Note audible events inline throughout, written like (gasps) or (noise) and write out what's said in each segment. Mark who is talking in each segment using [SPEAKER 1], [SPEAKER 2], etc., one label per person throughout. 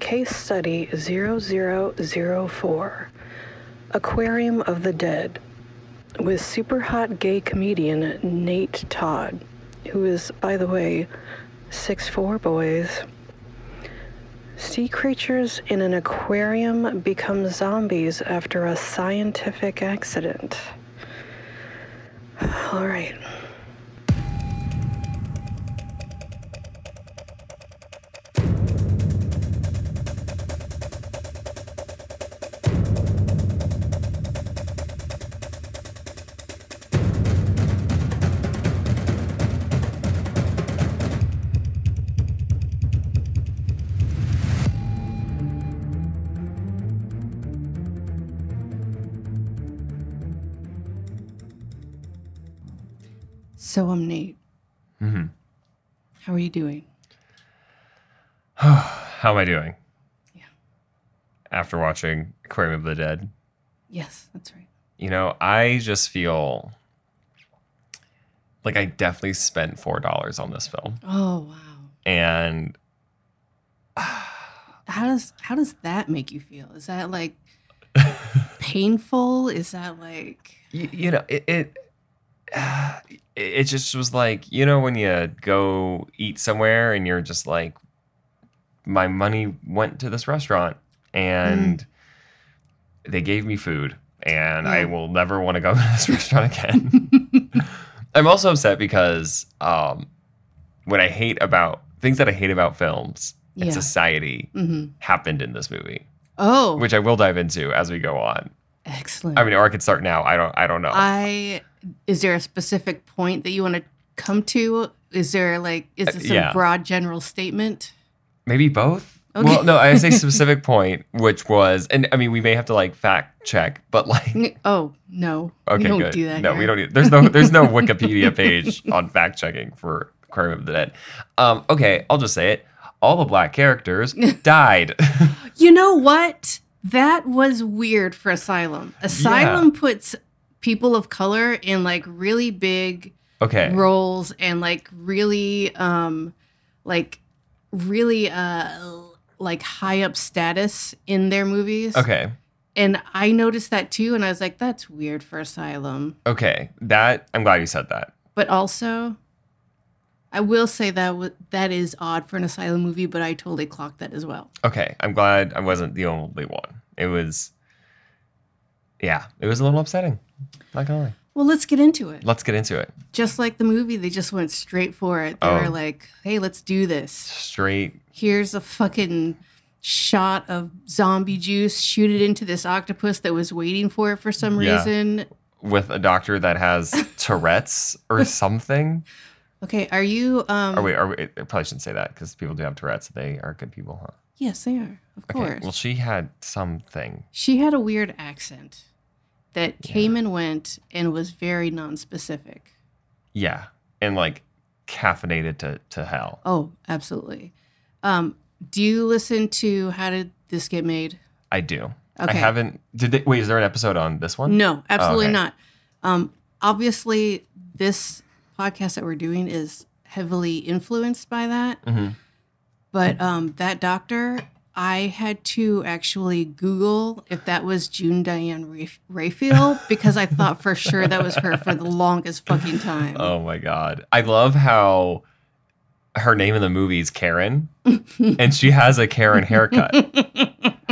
[SPEAKER 1] Case study 0004 Aquarium of the Dead with super hot gay comedian Nate Todd, who is, by the way, six four boys. Sea creatures in an aquarium become zombies after a scientific accident. (sighs) All right. So I'm Nate.
[SPEAKER 2] Mhm.
[SPEAKER 1] How are you doing?
[SPEAKER 2] How am I doing?
[SPEAKER 1] Yeah.
[SPEAKER 2] After watching Aquarium of the Dead,
[SPEAKER 1] Yes, that's right.
[SPEAKER 2] you know, I just feel like I definitely spent four dollars on this film,
[SPEAKER 1] Oh wow.
[SPEAKER 2] and
[SPEAKER 1] How does how does that make you feel? Is that
[SPEAKER 2] (laughs)
[SPEAKER 1] like painful? Is that
[SPEAKER 2] (laughs)
[SPEAKER 1] like
[SPEAKER 2] you, you know, it, it (sighs) uh, it- it just was like you know when you go eat somewhere and you're just like, my money went to this restaurant and they gave me food, and I
[SPEAKER 1] Mm. Yeah.
[SPEAKER 2] will never want to go (laughs) to this restaurant again. (laughs) I'm also upset because um, what I hate about things that I hate about films
[SPEAKER 1] Yeah.
[SPEAKER 2] and society
[SPEAKER 1] hmm
[SPEAKER 2] happened in this movie,
[SPEAKER 1] Oh,
[SPEAKER 2] which I will dive into as we go on.
[SPEAKER 1] excellent.
[SPEAKER 2] I mean, uh, or I could start now. I don't. I don't know.
[SPEAKER 1] Uh, I is there a specific point that you want to come to? Is there like is this
[SPEAKER 2] Uh, yeah.
[SPEAKER 1] a broad general statement?
[SPEAKER 2] Maybe both.
[SPEAKER 1] Okay.
[SPEAKER 2] Well, no,
[SPEAKER 1] (laughs)
[SPEAKER 2] I say specific point, which was, and I mean, we may have to like fact check, but like,
[SPEAKER 1] N- Oh no,
[SPEAKER 2] (laughs) okay,
[SPEAKER 1] we don't
[SPEAKER 2] good.
[SPEAKER 1] do that.
[SPEAKER 2] no,
[SPEAKER 1] here.
[SPEAKER 2] we don't.
[SPEAKER 1] (laughs)
[SPEAKER 2] Need, there's no, there's no Wikipedia page on fact checking for Aquarium of the Dead. Um, okay, I'll just say it. All the black
[SPEAKER 1] (laughs)
[SPEAKER 2] characters died. (laughs)
[SPEAKER 1] You know what? That was weird for Asylum. Asylum puts people of color in like really big
[SPEAKER 2] okay.
[SPEAKER 1] roles and like really um like really uh like high up status in their movies.
[SPEAKER 2] Okay.
[SPEAKER 1] And I noticed that too and I was like that's weird for Asylum.
[SPEAKER 2] Okay. That I'm glad you said that.
[SPEAKER 1] But also I will say that w- that is odd for an Asylum movie, but I totally clocked that as well.
[SPEAKER 2] Okay. I'm glad I wasn't the only one. It was. Yeah, it was a little upsetting. Not gonna lie.
[SPEAKER 1] Well, let's get into it.
[SPEAKER 2] Let's get into it.
[SPEAKER 1] just like the movie, they just went straight for it. They
[SPEAKER 2] Oh.
[SPEAKER 1] were like, hey, let's do this.
[SPEAKER 2] Straight
[SPEAKER 1] Here's a fucking shot of zombie juice. Shoot it into this octopus that was waiting for it for some
[SPEAKER 2] Yeah.
[SPEAKER 1] reason.
[SPEAKER 2] with a doctor that has
[SPEAKER 1] (laughs)
[SPEAKER 2] Tourette's or something.
[SPEAKER 1] Okay, are you? Um,
[SPEAKER 2] Or wait, or wait, I probably shouldn't say that because people do have Tourette's. They are good people, huh?
[SPEAKER 1] Yes, they are. Of course.
[SPEAKER 2] Well, she had something.
[SPEAKER 1] she had a weird accent that came and went and was very nonspecific.
[SPEAKER 2] Yeah, and like caffeinated to to hell.
[SPEAKER 1] Oh, absolutely. Um, do you listen to How Did This Get Made?
[SPEAKER 2] I do. I
[SPEAKER 1] Okay.
[SPEAKER 2] haven't. Did they, wait? Is there an episode on this one? Oh,
[SPEAKER 1] No, absolutely
[SPEAKER 2] okay.
[SPEAKER 1] not. Um, obviously, this podcast that we're doing is heavily influenced by that.
[SPEAKER 2] Mhm.
[SPEAKER 1] But um, that doctor, I had to actually Google if that was June Diane Raf- Raphael
[SPEAKER 2] (laughs)
[SPEAKER 1] because I thought for sure that was her for the longest fucking time.
[SPEAKER 2] Oh my god! I love how her name in the movie
[SPEAKER 1] (laughs)
[SPEAKER 2] is Karen, and she has a Karen haircut.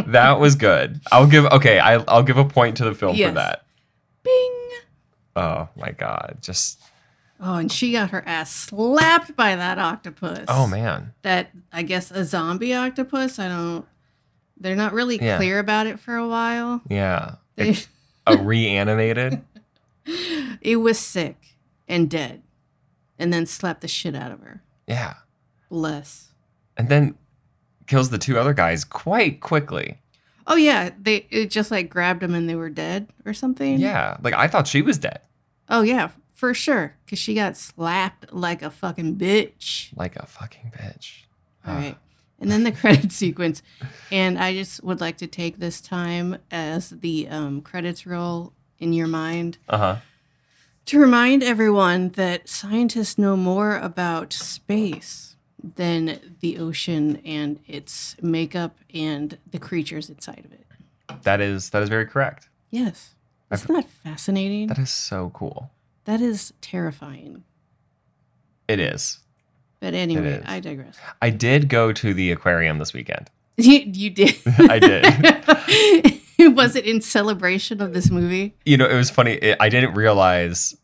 [SPEAKER 2] that was good. I'll give. Okay, I, I'll give a point to the film
[SPEAKER 1] Yes.
[SPEAKER 2] for that.
[SPEAKER 1] Bing!
[SPEAKER 2] Oh my god! Just
[SPEAKER 1] Oh, and she got her ass slapped by that octopus.
[SPEAKER 2] oh man.
[SPEAKER 1] That, I guess, a zombie octopus. I don't, they're not really
[SPEAKER 2] Yeah.
[SPEAKER 1] clear about it for a while.
[SPEAKER 2] Yeah.
[SPEAKER 1] They-
[SPEAKER 2] It- a reanimated.
[SPEAKER 1] (laughs) it was sick and dead and then slapped the shit out of her
[SPEAKER 2] Yeah.
[SPEAKER 1] bless
[SPEAKER 2] And then kills the two other guys quite quickly.
[SPEAKER 1] oh yeah they it just like grabbed them and they were dead or something
[SPEAKER 2] Yeah. Like I thought she was dead.
[SPEAKER 1] oh yeah for sure because she got slapped like a fucking bitch
[SPEAKER 2] Like a fucking bitch.
[SPEAKER 1] all
[SPEAKER 2] Ah.
[SPEAKER 1] right and then the (laughs) credit sequence and i just would like to take this time as the um, credits roll in your mind
[SPEAKER 2] Uh-huh.
[SPEAKER 1] to remind everyone that scientists know more about space than the ocean and its makeup and the creatures inside of it.
[SPEAKER 2] That is that is very correct.
[SPEAKER 1] Yes.
[SPEAKER 2] I've-
[SPEAKER 1] Isn't that fascinating?
[SPEAKER 2] That is so cool.
[SPEAKER 1] that is terrifying.
[SPEAKER 2] It is.
[SPEAKER 1] But anyway,
[SPEAKER 2] is.
[SPEAKER 1] I digress. (laughs)
[SPEAKER 2] I did go to the aquarium this weekend.
[SPEAKER 1] You, you did.
[SPEAKER 2] I
[SPEAKER 1] did. (laughs) was it in celebration of this movie? (laughs)
[SPEAKER 2] You know, it was funny. It, I didn't realize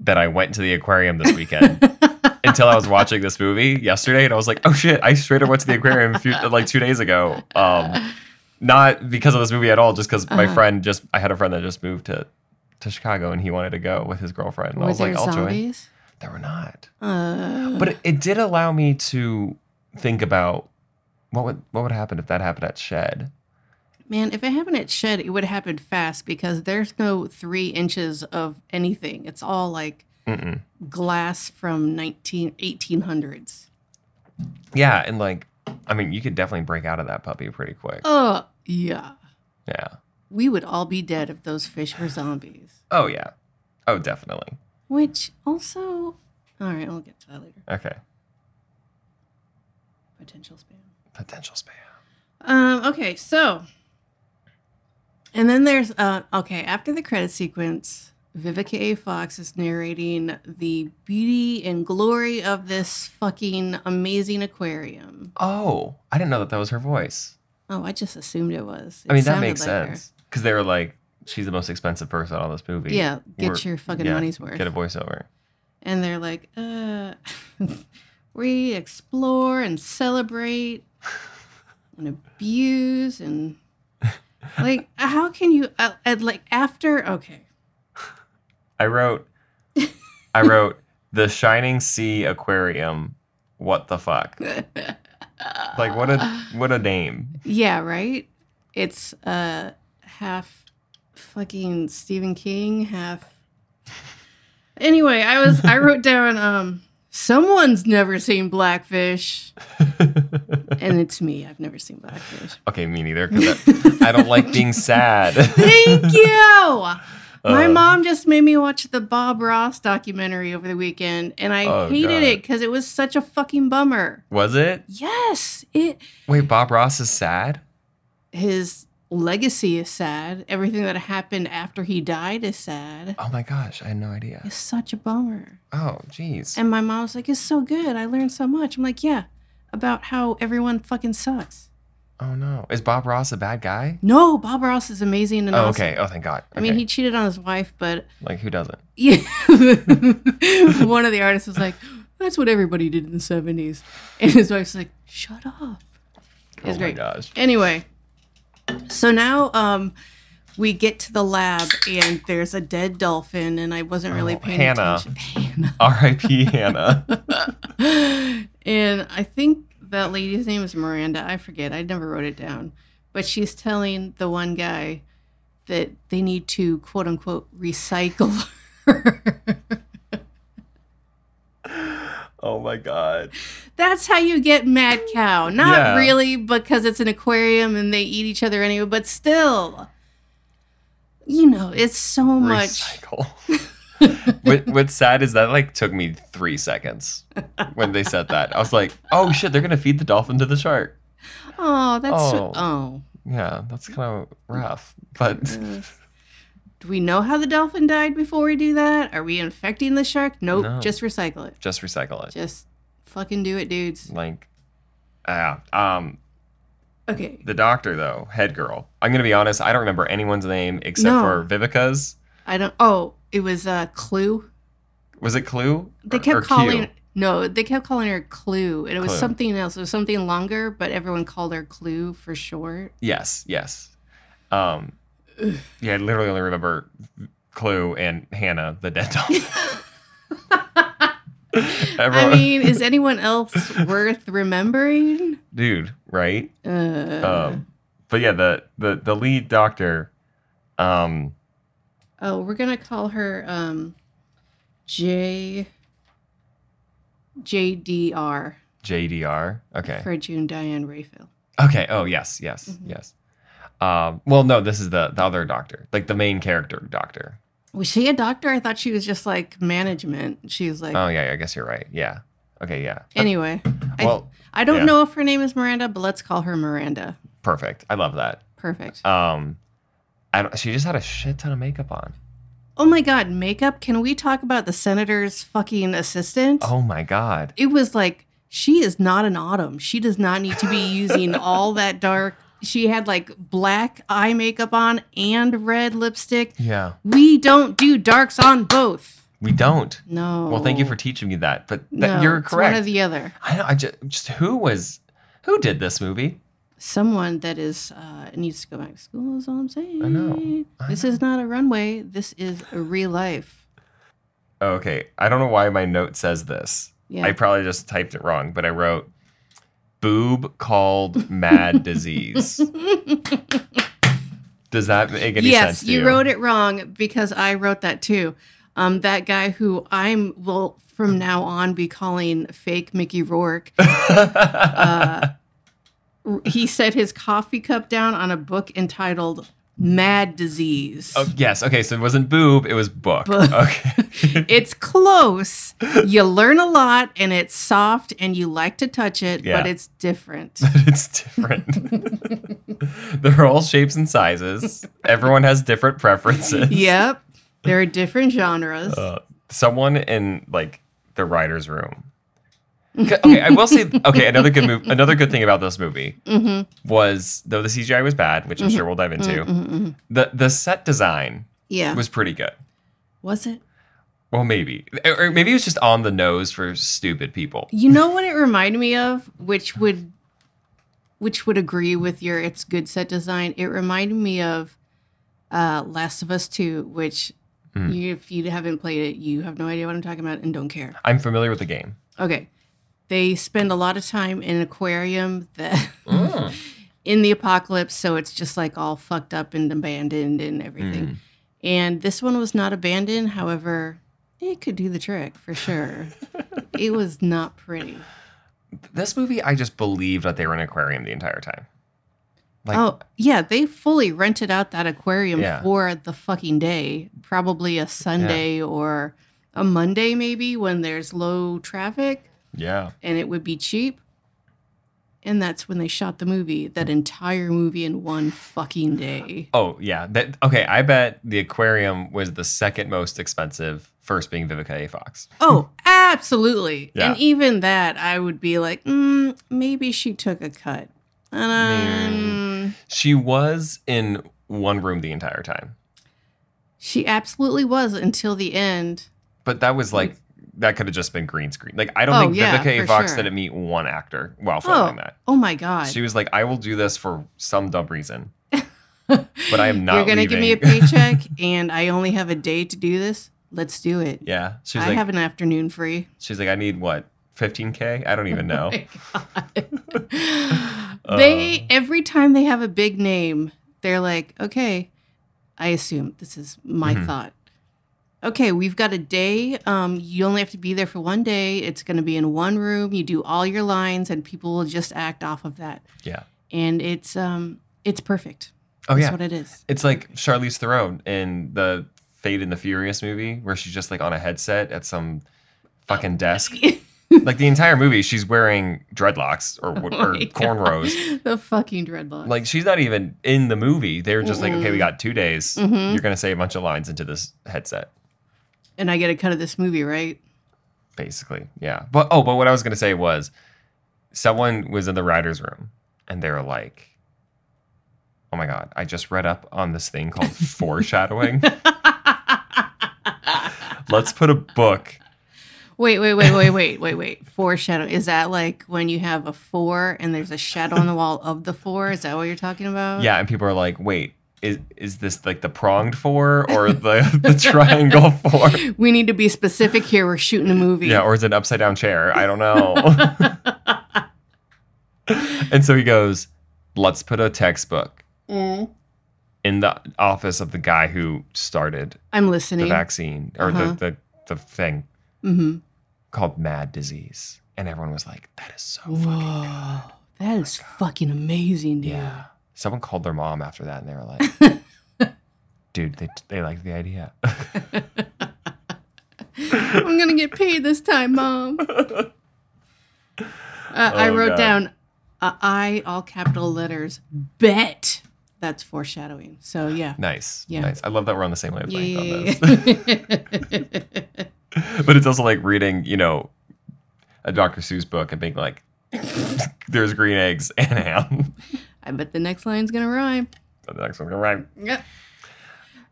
[SPEAKER 2] that I went to the aquarium this weekend
[SPEAKER 1] (laughs)
[SPEAKER 2] until I was watching this movie yesterday, and I was like, "Oh shit! I straight up went to the aquarium a
[SPEAKER 1] (laughs)
[SPEAKER 2] few, like two days ago." Um, not because of this movie at all, just because my
[SPEAKER 1] Uh-huh.
[SPEAKER 2] friend just I had a friend that just moved to to Chicago, and he wanted to go with his girlfriend. And I
[SPEAKER 1] Were
[SPEAKER 2] was
[SPEAKER 1] there
[SPEAKER 2] like, "I'll join."
[SPEAKER 1] zombies?
[SPEAKER 2] There were not,
[SPEAKER 1] Uh,
[SPEAKER 2] but it, it did allow me to think about what would what would happen if that happened at Shed.
[SPEAKER 1] man, if it happened at Shed, it would happen fast because there's no three inches of anything. It's all like
[SPEAKER 2] Mm-mm.
[SPEAKER 1] glass from 19, 1800s.
[SPEAKER 2] Yeah, and like, I mean, you could definitely break out of that puppy pretty quick.
[SPEAKER 1] Oh, yeah.
[SPEAKER 2] Yeah.
[SPEAKER 1] We would all be dead if those fish were zombies.
[SPEAKER 2] Oh yeah. Oh, definitely.
[SPEAKER 1] Which also, all right, I'll get to that later.
[SPEAKER 2] Okay.
[SPEAKER 1] Potential spam.
[SPEAKER 2] Potential spam.
[SPEAKER 1] Um, okay, so and then there's uh okay, after the credit sequence, Vivica A. Fox is narrating the beauty and glory of this fucking amazing aquarium.
[SPEAKER 2] Oh, I didn't know that that was her voice.
[SPEAKER 1] Oh, I just assumed it was.
[SPEAKER 2] I
[SPEAKER 1] It
[SPEAKER 2] mean, that
[SPEAKER 1] sounded
[SPEAKER 2] makes
[SPEAKER 1] like her.
[SPEAKER 2] sense because they were like, she's the most expensive person on this movie.
[SPEAKER 1] Yeah, get
[SPEAKER 2] We're-
[SPEAKER 1] your fucking
[SPEAKER 2] yeah,
[SPEAKER 1] money's worth.
[SPEAKER 2] Get a voiceover.
[SPEAKER 1] and they're like, uh, (laughs) we explore and celebrate and abuse
[SPEAKER 2] (laughs)
[SPEAKER 1] and like, how can you, uh, and like, after, okay,
[SPEAKER 2] I wrote, I wrote the Shining Sea Aquarium. What the fuck? Like what a what a name.
[SPEAKER 1] yeah, right? It's uh, half fucking Stephen King, half. Anyway, I was,
[SPEAKER 2] (laughs)
[SPEAKER 1] I wrote down, um, someone's never seen Blackfish, and it's me. I've never seen Blackfish.
[SPEAKER 2] okay, me neither. 'cause I, I don't like being
[SPEAKER 1] (laughs)
[SPEAKER 2] sad.
[SPEAKER 1] Thank you. My
[SPEAKER 2] Uh,
[SPEAKER 1] mom just made me watch the Bob Ross documentary over the weekend, and I
[SPEAKER 2] Oh,
[SPEAKER 1] hated
[SPEAKER 2] God.
[SPEAKER 1] it because it was such a fucking bummer.
[SPEAKER 2] Was it?
[SPEAKER 1] Yes, it.
[SPEAKER 2] Wait, Bob Ross is sad.
[SPEAKER 1] His legacy is sad. Everything that happened after he died is sad.
[SPEAKER 2] Oh my gosh, I had no idea.
[SPEAKER 1] It's such a bummer.
[SPEAKER 2] Oh, jeez.
[SPEAKER 1] And my mom was like, "It's so good. I learned so much." I'm like, "Yeah, about how everyone fucking sucks."
[SPEAKER 2] Oh no. Is Bob Ross a bad guy?
[SPEAKER 1] No, Bob Ross is amazing and
[SPEAKER 2] Oh,
[SPEAKER 1] awesome.
[SPEAKER 2] okay. Oh, thank God.
[SPEAKER 1] I mean,
[SPEAKER 2] Okay.
[SPEAKER 1] he cheated on his wife, but
[SPEAKER 2] like who doesn't?
[SPEAKER 1] Yeah. (laughs) One of the artists was like, that's what everybody did in the 70s. And his wife's like, shut up. It was
[SPEAKER 2] oh
[SPEAKER 1] great.
[SPEAKER 2] my gosh.
[SPEAKER 1] Anyway, so now um, we get to the lab and there's a dead dolphin, and I wasn't really
[SPEAKER 2] Oh,
[SPEAKER 1] paying
[SPEAKER 2] Hannah.
[SPEAKER 1] attention. (laughs) Hannah. (laughs)
[SPEAKER 2] R.I.P. Hannah.
[SPEAKER 1] and I think that lady's name is Miranda. I forget. I never wrote it down. But she's telling the one guy that they need to quote unquote recycle (laughs) her.
[SPEAKER 2] Oh my God.
[SPEAKER 1] That's how you get mad cow. Not
[SPEAKER 2] Yeah.
[SPEAKER 1] really because it's an aquarium and they eat each other anyway, but still. You know, it's so much.
[SPEAKER 2] Recycle. (laughs) what, what's sad is that like took me three seconds when they said that. I was like, oh shit, they're gonna feed the dolphin to the shark.
[SPEAKER 1] Oh, that's so,
[SPEAKER 2] Oh.
[SPEAKER 1] oh.
[SPEAKER 2] Yeah, that's kind of rough. But (laughs)
[SPEAKER 1] Do we know how the dolphin died before we do that? Are we infecting the shark? Nope.
[SPEAKER 2] No.
[SPEAKER 1] Just recycle it.
[SPEAKER 2] just recycle it.
[SPEAKER 1] Just fucking do it, dudes.
[SPEAKER 2] Like, ah, um,
[SPEAKER 1] Okay.
[SPEAKER 2] the doctor though, head girl. I'm gonna be honest. I don't remember anyone's name except
[SPEAKER 1] No.
[SPEAKER 2] for Vivica's.
[SPEAKER 1] I don't. Oh, it was uh, Clue.
[SPEAKER 2] Was it Clue?
[SPEAKER 1] They
[SPEAKER 2] Or-
[SPEAKER 1] kept
[SPEAKER 2] or Q?
[SPEAKER 1] calling. No, they kept calling her Clue, and it was
[SPEAKER 2] Clue.
[SPEAKER 1] something else. It was something longer, but everyone called her Clue for
[SPEAKER 2] (laughs)
[SPEAKER 1] short.
[SPEAKER 2] Yes, yes. Um, yeah, I literally only remember Clue and Hannah, the dead dolphin. (laughs)
[SPEAKER 1] (laughs)
[SPEAKER 2] Everyone,
[SPEAKER 1] I mean, is anyone else worth remembering?
[SPEAKER 2] dude, right?
[SPEAKER 1] Uh,
[SPEAKER 2] Um, but yeah, the the the lead doctor, um,
[SPEAKER 1] oh, we're gonna call her um, J. JDR
[SPEAKER 2] JDR. Okay,
[SPEAKER 1] for June Diane Raphael.
[SPEAKER 2] okay. Oh yes, yes,
[SPEAKER 1] Mhm.
[SPEAKER 2] yes. Um, well, no, this is the the other doctor, like the main character doctor.
[SPEAKER 1] Was she a doctor? I thought she was just like management. She was like,
[SPEAKER 2] Oh yeah, I guess you're right. Yeah. Okay, Oh, yeah.
[SPEAKER 1] Anyway,
[SPEAKER 2] Well,
[SPEAKER 1] I, I don't
[SPEAKER 2] yeah.
[SPEAKER 1] know if her name is Miranda, but let's call her Miranda.
[SPEAKER 2] perfect. I love that.
[SPEAKER 1] Perfect.
[SPEAKER 2] Um, I don't, she just had a shit ton of makeup on.
[SPEAKER 1] oh my God, makeup. Can we talk about the senator's fucking assistant?
[SPEAKER 2] Oh my god.
[SPEAKER 1] It was like, she is not an autumn. She does not need to
[SPEAKER 2] (laughs)
[SPEAKER 1] be using all that dark. She had like black eye makeup on and red lipstick.
[SPEAKER 2] Yeah,
[SPEAKER 1] We don't do darks on both.
[SPEAKER 2] we don't.
[SPEAKER 1] No.
[SPEAKER 2] Well, thank you for teaching me that. But that,
[SPEAKER 1] Oh. No,
[SPEAKER 2] you're
[SPEAKER 1] it's
[SPEAKER 2] correct.
[SPEAKER 1] One or the other.
[SPEAKER 2] I know. I just, just who was who did this movie?
[SPEAKER 1] Someone that is uh, needs to go back to school is all I'm saying.
[SPEAKER 2] I know. I
[SPEAKER 1] this is not a runway. This is a real life.
[SPEAKER 2] Okay, I don't know why my note says this.
[SPEAKER 1] Yeah.
[SPEAKER 2] I probably just typed it wrong, but I wrote boob
[SPEAKER 1] (laughs)
[SPEAKER 2] called mad disease. Does that make any
[SPEAKER 1] yes,
[SPEAKER 2] sense? to
[SPEAKER 1] you,
[SPEAKER 2] (laughs)
[SPEAKER 1] wrote it wrong because I wrote that too. Um, that guy who I'm will from now on be calling fake Mickey
[SPEAKER 2] (laughs)
[SPEAKER 1] Rourke. uh, r- he set his coffee cup down on a book entitled "Mad Disease."
[SPEAKER 2] Oh, yes. Okay, so it wasn't boob, it was book.
[SPEAKER 1] Book.
[SPEAKER 2] (laughs) Okay.
[SPEAKER 1] It's close. You learn a lot and it's soft and you like to touch it,
[SPEAKER 2] Yeah.
[SPEAKER 1] but it's different. (laughs)
[SPEAKER 2] it's different. (laughs) They're all shapes and sizes. Everyone has different
[SPEAKER 1] (laughs)
[SPEAKER 2] preferences.
[SPEAKER 1] yep. There are different genres.
[SPEAKER 2] Uh, someone in like the writer's room. Okay, okay, I will say okay, another good move another good thing about this movie
[SPEAKER 1] Mhm.
[SPEAKER 2] was though the CGI was bad, which I'm sure we'll dive into,
[SPEAKER 1] Mm-hmm.
[SPEAKER 2] the the set design
[SPEAKER 1] Yeah. Was,
[SPEAKER 2] was pretty good.
[SPEAKER 1] it?
[SPEAKER 2] Well, maybe. Or or maybe it was just on the nose for stupid people.
[SPEAKER 1] You know what it reminded me of, which would which would agree with your it's good set design. It reminded me of uh Last of Us 2, which
[SPEAKER 2] Mm.
[SPEAKER 1] you, if you haven't played it, you have no idea what I'm talking about and don't care.
[SPEAKER 2] I'm familiar with the game.
[SPEAKER 1] Okay. They spend a lot of time in an aquarium that (laughs) in the apocalypse, so it's just like all fucked up and abandoned and everything.
[SPEAKER 2] Mm.
[SPEAKER 1] And this one was not abandoned, however, it could do the trick for
[SPEAKER 2] (laughs)
[SPEAKER 1] sure. it was not pretty.
[SPEAKER 2] This movie I just believed that they were in an aquarium the entire time. Like
[SPEAKER 1] oh, yeah, they fully rented out that aquarium
[SPEAKER 2] Yeah.
[SPEAKER 1] for the fucking day, probably a Sunday or a Monday maybe when there's low traffic.
[SPEAKER 2] yeah.
[SPEAKER 1] and it would be cheap. And that's when they shot the movie, that entire movie in one fucking
[SPEAKER 2] (laughs)
[SPEAKER 1] day.
[SPEAKER 2] Oh yeah. That okay, I bet the aquarium was the second most expensive, first being Vivica A. Fox.
[SPEAKER 1] Oh, absolutely.
[SPEAKER 2] Yeah.
[SPEAKER 1] And even that, I would be like, mm, maybe she took a cut. Um,
[SPEAKER 2] She was in one room the entire time.
[SPEAKER 1] she absolutely was until the end.
[SPEAKER 2] But that was like that could have just been green screen. Like I don't
[SPEAKER 1] Oh,
[SPEAKER 2] think
[SPEAKER 1] yeah,
[SPEAKER 2] Vivica A.
[SPEAKER 1] for
[SPEAKER 2] Fox
[SPEAKER 1] sure.
[SPEAKER 2] didn't meet one actor while filming that.
[SPEAKER 1] Oh my God.
[SPEAKER 2] She was like, I will do this for some dumb reason. but
[SPEAKER 1] (laughs)
[SPEAKER 2] I am not
[SPEAKER 1] You're going to give me a
[SPEAKER 2] leaving.
[SPEAKER 1] paycheck,
[SPEAKER 2] (laughs)
[SPEAKER 1] and I only have a day to do this. Let's do it.
[SPEAKER 2] Yeah. She's
[SPEAKER 1] I
[SPEAKER 2] like
[SPEAKER 1] have an afternoon free.
[SPEAKER 2] she's like, I need what? 15k? I
[SPEAKER 1] (laughs)
[SPEAKER 2] don't even know. (laughs) Uh.
[SPEAKER 1] they every time they have a big name, they're like, okay, I assume this is my
[SPEAKER 2] Mhm.
[SPEAKER 1] thought. Okay, we've got a day. Um, you only have to be there for one day. It's going to be in one room. You do all your lines, and people will just act off of that.
[SPEAKER 2] Yeah.
[SPEAKER 1] and it's um, it's perfect.
[SPEAKER 2] oh
[SPEAKER 1] That's
[SPEAKER 2] yeah.
[SPEAKER 1] what it is.
[SPEAKER 2] It's like Charlize Theron in the Fate and the Furious movie, where she's just like on a headset at some
[SPEAKER 1] (laughs)
[SPEAKER 2] fucking desk. like the entire movie, she's wearing dreadlocks
[SPEAKER 1] (laughs)
[SPEAKER 2] or,
[SPEAKER 1] Oh
[SPEAKER 2] or
[SPEAKER 1] my God.
[SPEAKER 2] cornrows.
[SPEAKER 1] the fucking dreadlocks.
[SPEAKER 2] Like she's not even in the movie. They're just like, okay, we got two days.
[SPEAKER 1] Mhm.
[SPEAKER 2] You're gonna say a bunch of lines into this headset,
[SPEAKER 1] and I get a cut of this movie, right?
[SPEAKER 2] basically. Yeah. But oh, but what I was gonna say was, someone was in the writers' room, and they were like. Oh my god! I just read up on this thing called foreshadowing. Let's put a book
[SPEAKER 1] (laughs) Wait, wait, wait, wait, wait, wait, wait. Foreshadow. Is that like when you have a four and there's a shadow on the wall of the four? Is that what you're talking about?
[SPEAKER 2] Yeah, and people are like, wait, is is this like the pronged four or the, (laughs) the triangle four?
[SPEAKER 1] We need to be specific here. We're shooting a movie.
[SPEAKER 2] Yeah, or is it an upside down chair? I don't know. (laughs) and so he goes, let's put a textbook
[SPEAKER 1] Mm.
[SPEAKER 2] in the office of the guy who started
[SPEAKER 1] I'm
[SPEAKER 2] the
[SPEAKER 1] listening.
[SPEAKER 2] vaccine or
[SPEAKER 1] Uh-huh.
[SPEAKER 2] the, the the thing
[SPEAKER 1] mm-hmm.
[SPEAKER 2] called mad disease. And everyone was like, that is so fucking
[SPEAKER 1] Whoa. That is fucking amazing, dude.
[SPEAKER 2] Yeah. Someone called their mom after that and they were like,
[SPEAKER 1] (laughs)
[SPEAKER 2] dude, they, they like the idea. (laughs) (laughs)
[SPEAKER 1] I'm going to get paid this time, mom. Uh, I
[SPEAKER 2] Oh,
[SPEAKER 1] wrote
[SPEAKER 2] God.
[SPEAKER 1] down uh, I, all capital letters, bet. That's foreshadowing. So, yeah.
[SPEAKER 2] Nice.
[SPEAKER 1] Yeah.
[SPEAKER 2] Nice. I love that we're on the same wavelength on
[SPEAKER 1] Yeah.
[SPEAKER 2] this. (laughs) but it's also like reading, you know, a Dr. Seuss book and being like, (laughs) there's green eggs and (laughs) ham.
[SPEAKER 1] (laughs) I bet the next line's going to rhyme.
[SPEAKER 2] the next one's gonna rhyme.
[SPEAKER 1] Yep.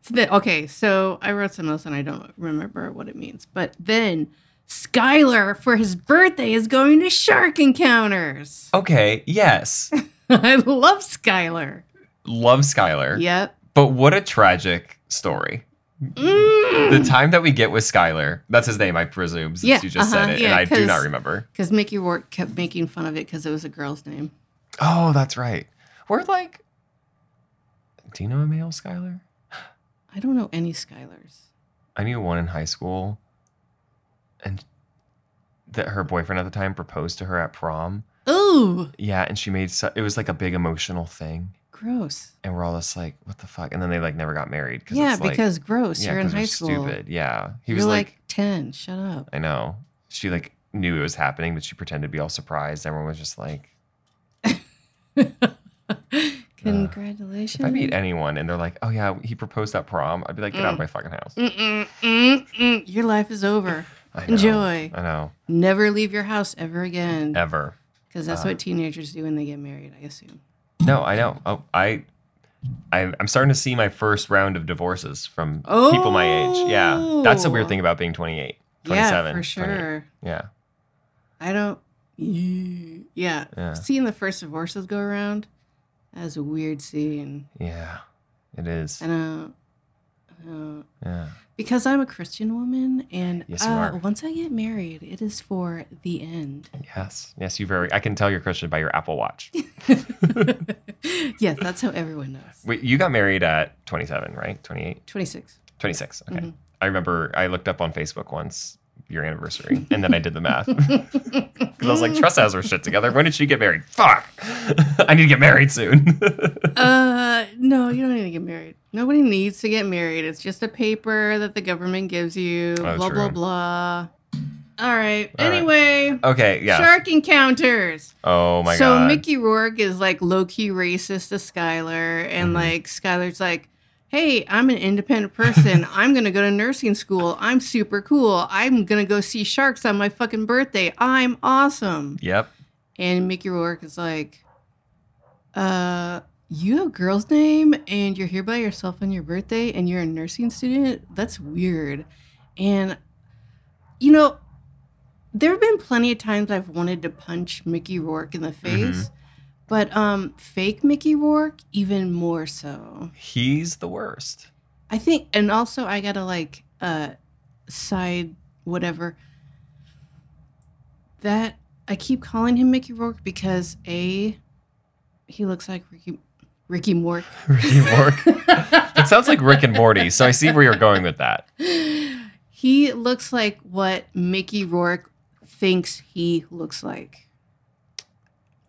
[SPEAKER 1] So then, okay, so I wrote something else and I don't remember what it means. But then Skylar, for his birthday, is going to Shark Encounters. (laughs)
[SPEAKER 2] Okay, yes.
[SPEAKER 1] I love Skylar.
[SPEAKER 2] Love Skylar.
[SPEAKER 1] Yep.
[SPEAKER 2] But what a tragic story. The
[SPEAKER 1] Because
[SPEAKER 2] time that we get with Skylar, that's his name, I presume, since
[SPEAKER 1] Yeah,
[SPEAKER 2] you just said
[SPEAKER 1] uh-huh,
[SPEAKER 2] it,
[SPEAKER 1] yeah,
[SPEAKER 2] and I do
[SPEAKER 1] 'cause-
[SPEAKER 2] not remember.
[SPEAKER 1] Mickey Rourke kept making fun of it because it was a girl's name.
[SPEAKER 2] Oh, that's right. We're like, do you know a male Skylar?
[SPEAKER 1] I don't know any Skylars.
[SPEAKER 2] I knew one in high school, and that her boyfriend at the time proposed to her at prom.
[SPEAKER 1] Ooh,
[SPEAKER 2] Yeah, and she made su- it was like a big emotional thing,
[SPEAKER 1] gross.
[SPEAKER 2] and we're all just like, "What the fuck?" And then they like never got married.
[SPEAKER 1] Yeah,
[SPEAKER 2] it's like-
[SPEAKER 1] because gross.
[SPEAKER 2] yeah,
[SPEAKER 1] You're in
[SPEAKER 2] 'cause
[SPEAKER 1] high
[SPEAKER 2] we're
[SPEAKER 1] school.
[SPEAKER 2] Stupid. Yeah, he
[SPEAKER 1] You're
[SPEAKER 2] was
[SPEAKER 1] like,
[SPEAKER 2] like,
[SPEAKER 1] 10. Shut up.
[SPEAKER 2] (laughs) "I know." She like knew it was happening, but she pretended to be all surprised. Everyone was just like,
[SPEAKER 1] Congratulations.
[SPEAKER 2] "If I meet anyone," and they're like, "Oh yeah, he proposed at prom," I'd be like, "Get out of
[SPEAKER 1] Mm.
[SPEAKER 2] my fucking house."
[SPEAKER 1] Mm-mm, mm-mm. Your life is over.
[SPEAKER 2] I know.
[SPEAKER 1] Enjoy.
[SPEAKER 2] I know.
[SPEAKER 1] Never leave your house ever again.
[SPEAKER 2] Ever.
[SPEAKER 1] Because that's
[SPEAKER 2] Uh,
[SPEAKER 1] what teenagers do when they get married, I assume.
[SPEAKER 2] No, I know. Oh, I, I, I'm starting to see my first round of divorces from people my age. Yeah, that's the weird
[SPEAKER 1] Oh.
[SPEAKER 2] thing about being 28, 27,
[SPEAKER 1] Yeah, for
[SPEAKER 2] 28.
[SPEAKER 1] sure.
[SPEAKER 2] Yeah,
[SPEAKER 1] I don't. Yeah.
[SPEAKER 2] Yeah.
[SPEAKER 1] Seeing the first divorces go around, that was a weird scene.
[SPEAKER 2] yeah, it is.
[SPEAKER 1] I don't. I don't-
[SPEAKER 2] Yeah,
[SPEAKER 1] uh, Because I'm a Christian woman, and
[SPEAKER 2] Yes, you
[SPEAKER 1] uh,
[SPEAKER 2] are.
[SPEAKER 1] once I get married, it is for the end.
[SPEAKER 2] (laughs) yes, yes. You very. I can tell you're Christian by your Apple Watch.
[SPEAKER 1] yes, that's how everyone knows.
[SPEAKER 2] Wait, you got married at 27, right? 28,
[SPEAKER 1] 26.
[SPEAKER 2] 26. Okay.
[SPEAKER 1] Mhm.
[SPEAKER 2] I remember I looked up on Facebook once your anniversary, and then I did the math (laughs) because I was like, Tressa has her shit together. When did she get married? Fuck, (laughs) I need to get married soon. (laughs)
[SPEAKER 1] uh, no, you don't need to get married. Nobody needs to get married. It's just a paper that the government gives you.
[SPEAKER 2] Oh,
[SPEAKER 1] blah blah
[SPEAKER 2] true.
[SPEAKER 1] blah. All right.
[SPEAKER 2] All right.
[SPEAKER 1] anyway,
[SPEAKER 2] okay, yeah.
[SPEAKER 1] shark encounters.
[SPEAKER 2] Oh my
[SPEAKER 1] so
[SPEAKER 2] god.
[SPEAKER 1] Mickey Rourke is like low key racist to Skylar, and
[SPEAKER 2] Mhm.
[SPEAKER 1] like Skylar's like, "Hey, I'm an independent
[SPEAKER 2] (laughs)
[SPEAKER 1] person. I'm gonna go to nursing school. I'm super cool. I'm gonna go see sharks on my fucking birthday. I'm awesome."
[SPEAKER 2] Yep.
[SPEAKER 1] And Mickey Rourke is like, uh, you have a girl's name and you're here by yourself on your birthday and you're a nursing student? That's weird. And, you know, there have been plenty of times I've wanted to punch Mickey Rourke in the face, but um, fake Mickey Rourke, even more so.
[SPEAKER 2] He's the worst. (laughs)
[SPEAKER 1] I think, and also I gotta like uh side whatever that I keep calling him Mickey Rourke because a he looks like Ricky Ricky Mork.
[SPEAKER 2] Ricky Mork. it sounds like Rick and Morty, so I see where you're going with that.
[SPEAKER 1] (gasps) he looks like what Mickey Rourke thinks he looks like.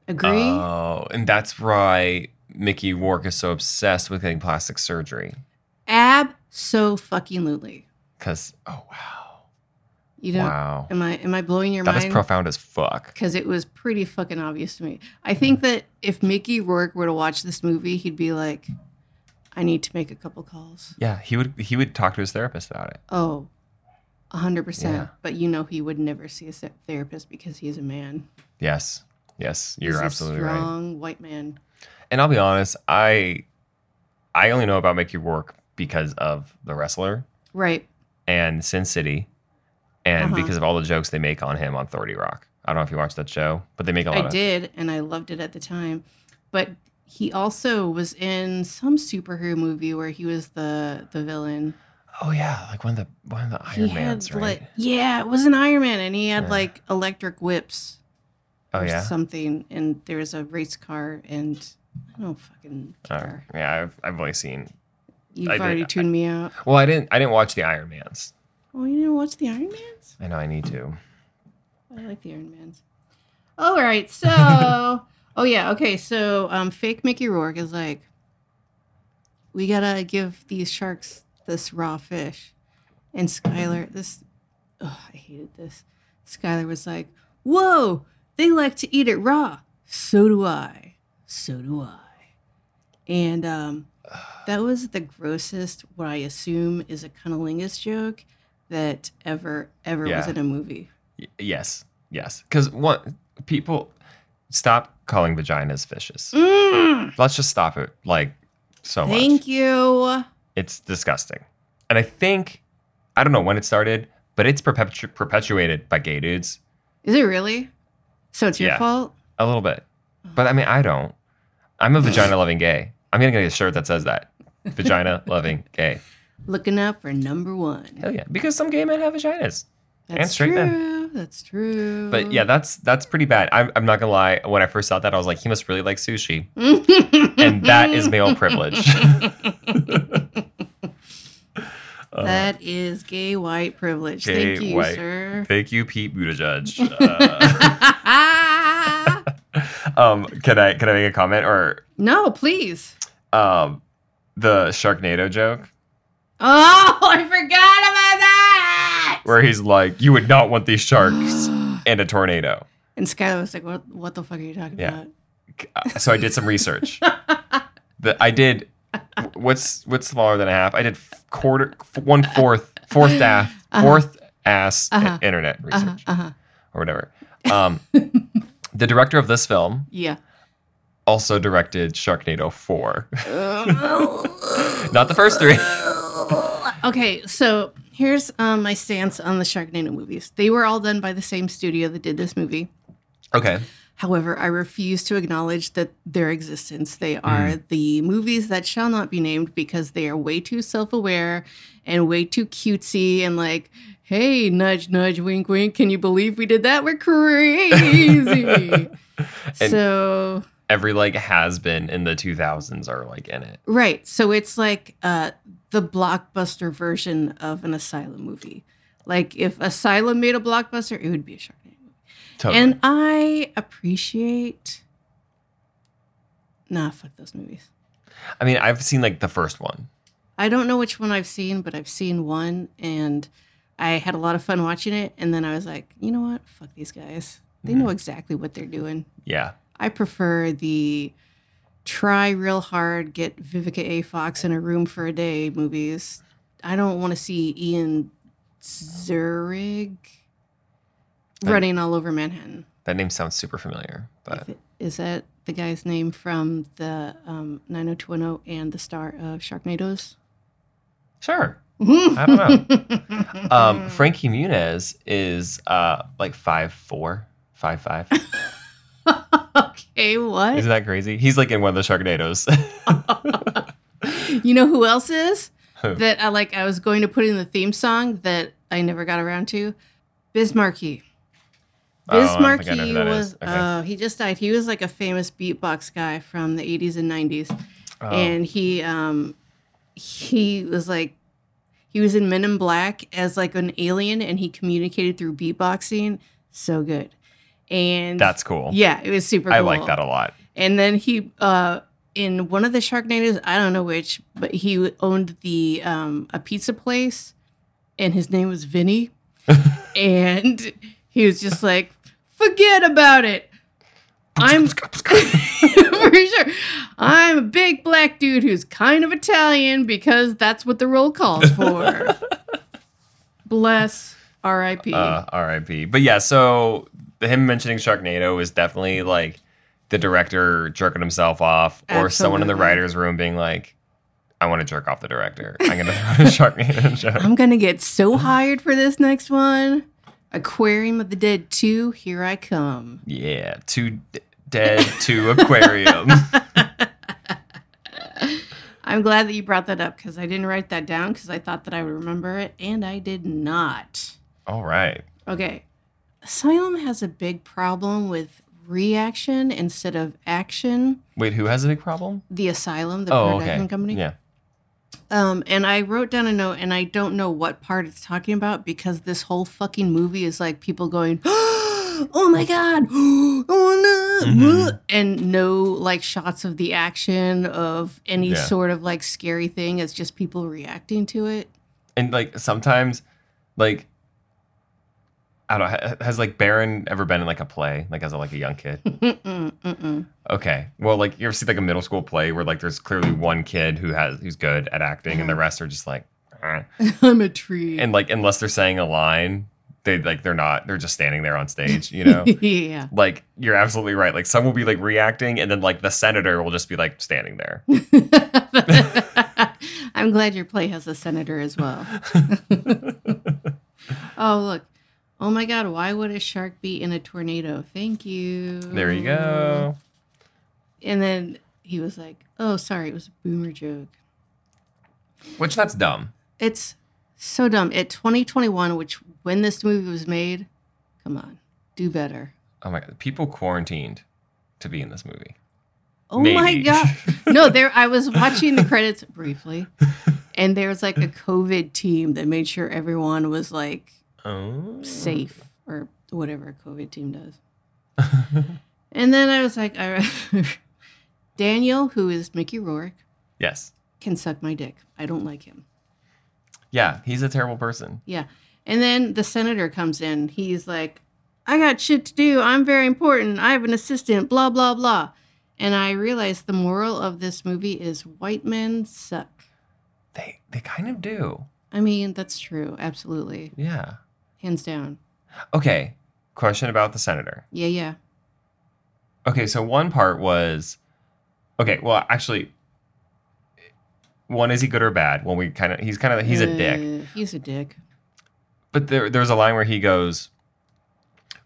[SPEAKER 1] Agree?
[SPEAKER 2] Oh, and that's why Mickey Rourke is so obsessed with getting plastic surgery.
[SPEAKER 1] Ab so fucking lutely.
[SPEAKER 2] Cause oh wow.
[SPEAKER 1] You know
[SPEAKER 2] wow.
[SPEAKER 1] am I am I blowing your
[SPEAKER 2] That
[SPEAKER 1] mind?
[SPEAKER 2] is profound as fuck.
[SPEAKER 1] because it was pretty fucking obvious to me. I think that if Mickey Rourke were to watch this movie, he'd be like, I need to make a couple calls.
[SPEAKER 2] Yeah, he would he would talk to his therapist about it.
[SPEAKER 1] Oh, 100%.
[SPEAKER 2] Yeah.
[SPEAKER 1] But you know, he would never see a se- therapist because he's a man.
[SPEAKER 2] Yes. Yes, you're
[SPEAKER 1] He's
[SPEAKER 2] absolutely
[SPEAKER 1] a
[SPEAKER 2] right.
[SPEAKER 1] strong white man.
[SPEAKER 2] And I'll be honest, I I only know about Mickey Rourke because of the wrestler.
[SPEAKER 1] Right.
[SPEAKER 2] and Sin City, and
[SPEAKER 1] Uh-huh.
[SPEAKER 2] because of all the jokes they make on him on 30 Rock. I don't know if you watched that show, but they make a lot
[SPEAKER 1] I
[SPEAKER 2] of
[SPEAKER 1] did, and I loved it at the time. But he also was in some superhero movie where he was the the villain.
[SPEAKER 2] Oh yeah, like one of the one of the Iron
[SPEAKER 1] he
[SPEAKER 2] Mans,
[SPEAKER 1] had
[SPEAKER 2] right?
[SPEAKER 1] like yeah, it was an Iron Man, and he had
[SPEAKER 2] Yeah.
[SPEAKER 1] like electric whips.
[SPEAKER 2] oh
[SPEAKER 1] or
[SPEAKER 2] yeah.
[SPEAKER 1] something, and there was a race car, and I don't fucking
[SPEAKER 2] Oh,
[SPEAKER 1] care.
[SPEAKER 2] yeah, I've I've only seen.
[SPEAKER 1] You've
[SPEAKER 2] I did-
[SPEAKER 1] already tuned me out.
[SPEAKER 2] Well, I didn't I didn't watch the Iron Mans.
[SPEAKER 1] Oh, you didn't watch the Iron Man's?
[SPEAKER 2] I know I need to.
[SPEAKER 1] I like the Iron Man's. All right, so oh yeah, okay, so um, fake Mickey Rourke is like, we gotta give these sharks this raw fish, and Skylar, this, oh, I hated this. Skylar was like, whoa. They like to eat it raw. So do I. So do I. And um, that was the grossest, what I assume is a cunnilingus joke that ever, ever was
[SPEAKER 2] Yeah.
[SPEAKER 1] in a movie.
[SPEAKER 2] Y- yes, yes. Because one people stop calling vaginas fishes.
[SPEAKER 1] Mm,
[SPEAKER 2] Let's just stop it. Like so much.
[SPEAKER 1] thank you.
[SPEAKER 2] It's disgusting. And I think, I don't know when it started, but it's perpetu- perpetuated by gay dudes
[SPEAKER 1] Is it really? So it's your
[SPEAKER 2] Yeah.
[SPEAKER 1] fault?
[SPEAKER 2] a little bit. But I mean, I don't. I'm (laughs) a vagina loving gay. I'm going to get a shirt that says that. Vagina loving gay.
[SPEAKER 1] Looking up for number one.
[SPEAKER 2] Hell yeah. Because some gay men have vaginas. And
[SPEAKER 1] That's
[SPEAKER 2] straight
[SPEAKER 1] true.
[SPEAKER 2] men.
[SPEAKER 1] That's true. (laughs)
[SPEAKER 2] But yeah, that's that's pretty bad. I'm, I'm not going to lie. When I first saw that, I was like, he must really like sushi. And that is male privilege.
[SPEAKER 1] that is gay white privilege.
[SPEAKER 2] uh, Gay
[SPEAKER 1] Thank you,
[SPEAKER 2] white. (laughs)
[SPEAKER 1] sir.
[SPEAKER 2] Thank you, Pete (laughs) Buttigieg. Uh, um, can I can I make a comment or
[SPEAKER 1] no, please.
[SPEAKER 2] um, the Sharknado joke?
[SPEAKER 1] Oh, I forgot about that.
[SPEAKER 2] where he's like, "You would not want these sharks and a tornado."
[SPEAKER 1] And Skylar was like, "What? What the fuck are you talking
[SPEAKER 2] Yeah. Uh, So I did some research. That I did. What's what's smaller than a half? I did f- quarter, f- one fourth, fourth half, fourth ass i-
[SPEAKER 1] Uh-huh.
[SPEAKER 2] internet
[SPEAKER 1] about?"
[SPEAKER 2] research
[SPEAKER 1] Uh huh. Uh huh.
[SPEAKER 2] or whatever.
[SPEAKER 1] (laughs)
[SPEAKER 2] Um, the director of this film (laughs)
[SPEAKER 1] Yeah.
[SPEAKER 2] also directed Sharknado Four, (laughs)
[SPEAKER 1] Um,
[SPEAKER 2] not the first
[SPEAKER 1] (laughs)
[SPEAKER 2] three.
[SPEAKER 1] okay, so here's um, my stance on the Sharknado movies. They were all done by the same studio that did this movie.
[SPEAKER 2] Okay,
[SPEAKER 1] However, I refuse to acknowledge that their existence. They are the movies that shall not be named because they are way too self-aware and way too cutesy and like, hey, nudge, nudge, wink, wink. Can you believe we did that? We're crazy. so
[SPEAKER 2] every like has been in the two thousands are like in it.
[SPEAKER 1] right, so it's like uh, the blockbuster version of an asylum movie. Like if Asylum made a blockbuster, it would be a Sharknado.
[SPEAKER 2] Totally.
[SPEAKER 1] And I appreciate. Nah, fuck those movies.
[SPEAKER 2] I mean, I've seen like the first one.
[SPEAKER 1] I don't know which one I've seen, but I've seen one and I had a lot of fun watching it. And then I was like, you know what? Fuck these guys. They know exactly what they're doing.
[SPEAKER 2] Yeah,
[SPEAKER 1] I prefer the try real hard, get Vivica A. Fox in a room for a day movies. I don't want to see Ian Zurich
[SPEAKER 2] I-
[SPEAKER 1] running all over Manhattan.
[SPEAKER 2] that name sounds super familiar, but.
[SPEAKER 1] Is that the guy's name from the um, 90210 and the star of Sharknadoes?
[SPEAKER 2] Sure. I don't know.
[SPEAKER 1] (laughs)
[SPEAKER 2] um, Frankie Muniz is uh, like five four, five
[SPEAKER 1] (laughs)
[SPEAKER 2] five.
[SPEAKER 1] okay, what?
[SPEAKER 2] Isn't that crazy? He's like in one of the
[SPEAKER 1] (laughs)
[SPEAKER 2] (laughs) Sharknadoes.
[SPEAKER 1] You know who else is
[SPEAKER 2] Who?
[SPEAKER 1] that I like? I was going to put in the theme song that I never got around to. Bismarcky.
[SPEAKER 2] Oh, I don't think I know
[SPEAKER 1] Bismarcky
[SPEAKER 2] who that
[SPEAKER 1] was.
[SPEAKER 2] is. Okay.
[SPEAKER 1] Uh, he just died. He was like a famous beatbox guy from the '80s and '90s,
[SPEAKER 2] Oh,
[SPEAKER 1] and he um, he was like. He was in Men in Black as like an alien, and he communicated through beatboxing. So good, and
[SPEAKER 2] that's cool.
[SPEAKER 1] yeah, it was super.
[SPEAKER 2] I
[SPEAKER 1] cool.
[SPEAKER 2] like that a lot.
[SPEAKER 1] And then he, uh, in one of the Sharknadoes, I don't know which, but he owned the um, a pizza place, and his name was Vinny, and he was just like, "Forget about it. I'm (laughs) for sure. I'm a big black dude who's kind of Italian because that's what the roll calls for." Bless R.I.P.
[SPEAKER 2] Uh, R.I.P. But yeah, so him mentioning Sharknado is definitely like the director jerking himself off, or someone in the
[SPEAKER 1] Absolutely.
[SPEAKER 2] writers' room being like, "I want to jerk off the director. I'm gonna throw
[SPEAKER 1] (laughs)
[SPEAKER 2] a Sharknado joke."
[SPEAKER 1] I'm gonna get so hired for this next one. Aquarium of the Dead 2, here I come.
[SPEAKER 2] Yeah, two d- dead, two (laughs) aquarium.
[SPEAKER 1] I'm glad that you brought that up because I didn't write that down because I thought that I would remember it, and I did not.
[SPEAKER 2] All right.
[SPEAKER 1] Okay. Asylum has a big problem with reaction instead of action.
[SPEAKER 2] Wait, who has a big problem?
[SPEAKER 1] The Asylum, the
[SPEAKER 2] oh,
[SPEAKER 1] production
[SPEAKER 2] okay.
[SPEAKER 1] company.
[SPEAKER 2] Yeah.
[SPEAKER 1] Um, and I wrote down a note, and I don't know what part it's talking about because this whole fucking movie is like people going, (gasps) "Oh my god, (gasps) oh no,"
[SPEAKER 2] Mhm.
[SPEAKER 1] and no like shots of the action of any
[SPEAKER 2] Yeah.
[SPEAKER 1] sort of like scary thing. It's just people reacting to it.
[SPEAKER 2] And like sometimes, like, I don't. ha- Has like Baron ever been in like a play, like as a, like a young kid?
[SPEAKER 1] (laughs) Mm-mm, mm-mm. (laughs)
[SPEAKER 2] Okay. Well, like you ever see like a middle school play where like there's clearly one kid who has who's good at acting, and the rest are just like, "Eh."
[SPEAKER 1] I'm a tree. (laughs)
[SPEAKER 2] and like unless they're saying a line, they like they're not. They're just standing there on stage, you (laughs) know.
[SPEAKER 1] yeah.
[SPEAKER 2] like you're absolutely right. Like some will be like reacting, and then like the senator will just be like standing there.
[SPEAKER 1] (laughs) I'm glad your play has a senator as well. (laughs) oh, look. Oh my God, why would a shark be in a tornado? Thank you.
[SPEAKER 2] There you go.
[SPEAKER 1] And then he was like, oh, sorry, it was a boomer joke.
[SPEAKER 2] Mm. Which that's dumb.
[SPEAKER 1] It's so dumb. At 2021, which when this movie was made, come on, do better.
[SPEAKER 2] Oh my god, people quarantined to be in this movie.
[SPEAKER 1] Oh my
[SPEAKER 2] Maybe. (laughs)
[SPEAKER 1] god. No, there I was watching the credits briefly and there was like a COVID team that made sure everyone was like
[SPEAKER 2] Oh,
[SPEAKER 1] safe or whatever a COVID team does.
[SPEAKER 2] (laughs)
[SPEAKER 1] and then I was like I (laughs) Daniel, who is Mickey Rourke,
[SPEAKER 2] yes,
[SPEAKER 1] can suck my dick. I don't like him.
[SPEAKER 2] yeah, he's a terrible person.
[SPEAKER 1] Yeah. And then the senator comes in. He's like, I got shit to do. I'm very important. I have an assistant, blah, blah, blah. And I realized the moral of this movie is white men suck.
[SPEAKER 2] They they kind of do.
[SPEAKER 1] I mean, that's true. Absolutely.
[SPEAKER 2] Yeah.
[SPEAKER 1] Hands down.
[SPEAKER 2] Okay. Question about the senator.
[SPEAKER 1] Yeah, yeah.
[SPEAKER 2] Okay, so one part was okay, well actually one is he good or bad? When we kind of he's kind of he's a dick.
[SPEAKER 1] Uh, He's a dick.
[SPEAKER 2] But there there's a line where he goes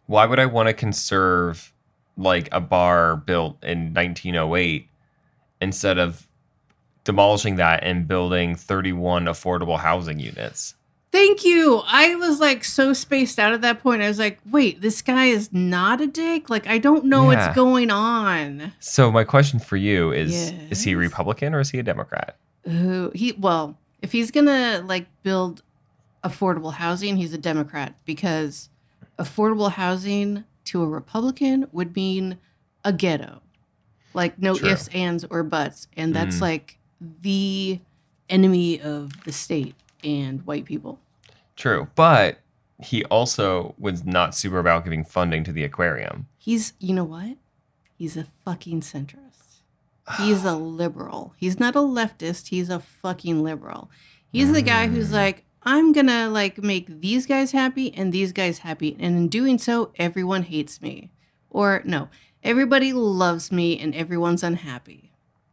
[SPEAKER 2] why would I want to conserve like a bar built in 1908 instead of demolishing that and building 31 affordable housing units?
[SPEAKER 1] Thank you. I was like so spaced out at that point. I was like, wait, this guy is not a dick? Like, I don't know
[SPEAKER 2] Yeah.
[SPEAKER 1] what's going on.
[SPEAKER 2] So my question for you is is he
[SPEAKER 1] Yes.
[SPEAKER 2] Republican or is he a Democrat?
[SPEAKER 1] who he well if he's gonna like build affordable housing he's a democrat because affordable housing to a republican would mean a ghetto like no
[SPEAKER 2] True.
[SPEAKER 1] ifs ands or buts and that's
[SPEAKER 2] Mhm.
[SPEAKER 1] like the enemy of the state and white people
[SPEAKER 2] True, but he also was not super about giving funding to the aquarium.
[SPEAKER 1] he's you know what he's a fucking centrist
[SPEAKER 2] (sighs)
[SPEAKER 1] He's a liberal. He's not a leftist. He's a fucking liberal. He's the guy who's
[SPEAKER 2] Mm.
[SPEAKER 1] like, I'm gonna like make these guys happy and these guys happy, and in doing so, everyone hates me, or no, everybody loves me and everyone's unhappy.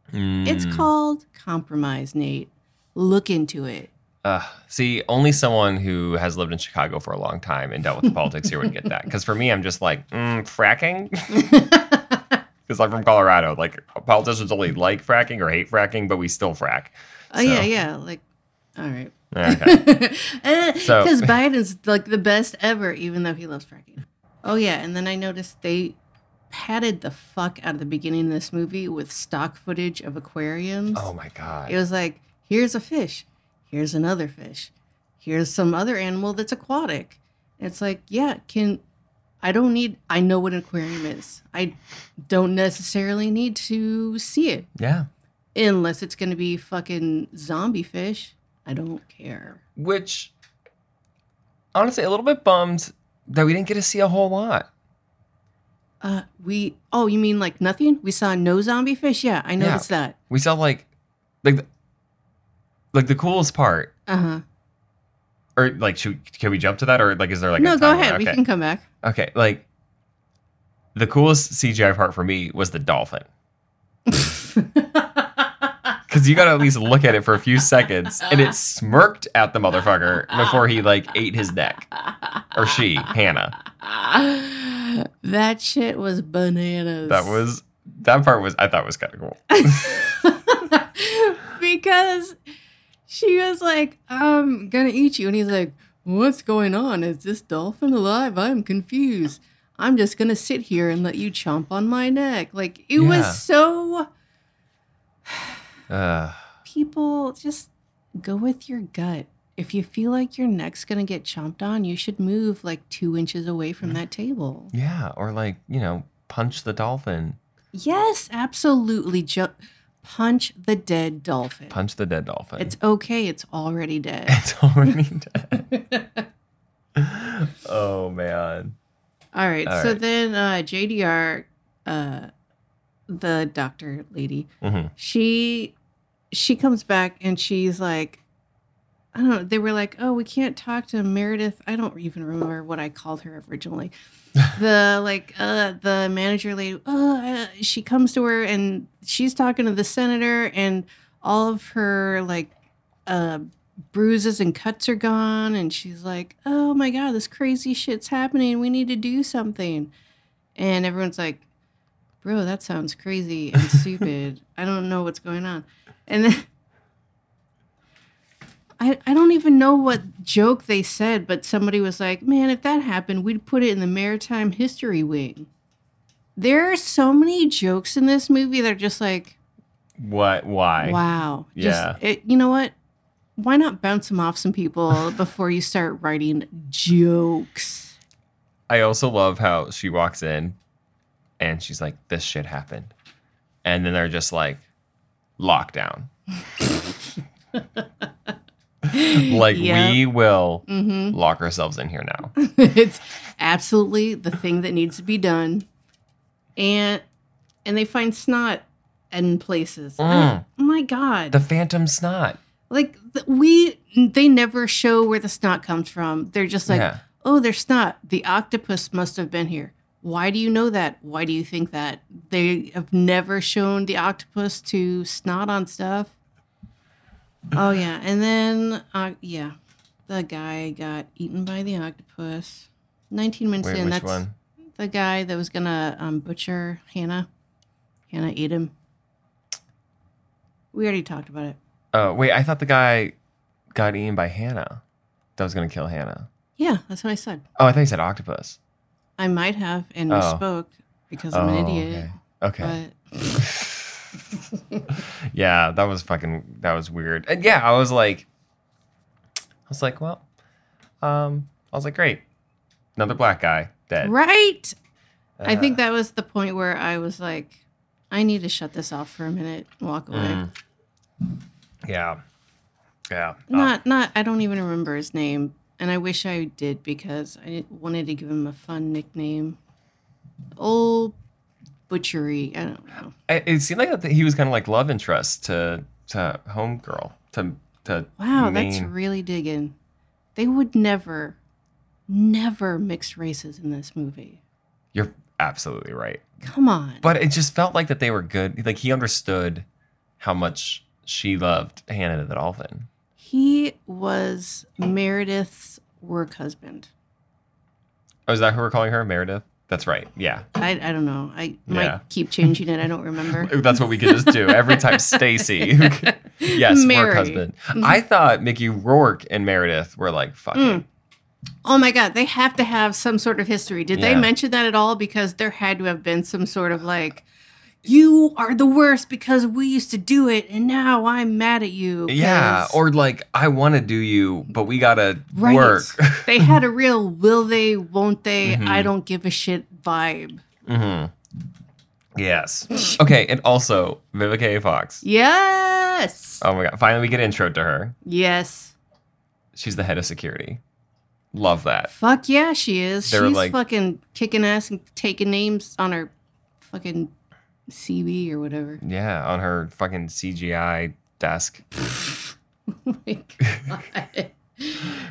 [SPEAKER 1] It's
[SPEAKER 2] Mm.
[SPEAKER 1] called compromise, Nate. Look into it. (laughs)
[SPEAKER 2] Ugh. see, only someone who has lived in Chicago for a long time and dealt with the politics here would get that. Because for me, I'm just like mm, fracking. (laughs)
[SPEAKER 1] Oh,
[SPEAKER 2] Because I'm from Colorado, like politicians only like fracking or hate fracking, but we still frack.
[SPEAKER 1] Oh yeah,
[SPEAKER 2] So-
[SPEAKER 1] yeah. Like, all right. (laughs)
[SPEAKER 2] Okay.
[SPEAKER 1] Because
[SPEAKER 2] So-
[SPEAKER 1] Biden's like the best ever, even though he loves fracking. Oh yeah, and then I noticed they padded the fuck out of the beginning of this movie with stock footage of aquariums.
[SPEAKER 2] oh my
[SPEAKER 1] It
[SPEAKER 2] god.
[SPEAKER 1] was like, here's a fish, here's another fish, here's some other animal that's aquatic. It's like, yeah, can I don't need I know what an aquarium is. I don't necessarily need to see it
[SPEAKER 2] Yeah.
[SPEAKER 1] unless it's going to be fucking zombie fish. I don't care.
[SPEAKER 2] Which, honestly, a little bit bummed that we didn't get to see a whole lot.
[SPEAKER 1] Uh, we oh, you mean like nothing? We saw no zombie fish. Yeah, I
[SPEAKER 2] Yeah.
[SPEAKER 1] noticed that.
[SPEAKER 2] We saw like, like, the, like the coolest part
[SPEAKER 1] Uh huh.
[SPEAKER 2] or like should, can we jump to that or like is there like
[SPEAKER 1] no,
[SPEAKER 2] a
[SPEAKER 1] go
[SPEAKER 2] timeline?
[SPEAKER 1] ahead.
[SPEAKER 2] okay.
[SPEAKER 1] We can come back.
[SPEAKER 2] okay like the coolest cgi part for me was the dolphin because you gotta at least look at it for a few seconds and it smirked at the motherfucker before he like ate his neck or she hannah
[SPEAKER 1] (laughs) that shit was bananas.
[SPEAKER 2] that was that part was i thought was kind of cool
[SPEAKER 1] (laughs) because she was like, "I'm gonna eat you," and he's like, "What's going on? Is this dolphin alive? I'm confused. I'm just gonna sit here and let you chomp on my neck." Like it
[SPEAKER 2] Yeah.
[SPEAKER 1] was so.
[SPEAKER 2] uh,
[SPEAKER 1] people just go with your gut. If you feel like your neck's gonna get chomped on, you should move like two inches away from that table.
[SPEAKER 2] Mm-hmm. yeah or like you know punch the dolphin
[SPEAKER 1] Yes, absolutely. Ju- punch the dead dolphin.
[SPEAKER 2] punch the dead dolphin (laughs)
[SPEAKER 1] It's okay. It's already dead.
[SPEAKER 2] it's already dead (laughs) Oh man.
[SPEAKER 1] All right.
[SPEAKER 2] All
[SPEAKER 1] so
[SPEAKER 2] right.
[SPEAKER 1] then uh, JDR, uh, the doctor lady,
[SPEAKER 2] Mhm.
[SPEAKER 1] she she comes back and she's like, I don't know. They were like, oh, we can't talk to Meredith. I don't even remember what I called her originally. the like uh the manager lady uh, she comes to her and she's talking to the senator and all of her like uh bruises and cuts are gone and she's like oh my god this crazy shit's happening we need to do something and everyone's like bro that sounds crazy
[SPEAKER 2] (laughs)
[SPEAKER 1] and stupid i don't know what's going on and then I, I don't even know what joke they said but somebody was like man if that happened we'd put it in the maritime history wing there are so many jokes in this movie that are just like
[SPEAKER 2] What? Why?
[SPEAKER 1] Wow. Just-
[SPEAKER 2] Yeah.
[SPEAKER 1] it, you know what? Why not bounce them off some
[SPEAKER 2] (laughs)
[SPEAKER 1] people before you start writing jokes?
[SPEAKER 2] I also love how she walks in, and she's like, "This shit happened," and then they're just like, "Lockdown."
[SPEAKER 1] (laughs)
[SPEAKER 2] like we will
[SPEAKER 1] hmm
[SPEAKER 2] lock ourselves in here now.
[SPEAKER 1] (laughs) it's absolutely the thing that needs to be done, and and they find snot in places.
[SPEAKER 2] Mm.
[SPEAKER 1] Oh my god!
[SPEAKER 2] The phantom snot.
[SPEAKER 1] like th- we, they never show where the snot comes from. They're just like,
[SPEAKER 2] yeah.
[SPEAKER 1] oh, there's snot. The octopus must have been here. Why do you know that? Why do you think that? They have never shown the octopus to snot on stuff. Oh, yeah. And then, uh, yeah, the guy got eaten by the octopus. 19 minutes
[SPEAKER 2] Wait,
[SPEAKER 1] in,
[SPEAKER 2] which
[SPEAKER 1] that's
[SPEAKER 2] one?
[SPEAKER 1] the guy that was going to um, butcher Hannah. Hannah ate him. We already talked about it.
[SPEAKER 2] Oh wait, I thought the guy got eaten by Hannah. That was gonna kill Hannah.
[SPEAKER 1] Yeah, that's what I said.
[SPEAKER 2] Oh, I thought you said octopus.
[SPEAKER 1] I might have and
[SPEAKER 2] Oh.
[SPEAKER 1] misspoke because I'm an
[SPEAKER 2] Oh,
[SPEAKER 1] idiot.
[SPEAKER 2] Okay. okay.
[SPEAKER 1] But
[SPEAKER 2] yeah, that was fucking that was weird. And yeah, I was like I was like, well, um, I was like, great. Another black guy dead.
[SPEAKER 1] Right. I
[SPEAKER 2] Uh,
[SPEAKER 1] think that was the point where I was like, I need to shut this off for a minute and walk away.
[SPEAKER 2] mm. Yeah. Yeah. Oh,
[SPEAKER 1] Not, not, I don't even remember his name. And I wish I did because I wanted to give him a fun nickname. Old Butchery. I don't know.
[SPEAKER 2] it, it seemed like that he was kind of like love interest to to homegirl to to
[SPEAKER 1] Wow, that's
[SPEAKER 2] main-
[SPEAKER 1] really digging. They would never, never mix races in this movie.
[SPEAKER 2] You're absolutely right.
[SPEAKER 1] Come on.
[SPEAKER 2] But it just felt like that they were good. Like he understood how much she loved Hannah the dolphin.
[SPEAKER 1] he was Meredith's work husband.
[SPEAKER 2] Oh, is that who we're calling her? Meredith? That's right. Yeah.
[SPEAKER 1] I, I don't know. I might
[SPEAKER 2] Yeah.
[SPEAKER 1] keep changing it. I don't remember.
[SPEAKER 2] (laughs) That's what we could just do every
[SPEAKER 1] (laughs)
[SPEAKER 2] time. Stacy. (laughs)
[SPEAKER 1] Mary.
[SPEAKER 2] yes,
[SPEAKER 1] Mm-hmm.
[SPEAKER 2] work husband. I thought Mickey Rourke and Meredith were like fucking.
[SPEAKER 1] Oh my God, they have to have some sort of history. Did they
[SPEAKER 2] Yeah.
[SPEAKER 1] mention that at all? Because there had to have been some sort of like, you are the worst because we used to do it and now I'm mad at you.
[SPEAKER 2] Yeah,
[SPEAKER 1] 'cause-"
[SPEAKER 2] or like I want to do you, but we gotta
[SPEAKER 1] Right.
[SPEAKER 2] work.
[SPEAKER 1] (laughs) they had a real will they, won't they,
[SPEAKER 2] Mhm.
[SPEAKER 1] I don't give a shit vibe.
[SPEAKER 2] hmm Yes. okay, and also Vivica A. Fox.
[SPEAKER 1] Yes.
[SPEAKER 2] Oh my god! Finally, we get intro to her.
[SPEAKER 1] Yes.
[SPEAKER 2] She's the head of security. Love that.
[SPEAKER 1] Fuck yeah, she is.
[SPEAKER 2] They were
[SPEAKER 1] She's
[SPEAKER 2] like-
[SPEAKER 1] fucking kicking ass and taking names on her fucking CV or whatever.
[SPEAKER 2] Yeah, on her fucking CGI desk.
[SPEAKER 1] Oh (laughs) my God.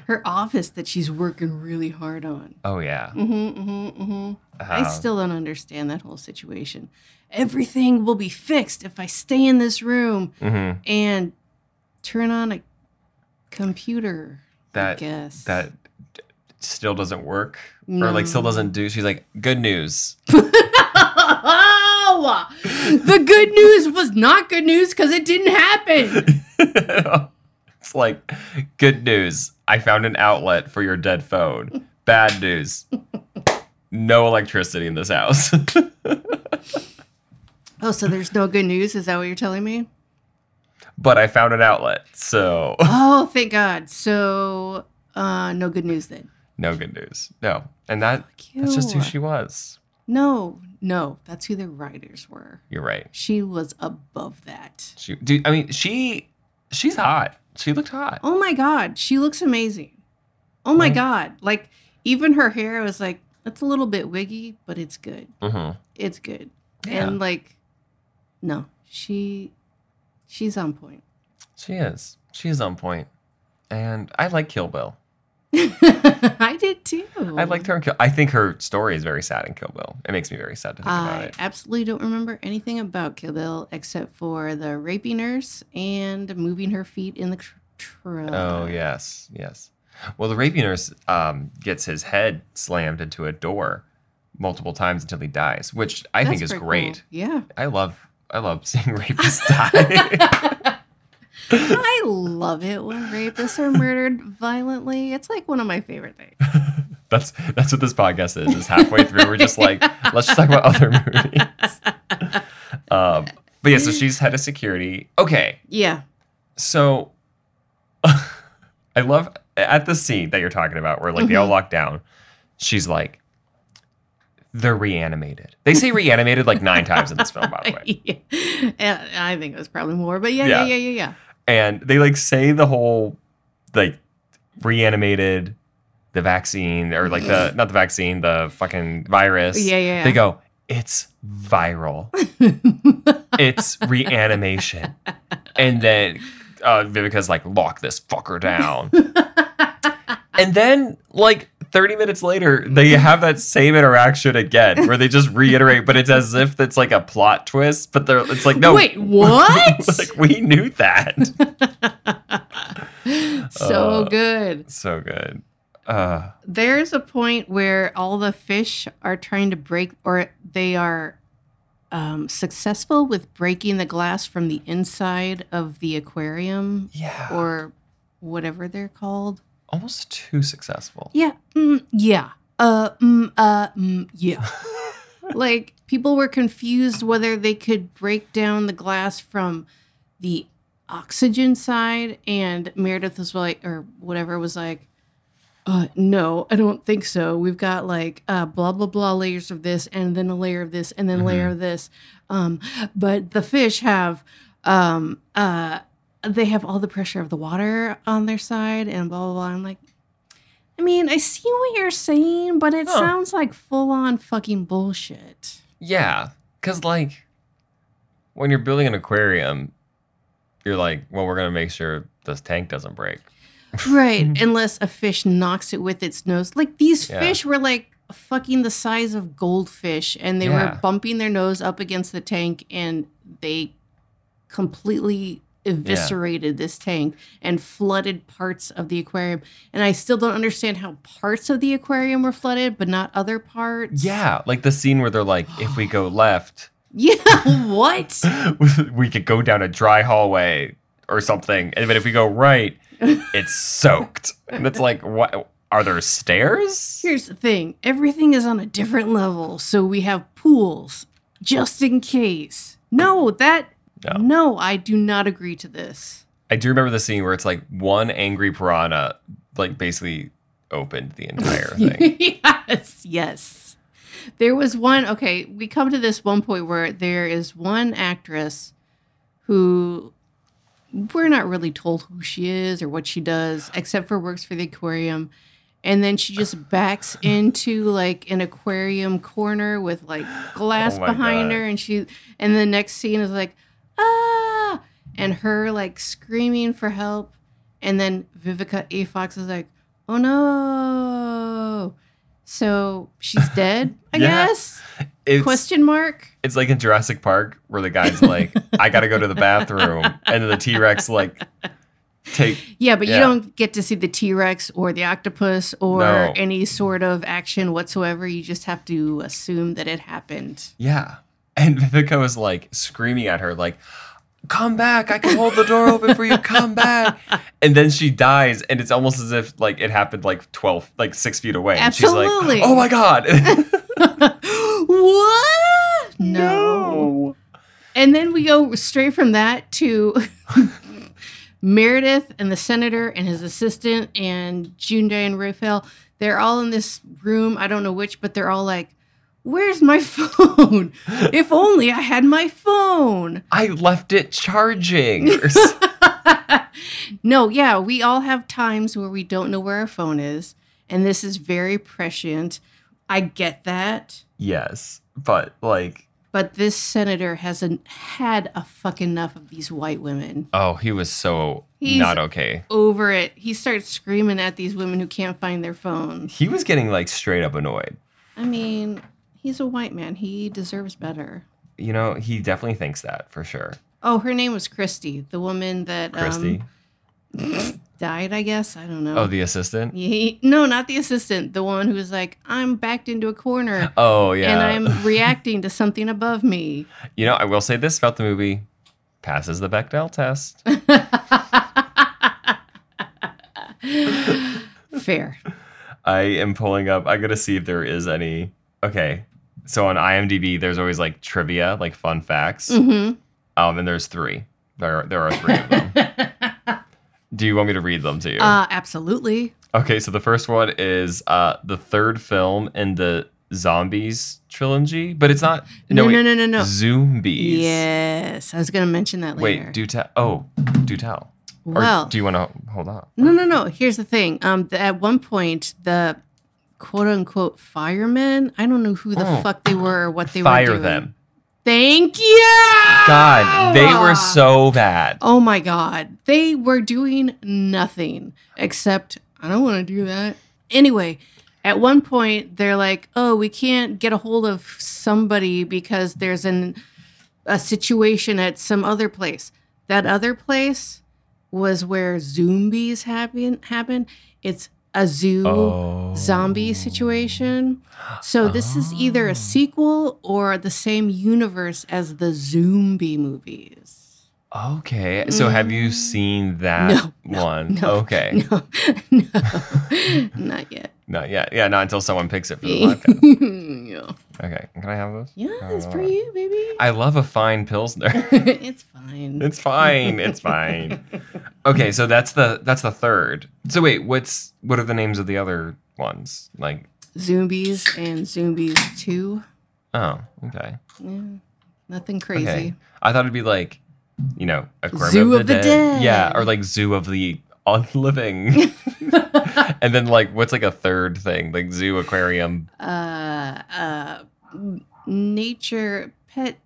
[SPEAKER 1] Her office that she's working really hard on.
[SPEAKER 2] Oh yeah.
[SPEAKER 1] Mm-hmm, mm-hmm, mm-hmm. I
[SPEAKER 2] Uh,
[SPEAKER 1] still don't understand that whole situation. Everything will be fixed if I stay in this room
[SPEAKER 2] mhm.
[SPEAKER 1] and turn on a computer. I
[SPEAKER 2] That
[SPEAKER 1] guess
[SPEAKER 2] that d- still doesn't work
[SPEAKER 1] No.
[SPEAKER 2] or like still doesn't do she's like good news (laughs)
[SPEAKER 1] Oh, (laughs) the good news was not good news because it didn't happen.
[SPEAKER 2] it's like good news i found an outlet for your dead phone bad news no electricity in this house (laughs)
[SPEAKER 1] Oh, so there's no good news? Is that what you're telling me?
[SPEAKER 2] but i found an outlet so (laughs)
[SPEAKER 1] Oh, thank God. So, uh, no good news then.
[SPEAKER 2] no good news no and that that's just who
[SPEAKER 1] you.
[SPEAKER 2] she was
[SPEAKER 1] No, no, that's who the writers were.
[SPEAKER 2] you're right
[SPEAKER 1] She was above that.
[SPEAKER 2] she dude i mean she she's hot she looked hot
[SPEAKER 1] Oh my God, she looks amazing. Oh my
[SPEAKER 2] Mm.
[SPEAKER 1] God, like even her hair I was like, that's a little bit wiggy, but it's good.
[SPEAKER 2] Mm-hmm.
[SPEAKER 1] It's good.
[SPEAKER 2] Yeah.
[SPEAKER 1] And like, no, she, she's on point. (laughs)
[SPEAKER 2] She is. She is on point. And I like Kill Bill.
[SPEAKER 1] I did too.
[SPEAKER 2] I
[SPEAKER 1] Mm-hmm.
[SPEAKER 2] liked her. In Kill- I think her story is very sad in Kill Bill. It makes me very sad to think about
[SPEAKER 1] I
[SPEAKER 2] it.
[SPEAKER 1] absolutely don't remember anything about Kill Bill except for the raping nurse and moving her feet in the tr- truck.
[SPEAKER 2] Oh yes, yes. Well, the raping nurse um, gets his head slammed into a door multiple times until he dies, which I think
[SPEAKER 1] That's
[SPEAKER 2] is
[SPEAKER 1] pretty cool.
[SPEAKER 2] great.
[SPEAKER 1] Yeah.
[SPEAKER 2] I love. I love seeing (laughs) rapists die. (laughs)
[SPEAKER 1] I love it when rapists are murdered violently. It's like one of my favorite things.
[SPEAKER 2] that's that's what this podcast is. Is halfway through, we're just like, let's just talk about other (laughs) movies.
[SPEAKER 1] (laughs)
[SPEAKER 2] Um, but yeah, so she's head of security. Okay,
[SPEAKER 1] Yeah.
[SPEAKER 2] So (laughs) I love at the scene that you're talking about where like they
[SPEAKER 1] Mm-hmm.
[SPEAKER 2] all lock down, she's like, they're reanimated. They say reanimated like nine times in this film, by
[SPEAKER 1] (laughs)
[SPEAKER 2] the way.
[SPEAKER 1] yeah. And I think it was probably more, but yeah, yeah, yeah,
[SPEAKER 2] Yeah.
[SPEAKER 1] yeah, yeah.
[SPEAKER 2] And they like say the whole like reanimated the vaccine or like the not the vaccine, the fucking virus.
[SPEAKER 1] Mm-hmm. Yeah, yeah, yeah.
[SPEAKER 2] They go, it's viral.
[SPEAKER 1] (laughs)
[SPEAKER 2] it's reanimation. And then uh, Vivica's like, lock this fucker down. and then, like, 30 minutes later, they have that same interaction again where they just reiterate, but it's as if it's like a plot twist, but they're, it's like, no.
[SPEAKER 1] Wait, what?
[SPEAKER 2] (laughs) like, we knew that. (laughs)
[SPEAKER 1] so
[SPEAKER 2] Uh,
[SPEAKER 1] good.
[SPEAKER 2] so good. Uh,
[SPEAKER 1] There's a point where all the fish are trying to break, or they are um, successful with breaking the glass from the inside of the aquarium
[SPEAKER 2] yeah.
[SPEAKER 1] or whatever they're called.
[SPEAKER 2] almost too successful.
[SPEAKER 1] Yeah. Mm, yeah. Uh, mm, uh, mm, yeah. like people were confused whether they could break down the glass from the oxygen side, and Meredith was like, or whatever was like, uh, no, I don't think so. We've got like uh, blah blah blah layers of this, and then a layer of this, and then a layer of this. Um, but the fish have, um, uh, they have all the pressure of the water on their side, and blah blah blah. I'm like, I mean, I see what you're saying, but it
[SPEAKER 2] Huh.
[SPEAKER 1] sounds like full on fucking bullshit.
[SPEAKER 2] Yeah, because like when you're building an aquarium, you're like, well, we're gonna make sure this tank doesn't break.
[SPEAKER 1] Right. Unless a fish knocks it with its nose. Like these
[SPEAKER 2] Mm-hmm. Yeah.
[SPEAKER 1] fish were like fucking the size of goldfish and they
[SPEAKER 2] Yeah.
[SPEAKER 1] were bumping their nose up against the tank and they completely eviscerated this tank and flooded parts of the aquarium. And I still don't understand how parts of the aquarium were flooded, but not other parts.
[SPEAKER 2] Yeah, like the scene where they're like, if we go left,
[SPEAKER 1] (laughs) Yeah. What?
[SPEAKER 2] (laughs) we could go down a dry hallway or something, and then if we go right, it's soaked. And it's like, what? Are there stairs?
[SPEAKER 1] Here's the thing everything is on a different level, so we have pools just in case. No, that.
[SPEAKER 2] No.
[SPEAKER 1] No. I do not agree to this.
[SPEAKER 2] I do remember the scene where it's like one angry piranha, like basically opened the entire thing.
[SPEAKER 1] (laughs) yes, yes. There was one. Okay, we come to this one point where there is one actress who we're not really told who she is or what she does, except for works for the aquarium. And then she just
[SPEAKER 2] (laughs)
[SPEAKER 1] backs into like an aquarium corner with like glass
[SPEAKER 2] Oh my
[SPEAKER 1] behind
[SPEAKER 2] God.
[SPEAKER 1] her, and she and the next scene is like ah, and her like screaming for help, and then Vivica A Fox is like oh no, so
[SPEAKER 2] (laughs)
[SPEAKER 1] she's dead, I
[SPEAKER 2] Yeah.
[SPEAKER 1] guess?
[SPEAKER 2] It's-
[SPEAKER 1] Question mark.
[SPEAKER 2] It's like in Jurassic Park where the guy's like, I gotta go to the bathroom. And then the T Rex like take
[SPEAKER 1] Yeah, but
[SPEAKER 2] Yeah.
[SPEAKER 1] you don't get to see the T Rex or the octopus or
[SPEAKER 2] No.
[SPEAKER 1] any sort of action whatsoever. You just have to assume that it happened. (laughs)
[SPEAKER 2] Yeah. And (laughs) Vivica was like screaming at her, like, come back, I can hold the door open for you,
[SPEAKER 1] (laughs)
[SPEAKER 2] come back. And then she dies, and it's almost as if like it happened like twelve, like six feet away. And she's
[SPEAKER 1] Absolutely.
[SPEAKER 2] like, Oh
[SPEAKER 1] (laughs)
[SPEAKER 2] my god. (laughs)
[SPEAKER 1] what? No. And then we go straight from that to (laughs) Meredith and the senator and his assistant and Junjai and Raphael. They're all in this room. I don't know which, but they're all like, Where's my (laughs) phone? if only I had my phone. (laughs)
[SPEAKER 2] I left it charging. (laughs) Or s-
[SPEAKER 1] no, yeah, we all have times where we don't know where our phone is. and this is very prescient. I get that,
[SPEAKER 2] Yes, but like,
[SPEAKER 1] but this senator hasn't had a fuck enough of these white women.
[SPEAKER 2] oh, he was so
[SPEAKER 1] He's-
[SPEAKER 2] not okay.
[SPEAKER 1] Over it, he starts screaming at these women who can't find their phones.
[SPEAKER 2] He was getting like straight up annoyed.
[SPEAKER 1] I mean, he's a white man. He deserves better.
[SPEAKER 2] You know, he definitely thinks that for sure.
[SPEAKER 1] Oh, her name was Christy, the woman that
[SPEAKER 2] Christy.
[SPEAKER 1] um, died. I guess I don't know.
[SPEAKER 2] oh, the assistant.
[SPEAKER 1] He- no, not the assistant. The one who was like, I'm backed into a corner
[SPEAKER 2] Oh (gasps) yeah.
[SPEAKER 1] and I'm reacting to something above
[SPEAKER 2] (laughs)
[SPEAKER 1] me.
[SPEAKER 2] You know, I will say this about the movie: passes the
[SPEAKER 1] (laughs)
[SPEAKER 2] Bechdel test.
[SPEAKER 1] Fair.
[SPEAKER 2] I am pulling up. I gotta see if there is any. Okay, so on IMDb, there's always like trivia, like fun facts.
[SPEAKER 1] Mhm.
[SPEAKER 2] Um, and there's three. There, are, there are three of them.
[SPEAKER 1] (laughs)
[SPEAKER 2] Do you want me to read them to you?
[SPEAKER 1] Uh, absolutely.
[SPEAKER 2] okay, so the first one is uh the third film in the zombies trilogy, but it's not.
[SPEAKER 1] No,
[SPEAKER 2] wait,
[SPEAKER 1] no, no, no, no.
[SPEAKER 2] Zombies.
[SPEAKER 1] Yes, I was gonna mention that later.
[SPEAKER 2] Wait, do tell. Oh, do tell. Or
[SPEAKER 1] well,
[SPEAKER 2] do you want to hold on?
[SPEAKER 1] no, no, no. Here's the thing. Um, the, at one point, the quote unquote firemen. I don't know who the
[SPEAKER 2] Oh.
[SPEAKER 1] fuck they were or what they were
[SPEAKER 2] Fire
[SPEAKER 1] doing.
[SPEAKER 2] them.
[SPEAKER 1] Thank you.
[SPEAKER 2] God, they were so bad.
[SPEAKER 1] Oh my God. They were doing nothing except, I don't want to do that. Anyway, at one point, they're like, oh, we can't get a hold of somebody because there's an, a situation at some other place. That other place was where zombies happen, happen. It's a zoo
[SPEAKER 2] Oh.
[SPEAKER 1] zombie situation. So this is either
[SPEAKER 2] Oh.
[SPEAKER 1] a sequel or the same universe as the zombie movies.
[SPEAKER 2] Okay, so have you seen that
[SPEAKER 1] Mm. No, no,
[SPEAKER 2] one?
[SPEAKER 1] no,
[SPEAKER 2] okay,
[SPEAKER 1] No, (laughs) no, not yet.
[SPEAKER 2] not yet. Yeah, not until someone picks it for the podcast.
[SPEAKER 1] yeah.
[SPEAKER 2] Okay, can I have those?
[SPEAKER 1] (laughs) yeah, it's for
[SPEAKER 2] Alright.
[SPEAKER 1] you, baby.
[SPEAKER 2] I love a fine pilsner.
[SPEAKER 1] (laughs)
[SPEAKER 2] (laughs)
[SPEAKER 1] it's fine.
[SPEAKER 2] it's fine. It's fine. Okay, so that's the that's the third. So wait, what's what are the names of the other ones? Like,
[SPEAKER 1] Zombies and Zombies 2.
[SPEAKER 2] oh, okay,
[SPEAKER 1] Yeah, nothing crazy.
[SPEAKER 2] okay. I thought it'd be like, you know, aquarium
[SPEAKER 1] Zoo of the Dead.
[SPEAKER 2] Yeah, or like zoo of the
[SPEAKER 1] (laughs)
[SPEAKER 2] unliving. and then like, what's like a third thing? Like
[SPEAKER 1] (laughs)
[SPEAKER 2] zoo, aquarium,
[SPEAKER 1] Uh, uh, n- nature, pet,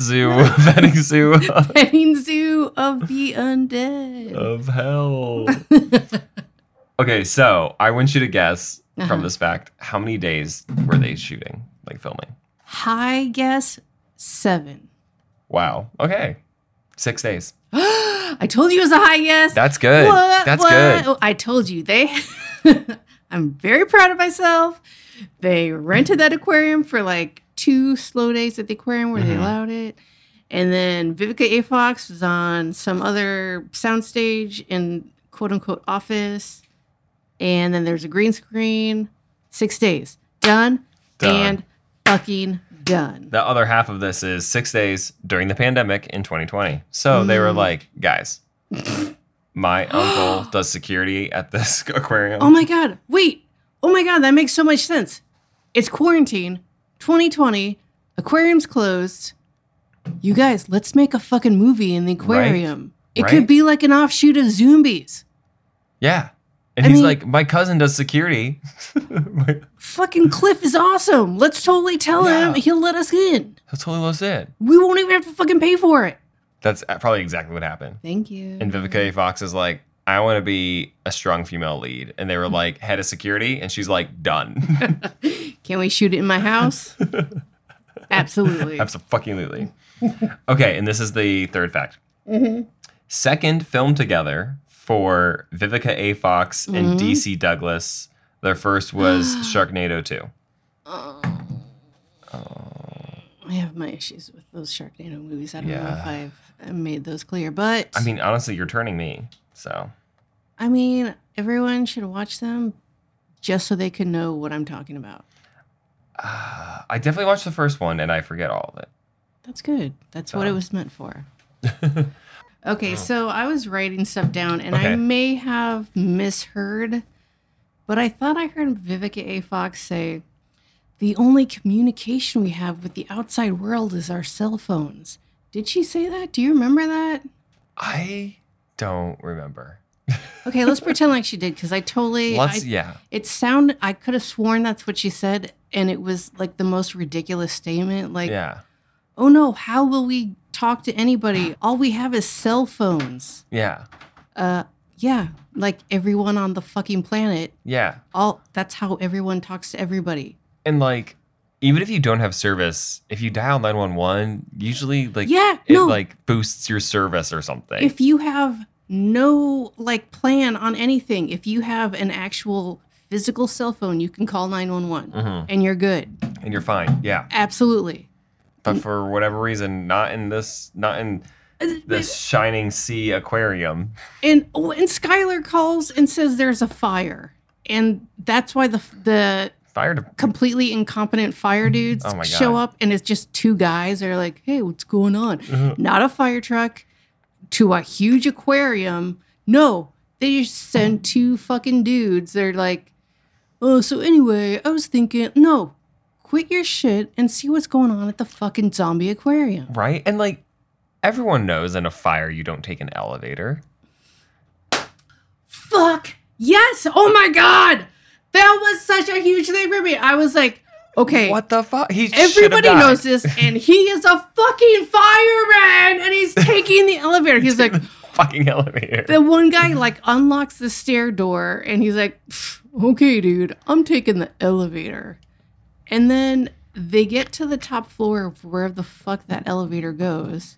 [SPEAKER 1] (laughs)
[SPEAKER 2] zoo, petting zoo
[SPEAKER 1] petting zoo of the undead.
[SPEAKER 2] of hell. Oh. okay, so I want you to guess
[SPEAKER 1] Uh-huh.
[SPEAKER 2] from this fact how many days were they shooting, like filming?
[SPEAKER 1] (laughs) High guess seven. (gasps)
[SPEAKER 2] Wow. Okay. Six days.
[SPEAKER 1] I told you it was a high guess.
[SPEAKER 2] That's good.
[SPEAKER 1] What?
[SPEAKER 2] That's
[SPEAKER 1] What?
[SPEAKER 2] good.
[SPEAKER 1] Oh, I told you they. (laughs) I'm very proud of myself. They rented that aquarium for like two slow days at the aquarium where they
[SPEAKER 2] Mhm.
[SPEAKER 1] allowed it, and then Vivica A. Fox was on some other soundstage in quote unquote office, and then there's a green screen. Six days done,
[SPEAKER 2] Done.
[SPEAKER 1] and fucking done.
[SPEAKER 2] The other half of this is six days during the pandemic in 2020. So they were
[SPEAKER 1] Mm.
[SPEAKER 2] like, guys,
[SPEAKER 1] (gasps)
[SPEAKER 2] my uncle does security at this (laughs) aquarium.
[SPEAKER 1] Oh my god! Wait! Oh my god! That makes so much sense. It's quarantine, 2020. Aquarium's closed. You guys, let's make a fucking movie in the aquarium. It
[SPEAKER 2] Right.
[SPEAKER 1] could be like an offshoot of Zombies.
[SPEAKER 2] Yeah. And
[SPEAKER 1] I
[SPEAKER 2] he's
[SPEAKER 1] mean-
[SPEAKER 2] like, my cousin does security. (laughs) My-
[SPEAKER 1] Fucking Cliff is awesome. Let's totally tell him.
[SPEAKER 2] Yeah.
[SPEAKER 1] He'll let us in.
[SPEAKER 2] That's totally what it.
[SPEAKER 1] We won't even have to fucking pay for it.
[SPEAKER 2] That's probably exactly what happened.
[SPEAKER 1] Thank you.
[SPEAKER 2] And Vivica A. Fox is like, I want to be a strong female lead. And
[SPEAKER 1] Hmm.
[SPEAKER 2] they were like, head of security. And she's
[SPEAKER 1] (laughs)
[SPEAKER 2] like, done. (laughs)
[SPEAKER 1] Can we shoot it in my house? Absolutely.
[SPEAKER 2] Absolutely. okay. And this is the third fact.
[SPEAKER 1] Mm-hmm.
[SPEAKER 2] Second film together for Vivica A. Fox
[SPEAKER 1] Mhm.
[SPEAKER 2] and DC Douglas. Their
[SPEAKER 1] (gasps)
[SPEAKER 2] first was Sharknado 2.
[SPEAKER 1] Oh. I have my issues with those Sharknado movies. I don't know if
[SPEAKER 2] Yeah.
[SPEAKER 1] I've uh, made those clear, but
[SPEAKER 2] I mean, honestly, you're turning me. So,
[SPEAKER 1] I mean, everyone should watch them just so they can know what I'm talking about.
[SPEAKER 2] uh, I definitely watched the first one and I forget all of it.
[SPEAKER 1] That's good. That's what it
[SPEAKER 2] Oh.
[SPEAKER 1] was meant for. okay, so I was writing stuff down and I
[SPEAKER 2] Okay.
[SPEAKER 1] may have misheard, but I thought I heard Vivica A. Fox say, the only communication we have with the outside world is our cell phones. Did she say that? Do you remember that?
[SPEAKER 2] I don't remember.
[SPEAKER 1] Okay, let's pretend like she did because I totally. I,
[SPEAKER 2] Let's, yeah.
[SPEAKER 1] It sound. I could have sworn that's what she said, and it was like the most ridiculous statement. Like,
[SPEAKER 2] yeah.
[SPEAKER 1] oh no, how will we talk to anybody? All we have is cell phones.
[SPEAKER 2] Yeah.
[SPEAKER 1] Uh, yeah, like everyone on the fucking planet.
[SPEAKER 2] Yeah.
[SPEAKER 1] All that's how everyone talks to everybody.
[SPEAKER 2] And like, even if you don't have service, if you dial 911, usually like
[SPEAKER 1] yeah,
[SPEAKER 2] it
[SPEAKER 1] no.
[SPEAKER 2] like boosts your service or something.
[SPEAKER 1] if you have no like plan on anything, if you have an actual physical cell phone, you can call nine one one
[SPEAKER 2] Mhm.
[SPEAKER 1] and you're good.
[SPEAKER 2] and you're fine. Yeah.
[SPEAKER 1] Absolutely.
[SPEAKER 2] But for whatever reason, not in this not in this shining sea aquarium.
[SPEAKER 1] And oh, and Skylar calls and says there's a fire, and that's why the the
[SPEAKER 2] Fire de-
[SPEAKER 1] completely incompetent fire dudes
[SPEAKER 2] Oh my God.
[SPEAKER 1] show up, and it's just two guys that are like, "Hey, what's going on?" Not a fire truck to a huge aquarium. No, they just send two fucking dudes. They're like, "Oh, so anyway, I was thinking, no, quit your shit and see what's going on at the fucking zombie aquarium."
[SPEAKER 2] right? And like everyone knows in a fire you don't take an elevator.
[SPEAKER 1] fuck yes oh my god that was such a huge thing for me i was like okay
[SPEAKER 2] What the fuck? He should've
[SPEAKER 1] everybody
[SPEAKER 2] died.
[SPEAKER 1] knows this and he is a fucking fireman and he's taking the elevator he's like
[SPEAKER 2] (laughs) fucking elevator.
[SPEAKER 1] the one guy like unlocks the stair door and he's like "Pff, okay dude i'm taking the elevator and then they get to the top floor of where the fuck that elevator goes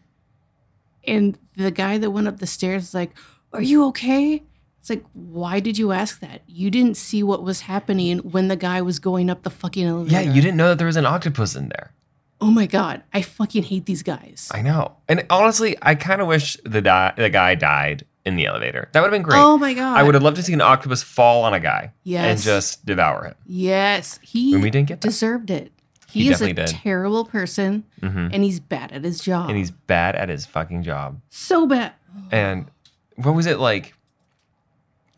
[SPEAKER 1] and the guy that went up the stairs is like are you okay it's like why did you ask that you didn't see what was happening when the guy was going up the fucking
[SPEAKER 2] yeah,
[SPEAKER 1] elevator
[SPEAKER 2] you didn't know that there was an octopus in there.
[SPEAKER 1] oh my god i fucking hate these guys
[SPEAKER 2] I know. And honestly, I kind of wish the di- the guy died in the elevator. That would have been great.
[SPEAKER 1] oh my god
[SPEAKER 2] I would have loved to see an octopus fall on a guy and
[SPEAKER 1] Yes.
[SPEAKER 2] just devour him.
[SPEAKER 1] yes he
[SPEAKER 2] And we didn't get that.
[SPEAKER 1] deserved it
[SPEAKER 2] He
[SPEAKER 1] he, is a
[SPEAKER 2] definitely did.
[SPEAKER 1] terrible person
[SPEAKER 2] Mhm.
[SPEAKER 1] and he's bad at his job.
[SPEAKER 2] And he's bad at his fucking job.
[SPEAKER 1] so bad.
[SPEAKER 2] And what was it like?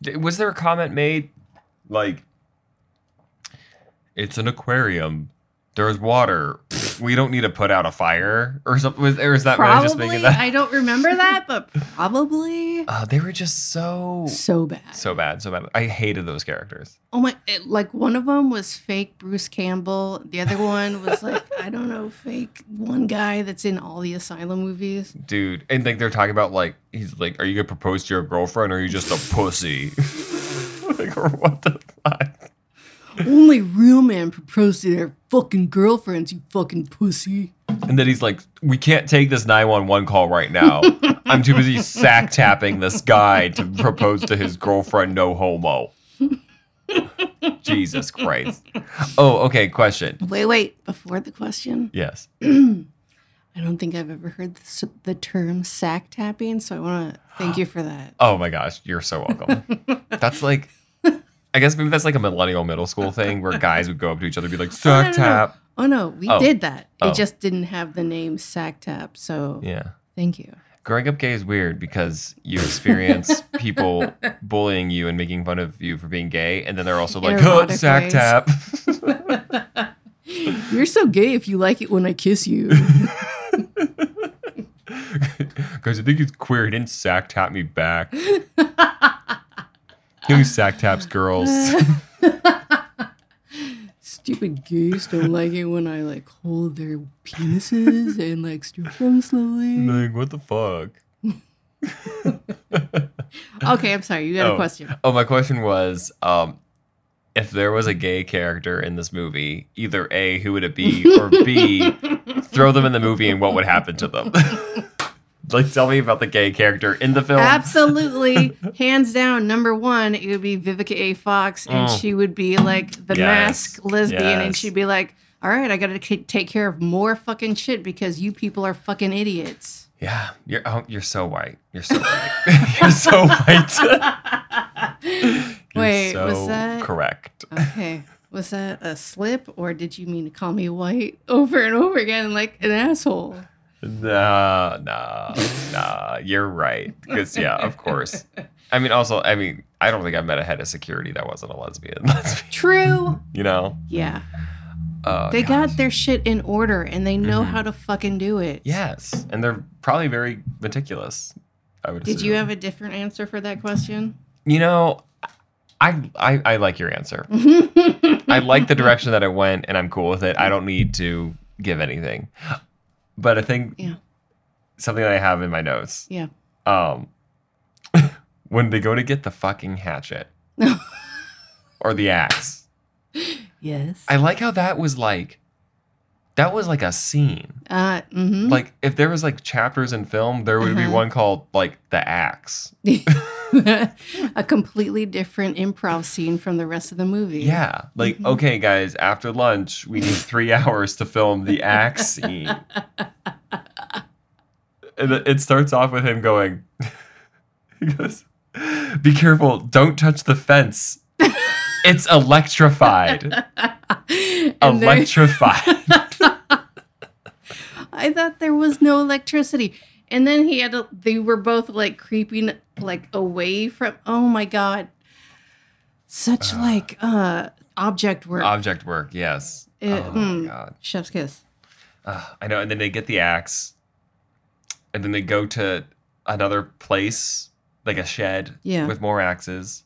[SPEAKER 2] d- Was there a comment made like, "It's an aquarium. There's water. Pfft, we don't need to put out a fire or something"? Was, or is that really just
[SPEAKER 1] probably, (laughs)
[SPEAKER 2] making that?
[SPEAKER 1] I don't remember that,
[SPEAKER 2] (laughs)
[SPEAKER 1] but probably
[SPEAKER 2] uh, they were just so
[SPEAKER 1] so bad.
[SPEAKER 2] so bad, so bad. I hated those characters.
[SPEAKER 1] oh my! It, like one of them was fake Bruce Campbell. The other
[SPEAKER 2] (laughs)
[SPEAKER 1] one was like I don't know, fake one guy that's in all the asylum movies.
[SPEAKER 2] dude. And like they're talking about like he's like, are you gonna propose to your girlfriend or are you just a pussy? (laughs) like (laughs) what the fuck?
[SPEAKER 1] Only real men propose to their fucking girlfriends. You fucking pussy.
[SPEAKER 2] And then he's like, we can't take this nine one one call right
[SPEAKER 1] (laughs)
[SPEAKER 2] now. I'm too busy sack tapping this guy to propose to his girlfriend. No homo. Jesus Christ. Oh, okay. Question.
[SPEAKER 1] Wait, wait. Before the question,
[SPEAKER 2] Yes.
[SPEAKER 1] I don't think I've ever heard the, the term sack tapping, so I want to
[SPEAKER 2] (gasps)
[SPEAKER 1] thank you for that.
[SPEAKER 2] Oh my gosh, you're so welcome. that's like. I guess maybe that's like a millennial middle school thing where guys would go up to each other and be like,
[SPEAKER 1] Oh, no,
[SPEAKER 2] sack
[SPEAKER 1] no, no.
[SPEAKER 2] tap.
[SPEAKER 1] Oh no, we
[SPEAKER 2] Oh.
[SPEAKER 1] did that.
[SPEAKER 2] Oh.
[SPEAKER 1] It just didn't have the name Sack Tap. So
[SPEAKER 2] Yeah.
[SPEAKER 1] thank you.
[SPEAKER 2] growing up gay is weird because you experience
[SPEAKER 1] (laughs)
[SPEAKER 2] people bullying you and making fun of you for being gay, and then they're also like, oh,
[SPEAKER 1] Erotic
[SPEAKER 2] sack
[SPEAKER 1] ways.
[SPEAKER 2] tap.
[SPEAKER 1] You're so gay if you like it when I kiss
[SPEAKER 2] (laughs)
[SPEAKER 1] you.
[SPEAKER 2] Guys, I think he's queer. He didn't sack tap me back. he only sack taps
[SPEAKER 1] (laughs)
[SPEAKER 2] girls.
[SPEAKER 1] Stupid gays don't like it when I like hold their penises and like stroke them slowly.
[SPEAKER 2] like, what the fuck?
[SPEAKER 1] Okay, I'm sorry. You got
[SPEAKER 2] Oh.
[SPEAKER 1] a question.
[SPEAKER 2] Oh, my question was um, if there was a gay character in this movie, either A, who would it be, or B,
[SPEAKER 1] (laughs)
[SPEAKER 2] throw them in the movie and what would happen to them? like, tell me about the gay character in the film. (laughs)
[SPEAKER 1] Absolutely, hands down, number one, it would be Vivica A. Fox, and
[SPEAKER 2] Mm.
[SPEAKER 1] she would be like the
[SPEAKER 2] Yes.
[SPEAKER 1] mask lesbian,
[SPEAKER 2] Yes.
[SPEAKER 1] and she'd be like, "All right, I got to take care of more fucking shit because you people are fucking idiots."
[SPEAKER 2] Yeah, you're oh, you're so white. You're
[SPEAKER 1] (laughs)
[SPEAKER 2] so white. (laughs) you're so white. (laughs) You're
[SPEAKER 1] Wait,
[SPEAKER 2] so
[SPEAKER 1] was that-
[SPEAKER 2] correct?
[SPEAKER 1] Okay. (laughs) Was that a slip or did you mean to call me white over and over again like an asshole?
[SPEAKER 2] Nah, nah, nah. You're right. Because yeah, of course. I mean, also, I mean, I don't think I met a head of security that wasn't a lesbian. (laughs) Lesbian,
[SPEAKER 1] True.
[SPEAKER 2] you know.
[SPEAKER 1] Yeah.
[SPEAKER 2] Uh,
[SPEAKER 1] They
[SPEAKER 2] gosh.
[SPEAKER 1] got their shit in order and they know
[SPEAKER 2] Mhm.
[SPEAKER 1] how to fucking do it.
[SPEAKER 2] yes, and they're probably very meticulous I would.
[SPEAKER 1] Did you
[SPEAKER 2] assume.
[SPEAKER 1] have a different answer for that question?
[SPEAKER 2] You know, I I, I like your answer. (laughs) I like the direction that it went, and I'm cool with it. I don't need to give anything. But I think
[SPEAKER 1] Yeah.
[SPEAKER 2] something that I have in my notes.
[SPEAKER 1] Yeah.
[SPEAKER 2] Um, (laughs) when they go to get the fucking
[SPEAKER 1] (laughs)
[SPEAKER 2] hatchet or the axe,
[SPEAKER 1] (laughs) yes.
[SPEAKER 2] I like how that was like, that was like a scene.
[SPEAKER 1] uh, mm-hmm.
[SPEAKER 2] Like if there was like chapters in film, there would be
[SPEAKER 1] Uh-huh.
[SPEAKER 2] one called like the axe.
[SPEAKER 1] (laughs) a completely different improv scene from the rest of the movie. (laughs)
[SPEAKER 2] Yeah. Like,
[SPEAKER 1] Mhm.
[SPEAKER 2] okay, guys, after lunch, we need three (laughs) hours to film the axe scene. And it- it starts off with him going, (laughs) he goes, Be careful, don't touch the fence. It's electrified.
[SPEAKER 1] (laughs) and there-
[SPEAKER 2] electrified.
[SPEAKER 1] (laughs) I thought there was no electricity. And then he had to, they were both like creeping like away from oh my god. Such like uh object work.
[SPEAKER 2] Object work, yes.
[SPEAKER 1] It-
[SPEAKER 2] oh my
[SPEAKER 1] mm.
[SPEAKER 2] god.
[SPEAKER 1] Chef's kiss.
[SPEAKER 2] Ah, I know. And then they get the axe. And then they go to another place, like a shed
[SPEAKER 1] Yeah.
[SPEAKER 2] with more axes.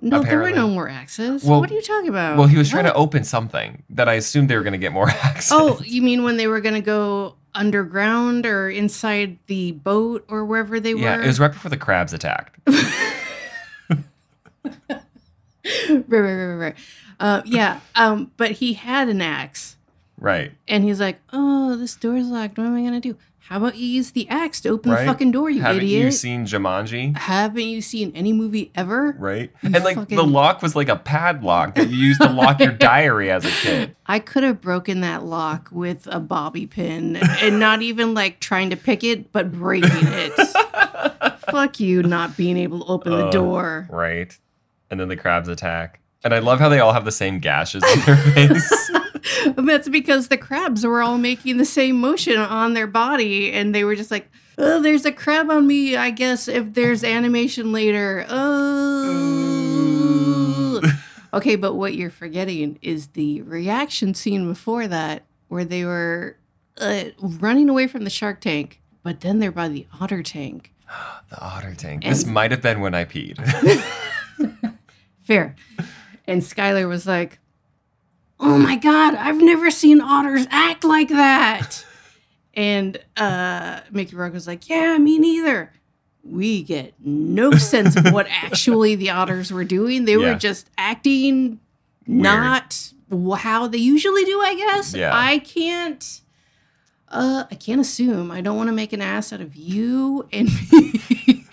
[SPEAKER 1] No, there were
[SPEAKER 2] Apparently.
[SPEAKER 1] no more axes.
[SPEAKER 2] Well-
[SPEAKER 1] what are you talking about?
[SPEAKER 2] Well, he was trying
[SPEAKER 1] What?
[SPEAKER 2] to open something that I assumed they were going to get more (laughs) access.
[SPEAKER 1] Oh, you mean when they were going to go underground or inside the boat or wherever they
[SPEAKER 2] yeah,
[SPEAKER 1] were?
[SPEAKER 2] it was right before the crabs attacked.
[SPEAKER 1] right, right, right, right, right. Uh, yeah, um, but he had an axe,
[SPEAKER 2] Right.
[SPEAKER 1] and he's like, "Oh, this door's locked. What am I gonna do? How about you use the axe to open
[SPEAKER 2] Right?
[SPEAKER 1] the fucking door, (laughs) you
[SPEAKER 2] Haven't
[SPEAKER 1] idiot?
[SPEAKER 2] you seen Jumanji?
[SPEAKER 1] Haven't you seen any movie ever?
[SPEAKER 2] Right.
[SPEAKER 1] You
[SPEAKER 2] And like the
[SPEAKER 1] fucking-
[SPEAKER 2] lock was like a padlock that you used to
[SPEAKER 1] (laughs)
[SPEAKER 2] lock your diary as a kid.
[SPEAKER 1] I could have broken that lock with a bobby pin, and not even like trying to pick it, but breaking it.
[SPEAKER 2] (laughs)
[SPEAKER 1] Fuck you, not being able to open the
[SPEAKER 2] Uh,
[SPEAKER 1] door."
[SPEAKER 2] Right. And then the crabs attack. And I love how they all have the same gashes on
[SPEAKER 1] (laughs)
[SPEAKER 2] their face.
[SPEAKER 1] And (laughs) That's because the crabs were all making the same motion on their body, and they were just like, "Oh, there's a crab on me. I guess if there's animation later." Oh. okay, but what you're forgetting is the reaction scene before that, where they were uh, running away from the shark tank, but then they're by the otter tank.
[SPEAKER 2] the otter tank. This
[SPEAKER 1] And-
[SPEAKER 2] might have been when I peed.
[SPEAKER 1] (laughs) Fair. And Skylar was like, Oh my God, I've never seen otters act like that. and uh, Mickey Rourke was like, Yeah, me neither. We get
[SPEAKER 2] (laughs)
[SPEAKER 1] no sense of what actually the otters were doing. They
[SPEAKER 2] Yeah.
[SPEAKER 1] were just acting
[SPEAKER 2] Weird.
[SPEAKER 1] not w- how they usually do, I guess.
[SPEAKER 2] Yeah.
[SPEAKER 1] I can't. Uh, I can't assume. I don't want to make an ass out of you and
[SPEAKER 2] (laughs)
[SPEAKER 1] me.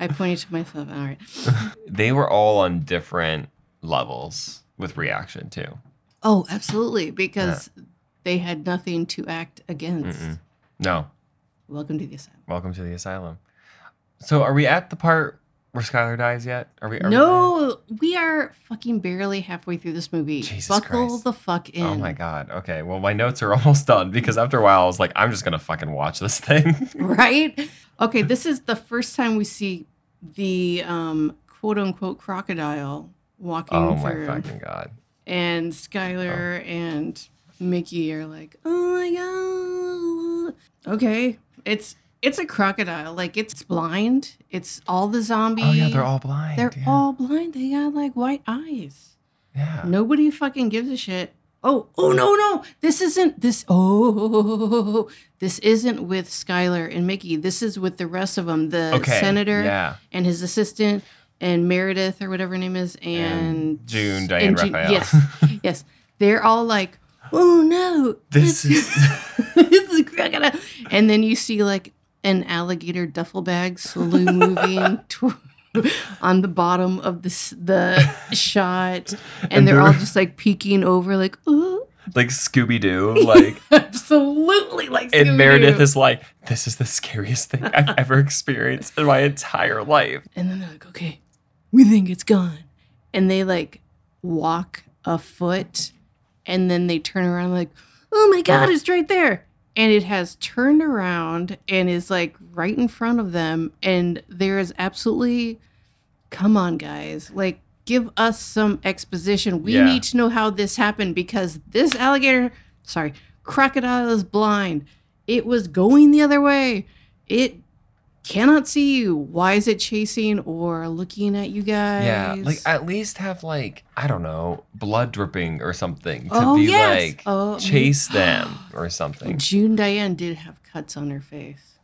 [SPEAKER 1] I pointed to myself. All right.
[SPEAKER 2] they were all on different levels with reaction too.
[SPEAKER 1] Oh, absolutely, because they had nothing to act against.
[SPEAKER 2] Mm-mm. No,
[SPEAKER 1] Welcome to the asylum.
[SPEAKER 2] Welcome to the asylum. So, are we at the part where Skylar dies yet? Are we? Are we
[SPEAKER 1] No, we are fucking barely halfway through this movie.
[SPEAKER 2] Jesus
[SPEAKER 1] Buckle
[SPEAKER 2] Christ.
[SPEAKER 1] the fuck in.
[SPEAKER 2] there? Oh my god. Okay. Well, my notes are (laughs) almost done because after a while, I was like, I'm just gonna fucking watch this thing.
[SPEAKER 1] (laughs)
[SPEAKER 2] (laughs)
[SPEAKER 1] Right? Okay, this is the first time we see the um, quote unquote crocodile walking
[SPEAKER 2] oh my Oh.
[SPEAKER 1] through.
[SPEAKER 2] fucking god.
[SPEAKER 1] and Skylar and Mickey are like, "Oh my god!" Okay, it's it's a crocodile. Like it's blind. It's all the zombie.
[SPEAKER 2] Oh yeah, they're all blind.
[SPEAKER 1] they're
[SPEAKER 2] yeah.
[SPEAKER 1] all blind. They got like white eyes.
[SPEAKER 2] Yeah.
[SPEAKER 1] Nobody fucking gives a shit. Oh, oh no, no. This isn't this oh (laughs) this isn't with Skylar and Mickey. This is with the rest of them. The
[SPEAKER 2] okay.
[SPEAKER 1] senator
[SPEAKER 2] Yeah.
[SPEAKER 1] and his assistant and Meredith or whatever her name is and,
[SPEAKER 2] And June, Diane
[SPEAKER 1] Ju-
[SPEAKER 2] Raphael. (laughs)
[SPEAKER 1] Yes, yes. They're all like, oh no,
[SPEAKER 2] This is-
[SPEAKER 1] (laughs) this is a crocodile. And then you see like an alligator duffel bag
[SPEAKER 2] (laughs)
[SPEAKER 1] slowly moving tw- on the bottom of the s-
[SPEAKER 2] (laughs)
[SPEAKER 1] the shot, and,
[SPEAKER 2] And
[SPEAKER 1] they're all
[SPEAKER 2] they're-
[SPEAKER 1] just like peeking over, like, oh,
[SPEAKER 2] Like Scooby Doo. Like.
[SPEAKER 1] (laughs) absolutely, like.
[SPEAKER 2] And Meredith
[SPEAKER 1] Scooby-Doo.
[SPEAKER 2] is like, this is the scariest thing I've (laughs) ever experienced in my entire life.
[SPEAKER 1] And then they're like, okay, we think it's gone. And they like walk a foot and then they turn around like, oh my God, it's right there. And it has turned around and is like right in front of them. And there is absolutely, come on, guys, like give us some exposition. We
[SPEAKER 2] Yeah.
[SPEAKER 1] need to know how this happened because this alligator, sorry, crocodile is blind. It was going the other way. It cannot see you. Why is it chasing or looking at you guys?
[SPEAKER 2] Yeah, like at least have like I don't know blood dripping or something to
[SPEAKER 1] Oh,
[SPEAKER 2] be
[SPEAKER 1] yes.
[SPEAKER 2] like
[SPEAKER 1] Oh, (gasps)
[SPEAKER 2] chase
[SPEAKER 1] mm.
[SPEAKER 2] them or something.
[SPEAKER 1] June Diane did have cuts on her face.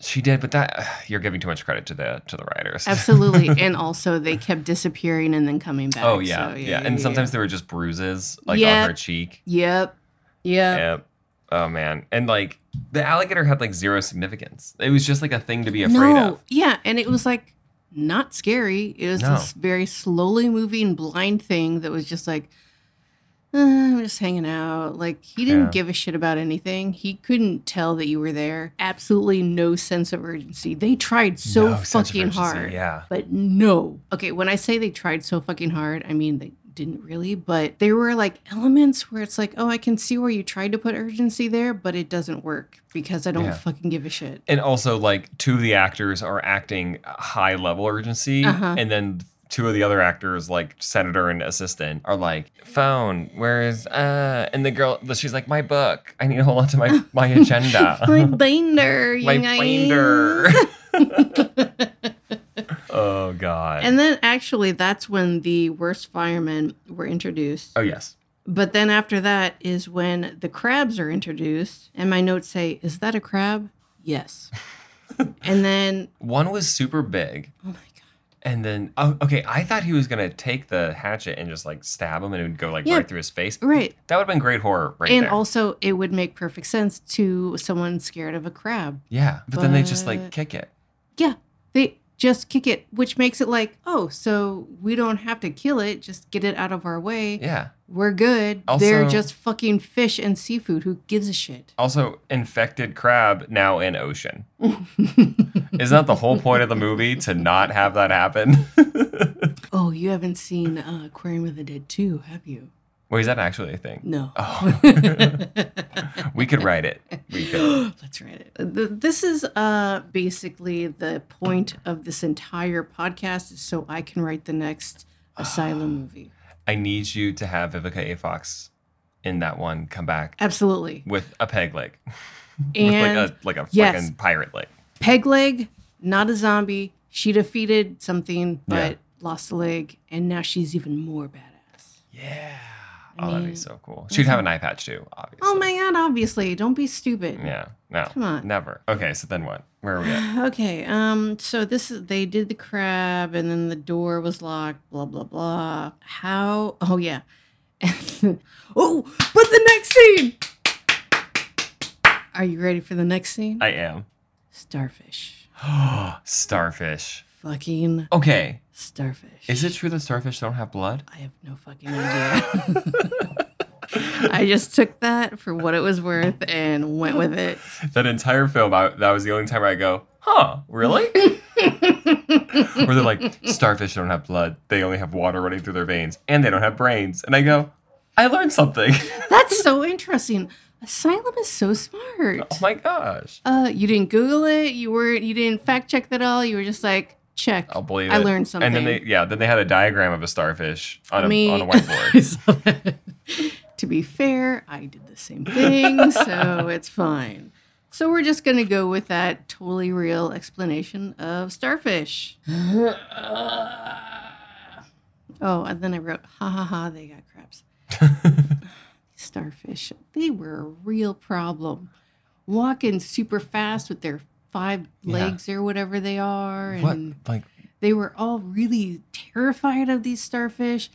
[SPEAKER 2] She did, but that (sighs) you're giving too much credit to the to the writers. (laughs)
[SPEAKER 1] Absolutely. and also they kept disappearing and then coming back.
[SPEAKER 2] oh yeah,
[SPEAKER 1] so,
[SPEAKER 2] yeah, and sometimes they were just bruises like
[SPEAKER 1] Yeah.
[SPEAKER 2] on her cheek.
[SPEAKER 1] Yep. Yep.
[SPEAKER 2] Yep. Oh man, and like the alligator had like zero significance. It was just like a thing to be afraid
[SPEAKER 1] no.
[SPEAKER 2] of.
[SPEAKER 1] Yeah, and it was like not scary. It was
[SPEAKER 2] No.
[SPEAKER 1] this very slowly moving blind thing that was just like "Uh, I'm just hanging out. Like he didn't
[SPEAKER 2] Yeah.
[SPEAKER 1] give a shit about anything. He couldn't tell that you were there. Absolutely no sense of urgency. They tried so
[SPEAKER 2] No sense of
[SPEAKER 1] fucking
[SPEAKER 2] urgency,
[SPEAKER 1] hard.
[SPEAKER 2] Yeah.
[SPEAKER 1] But no. Okay, when I say they tried so fucking hard, I mean they didn't really, but there were like elements where it's like, oh, I can see where you tried to put urgency there, but it doesn't work because I don't
[SPEAKER 2] Yeah.
[SPEAKER 1] fucking give a shit.
[SPEAKER 2] and also like two of the actors are acting high level urgency
[SPEAKER 1] Uh-huh.
[SPEAKER 2] and then two of the other actors like senator and assistant are like phone where's uh and the girl she's like my book i need to hold on
[SPEAKER 1] (laughs)
[SPEAKER 2] to my my agenda
[SPEAKER 1] my binder, you
[SPEAKER 2] (laughs) my
[SPEAKER 1] guys. (laughs)
[SPEAKER 2] binder oh god
[SPEAKER 1] And then actually, that's when the worst firemen were introduced.
[SPEAKER 2] oh yes
[SPEAKER 1] But then after that is when the crabs are introduced. And my notes say, Is that a crab?
[SPEAKER 2] (laughs)
[SPEAKER 1] Yes. and then,
[SPEAKER 2] one was super big
[SPEAKER 1] oh my God.
[SPEAKER 2] and then oh, okay i thought he was gonna take the hatchet and just like stab him and it would go like
[SPEAKER 1] Yeah.
[SPEAKER 2] right through his face
[SPEAKER 1] Right.
[SPEAKER 2] that would have been great horror right
[SPEAKER 1] and
[SPEAKER 2] there.
[SPEAKER 1] also, it would make perfect sense to someone scared of a crab.
[SPEAKER 2] yeah but, then they just like
[SPEAKER 1] but-
[SPEAKER 2] kick it
[SPEAKER 1] Yeah, they just kick it, which makes it like, oh, so we don't have to kill it. Just get it out of our way.
[SPEAKER 2] yeah
[SPEAKER 1] We're good. They're
[SPEAKER 2] Also-
[SPEAKER 1] just fucking fish and seafood. Who gives a
[SPEAKER 2] (laughs)
[SPEAKER 1] shit?
[SPEAKER 2] Also, infected crab now in ocean. Isn't that the whole point of the movie to not have that happen? (laughs)
[SPEAKER 1] Oh, you haven't seen uh, Aquarium of the Dead 2, have you?
[SPEAKER 2] Wait, is that actually a thing?
[SPEAKER 1] No. (laughs)
[SPEAKER 2] Oh, (laughs) we could write it. We could.
[SPEAKER 1] (gasps) Let's write it. Th- This is uh, basically the point of this entire podcast, is so I can write the next
[SPEAKER 2] (sighs)
[SPEAKER 1] Asylum movie.
[SPEAKER 2] I need you to have Vivica A. Fox in that one come back
[SPEAKER 1] Absolutely.
[SPEAKER 2] with a peg leg, (laughs) with
[SPEAKER 1] Uh, And
[SPEAKER 2] like a like a
[SPEAKER 1] yes.
[SPEAKER 2] fucking pirate leg.
[SPEAKER 1] peg leg, not a zombie. She defeated something, but
[SPEAKER 2] Yeah.
[SPEAKER 1] lost a leg, and now she's even more badass.
[SPEAKER 2] Yeah.
[SPEAKER 1] I
[SPEAKER 2] Oh, that'd
[SPEAKER 1] mean-
[SPEAKER 2] be so cool. She'd have an eye patch too, obviously.
[SPEAKER 1] Oh my god! Obviously, don't be stupid.
[SPEAKER 2] Yeah. No.
[SPEAKER 1] Come on.
[SPEAKER 2] Never. Okay. So then what? Where are we
[SPEAKER 1] (sighs)
[SPEAKER 2] at?
[SPEAKER 1] Okay. Um. So this is they did the crab, and then the door was locked. Blah blah blah. How? Oh yeah. (laughs) oh, but the next scene. Are you ready for the next scene?
[SPEAKER 2] I am.
[SPEAKER 1] starfish.
[SPEAKER 2] (gasps) starfish.
[SPEAKER 1] Fucking
[SPEAKER 2] Okay.
[SPEAKER 1] starfish.
[SPEAKER 2] Is it true that starfish don't have blood?
[SPEAKER 1] I have no fucking idea. (laughs) I just took that for what it was worth and went with it.
[SPEAKER 2] That entire film, I, that was the only time I go, huh,
[SPEAKER 1] (laughs)
[SPEAKER 2] really? Where they're like, starfish don't have blood. They only have water running through their veins and they don't have brains. And I go, I learned something. (laughs)
[SPEAKER 1] That's so interesting. Asylum is so smart.
[SPEAKER 2] oh my gosh.
[SPEAKER 1] Uh, you didn't Google it. You weren't. You didn't fact check that at all. You were just like, check.
[SPEAKER 2] I'll believe it.
[SPEAKER 1] I learned something.
[SPEAKER 2] And then they, yeah, then they had a diagram of a starfish on, a,
[SPEAKER 1] Me-
[SPEAKER 2] on a
[SPEAKER 1] (laughs)
[SPEAKER 2] whiteboard.
[SPEAKER 1] to be fair, I did the same thing,
[SPEAKER 2] (laughs)
[SPEAKER 1] so it's fine. So we're just gonna go with that totally real explanation of
[SPEAKER 2] (laughs)
[SPEAKER 1] starfish. oh, and then I wrote, ha ha ha, they got
[SPEAKER 2] (laughs)
[SPEAKER 1] crabs. starfish, they were a real problem. Walking super fast with their five
[SPEAKER 2] Yeah.
[SPEAKER 1] legs or whatever they are.
[SPEAKER 2] what?
[SPEAKER 1] And
[SPEAKER 2] Like,
[SPEAKER 1] they were all really terrified of these starfish.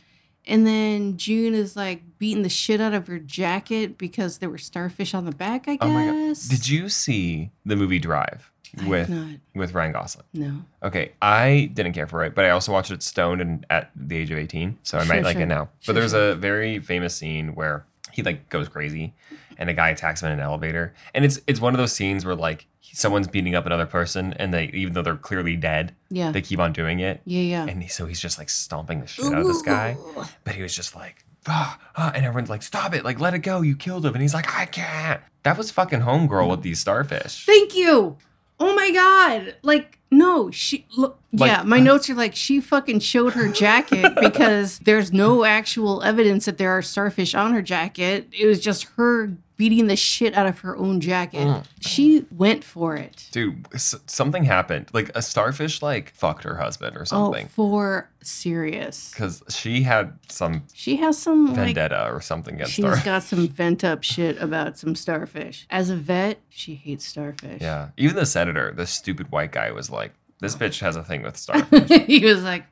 [SPEAKER 1] And then June is like beating the shit out of her jacket because there were starfish on the back, I guess.
[SPEAKER 2] oh my God. Did you see the movie Drive
[SPEAKER 1] I
[SPEAKER 2] with,
[SPEAKER 1] did not.
[SPEAKER 2] with Ryan Gosling?
[SPEAKER 1] No.
[SPEAKER 2] Okay, I didn't care for it, but I also watched it stoned and at the age of 18, so I
[SPEAKER 1] Sure,
[SPEAKER 2] might like
[SPEAKER 1] sure.
[SPEAKER 2] it now.
[SPEAKER 1] Sure,
[SPEAKER 2] but there's
[SPEAKER 1] sure.
[SPEAKER 2] a very famous scene where he like goes crazy and a guy attacks him in an elevator. And it's it's one of those scenes where like someone's beating up another person and they even though they're clearly dead,
[SPEAKER 1] Yeah.
[SPEAKER 2] they keep on doing it.
[SPEAKER 1] yeah, yeah.
[SPEAKER 2] And he, so he's just like stomping the shit out of this guy,
[SPEAKER 1] Ooh.
[SPEAKER 2] but he was just like Ah, ah, and everyone's like, "Stop it! Like, let it go! You killed him!" And he's like, "I can't." That was fucking homegirl with these starfish.
[SPEAKER 1] Thank you. Oh my god. Like no, she look
[SPEAKER 2] Like-
[SPEAKER 1] yeah, my notes are like she fucking showed her
[SPEAKER 2] (laughs)
[SPEAKER 1] jacket because there's no actual evidence that there are starfish on her jacket. It was just her beating the shit out of her own jacket.
[SPEAKER 2] Mm.
[SPEAKER 1] She went for it.
[SPEAKER 2] Dude, s- something happened. Like a starfish, like fucked her husband or
[SPEAKER 1] Oh,
[SPEAKER 2] something.
[SPEAKER 1] for serious.
[SPEAKER 2] Because she had some
[SPEAKER 1] She has some like
[SPEAKER 2] vendetta or something against
[SPEAKER 1] Oh she's
[SPEAKER 2] starfish.
[SPEAKER 1] got some vent up shit about some starfish. As a vet, she hates starfish.
[SPEAKER 2] (laughs) Yeah. Even the senator, the stupid white guy, was like, this bitch has a thing with
[SPEAKER 1] (laughs)
[SPEAKER 2] starfish.
[SPEAKER 1] (laughs) he was like,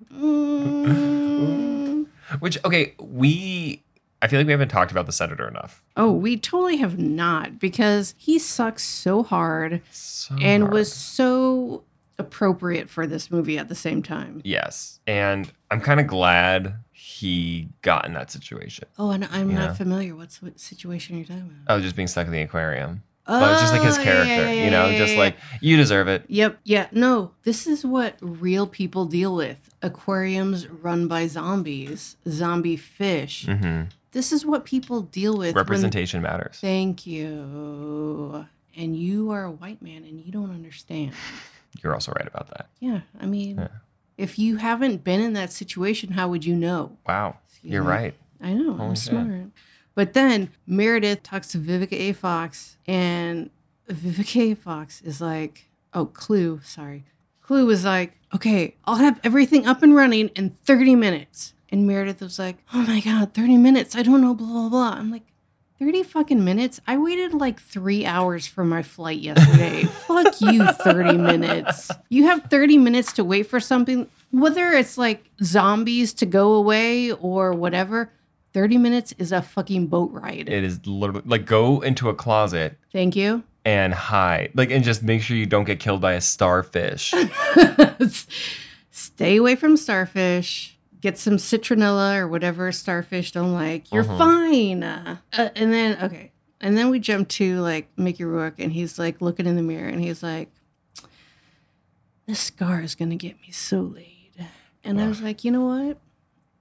[SPEAKER 1] mm.
[SPEAKER 2] Which okay, we I feel like we haven't talked about the senator enough.
[SPEAKER 1] "Oh, we totally have not," because he sucks so hard
[SPEAKER 2] So
[SPEAKER 1] and
[SPEAKER 2] Mm, hard.
[SPEAKER 1] was so appropriate for this movie at the same time.
[SPEAKER 2] yes, and I'm kind of glad he got in that situation.
[SPEAKER 1] Oh, and I'm
[SPEAKER 2] Yeah.
[SPEAKER 1] not familiar. What's what situation you're talking about?
[SPEAKER 2] Oh, just being stuck in the aquarium, but it's just like his
[SPEAKER 1] Oh, yeah,
[SPEAKER 2] character,
[SPEAKER 1] yeah, yeah,
[SPEAKER 2] you know,
[SPEAKER 1] yeah,
[SPEAKER 2] just
[SPEAKER 1] yeah,
[SPEAKER 2] like you deserve it.
[SPEAKER 1] Yep. Yeah. No, this is what real people deal with. Aquariums run by zombies, zombie fish.
[SPEAKER 2] hmm
[SPEAKER 1] This is what people deal with. when-
[SPEAKER 2] Representation matters.
[SPEAKER 1] Thank you. And you are a white man and you don't understand.
[SPEAKER 2] You're also right about that.
[SPEAKER 1] Yeah. I mean,
[SPEAKER 2] Yeah.
[SPEAKER 1] if you haven't been in that situation, how would you know?
[SPEAKER 2] Wow,
[SPEAKER 1] Excuse
[SPEAKER 2] you're
[SPEAKER 1] me.
[SPEAKER 2] right.
[SPEAKER 1] I know.
[SPEAKER 2] Holy
[SPEAKER 1] I'm
[SPEAKER 2] shit.
[SPEAKER 1] smart. But then Meredith talks to Vivica A. Fox, and Vivica A. Fox is like, oh, Clue, sorry. Clue was like, okay, I'll have everything up and running in 30 minutes. And Meredith was like, oh my God, 30 minutes. I don't know, blah, blah, blah. I'm like, 30 fucking minutes? I waited like three hours for my flight yesterday. Fuck you, 30 minutes. You have 30 minutes to wait for something, whether it's like zombies to go away or whatever. 30 minutes is a fucking boat ride.
[SPEAKER 2] It is literally like go into a closet
[SPEAKER 1] Thank you.
[SPEAKER 2] and hide, like, and just make sure you don't get killed by a starfish.
[SPEAKER 1] (laughs) Stay away from starfish. Get some citronella or whatever starfish don't like. You're
[SPEAKER 2] Mhm.
[SPEAKER 1] fine. Uh, and then, okay. And then we jump to like Mickey Rourke and he's like looking in the mirror and he's like, this scar is going to get me so laid. And I was like, you know what?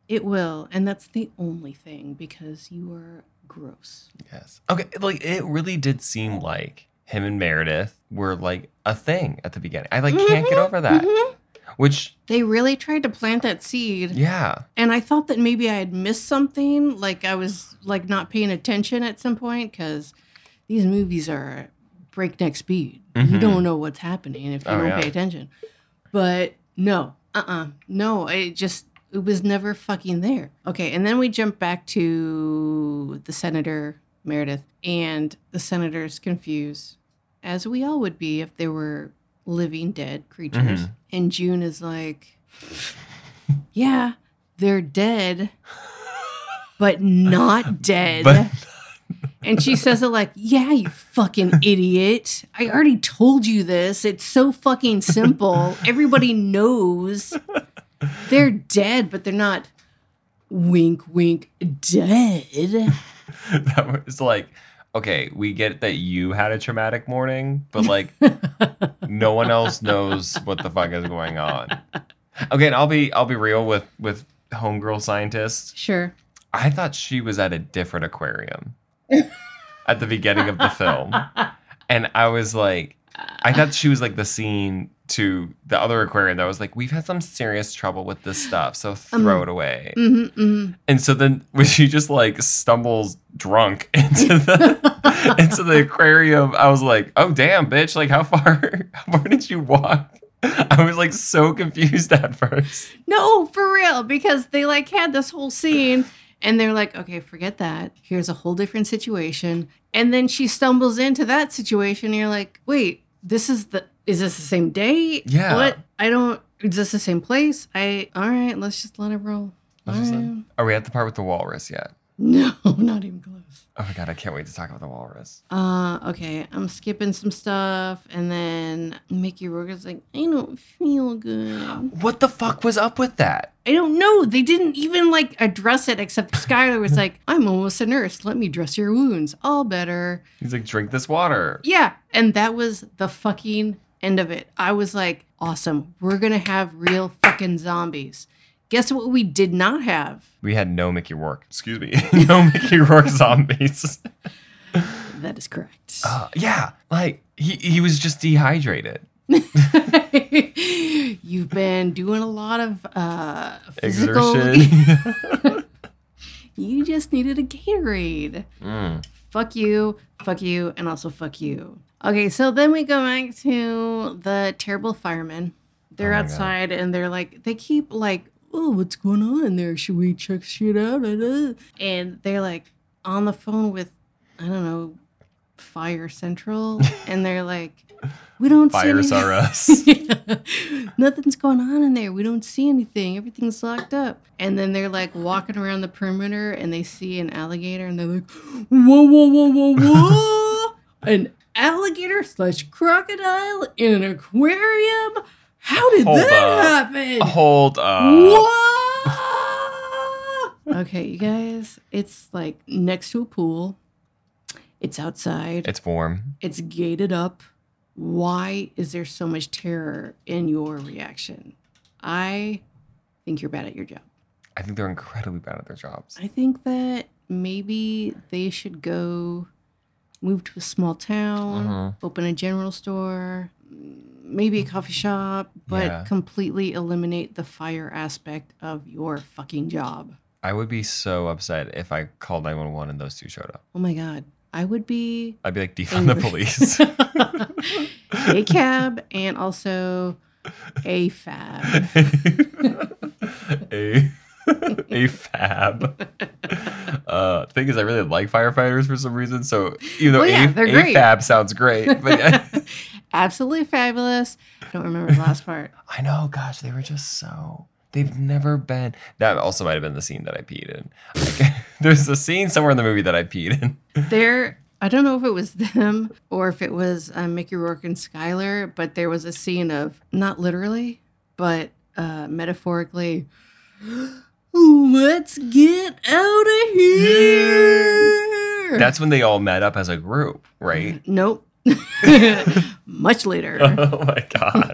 [SPEAKER 1] It will. And that's the only thing because you are gross.
[SPEAKER 2] Yes. Okay. Like it really did seem like him and Meredith were like a thing at the beginning. I
[SPEAKER 1] Mm-hmm.
[SPEAKER 2] like can't get over that.
[SPEAKER 1] Mhm.
[SPEAKER 2] Which
[SPEAKER 1] They really tried to plant that seed.
[SPEAKER 2] yeah. (laughs)
[SPEAKER 1] and I thought that maybe I had missed something, like I was like not paying attention at some point because these movies are at breakneck speed. You
[SPEAKER 2] Mhm.
[SPEAKER 1] don't know what's happening if you
[SPEAKER 2] Oh,
[SPEAKER 1] don't
[SPEAKER 2] yeah.
[SPEAKER 1] pay attention. But no, uh, uh no, it just it was never fucking there. Okay, and then we jump back to the senator Meredith, and the senator's confused, as we all would be if they were living dead creatures.
[SPEAKER 2] Mhm.
[SPEAKER 1] And June is like, yeah, they're dead, but not dead.
[SPEAKER 2] But
[SPEAKER 1] and she says it like, yeah, you fucking idiot. I already told you this. It's so fucking simple. Everybody knows they're dead, but they're not wink, wink, dead.
[SPEAKER 2] that was like, okay, we get that you had a traumatic morning, but like no one else knows what the fuck is going on. Okay, and I'll be I'll be real with with homegirl scientist.
[SPEAKER 1] Sure.
[SPEAKER 2] I thought she was at a different aquarium at the beginning of the film. And I was like, I thought she was like the scene to the other aquarium that was like, we've had some serious trouble with this stuff, so throw
[SPEAKER 1] Um,
[SPEAKER 2] it away.
[SPEAKER 1] hmm hmm
[SPEAKER 2] And so then when she just like stumbles drunk (laughs) into the (laughs) into the aquarium, I was like, oh damn, bitch, like how far (laughs) how far did you walk? I was like so confused at first.
[SPEAKER 1] No, for real, because they like had this whole scene and they're like, okay, forget that. Here's a whole different situation. And then she stumbles into that situation. And you're like, wait, this is the, is this the same day?
[SPEAKER 2] Yeah.
[SPEAKER 1] What? I don't, is this the same place? I, all right, let's just let it roll.
[SPEAKER 2] Let's just let-
[SPEAKER 1] Alright.
[SPEAKER 2] Are we at the part with the walrus yet?
[SPEAKER 1] (laughs) No, not even close.
[SPEAKER 2] Oh my god, I can't wait to talk about the walrus.
[SPEAKER 1] Uh, okay, I'm skipping some stuff. And then Mickey Rourke is like, I don't feel good.
[SPEAKER 2] What the fuck was up with that?
[SPEAKER 1] I don't know. They didn't even like address it, except Skylar was like, I'm almost a nurse. Let me dress your wounds. All better.
[SPEAKER 2] He's like, drink this water.
[SPEAKER 1] Yeah. And that was the fucking end of it. I was like, awesome. We're going to have real fucking zombies. Guess what we did not have?
[SPEAKER 2] We had no Mickey Rourke. Excuse me. (laughs) no Mickey Rourke zombies.
[SPEAKER 1] That is correct.
[SPEAKER 2] (laughs) Uh, yeah. Like, he, he was just dehydrated.
[SPEAKER 1] (laughs) You've been doing a lot of uh, (laughs) physical.
[SPEAKER 2] (laughs) Exertion.
[SPEAKER 1] You just needed a Gatorade.
[SPEAKER 2] Mm.
[SPEAKER 1] fuck you, fuck you, and also fuck you. Okay, so then we go back to the terrible firemen. They're
[SPEAKER 2] Oh my God.
[SPEAKER 1] outside and they're like, they keep like, oh, what's going on in there? Should we check shit out? And they're like on the phone with, I don't know, Fire
[SPEAKER 2] (laughs)
[SPEAKER 1] Central. and they're like, we don't
[SPEAKER 2] Fires
[SPEAKER 1] see any- (laughs)
[SPEAKER 2] are us.
[SPEAKER 1] Nothing's going on in there. We don't see anything. Everything's locked up. And then they're like walking around the perimeter and they see an alligator and they're like, whoa, whoa, whoa, whoa, whoa. (laughs) an alligator slash crocodile in an aquarium? How did
[SPEAKER 2] Hold
[SPEAKER 1] that
[SPEAKER 2] up.
[SPEAKER 1] happen?
[SPEAKER 2] (laughs) Hold up.
[SPEAKER 1] Whoa! okay, you guys, it's like next to a pool. It's outside.
[SPEAKER 2] It's warm.
[SPEAKER 1] It's gated up. Why is there so much terror in your reaction? I think you're bad at your job.
[SPEAKER 2] I think they're incredibly bad at their jobs.
[SPEAKER 1] I think that maybe they should go move to a small town,
[SPEAKER 2] Mhm.
[SPEAKER 1] open a general store, maybe a coffee shop, but
[SPEAKER 2] Yeah.
[SPEAKER 1] completely eliminate the fire aspect of your fucking job.
[SPEAKER 2] I would be so upset if I called 911 and those two showed up.
[SPEAKER 1] Oh my God. I would be
[SPEAKER 2] I'd be like, defund the
[SPEAKER 1] angry.
[SPEAKER 2] police.
[SPEAKER 1] (laughs) a cab and also a fab.
[SPEAKER 2] (laughs) a a fab. Uh, thing is, I really like firefighters for some reason. So you know,
[SPEAKER 1] Well, yeah,
[SPEAKER 2] a,
[SPEAKER 1] they're
[SPEAKER 2] a
[SPEAKER 1] great.
[SPEAKER 2] fab sounds great, (laughs)
[SPEAKER 1] (laughs)
[SPEAKER 2] but
[SPEAKER 1] Absolutely fabulous. I don't remember the last part.
[SPEAKER 2] I know, gosh, they were just so. They've never been. That also might have been the scene that I peed in. (laughs) Like, there's a scene somewhere in the movie that I peed in.
[SPEAKER 1] There, I don't know if it was them or if it was uh, Mickey Rourke and Skyler, but there was a scene of not literally, but uh, metaphorically. (gasps) Let's get out of here.
[SPEAKER 2] That's when they all met up as a group, right?
[SPEAKER 1] nope. (laughs) Much later.
[SPEAKER 2] (laughs) Oh my
[SPEAKER 1] (laughs)
[SPEAKER 2] god.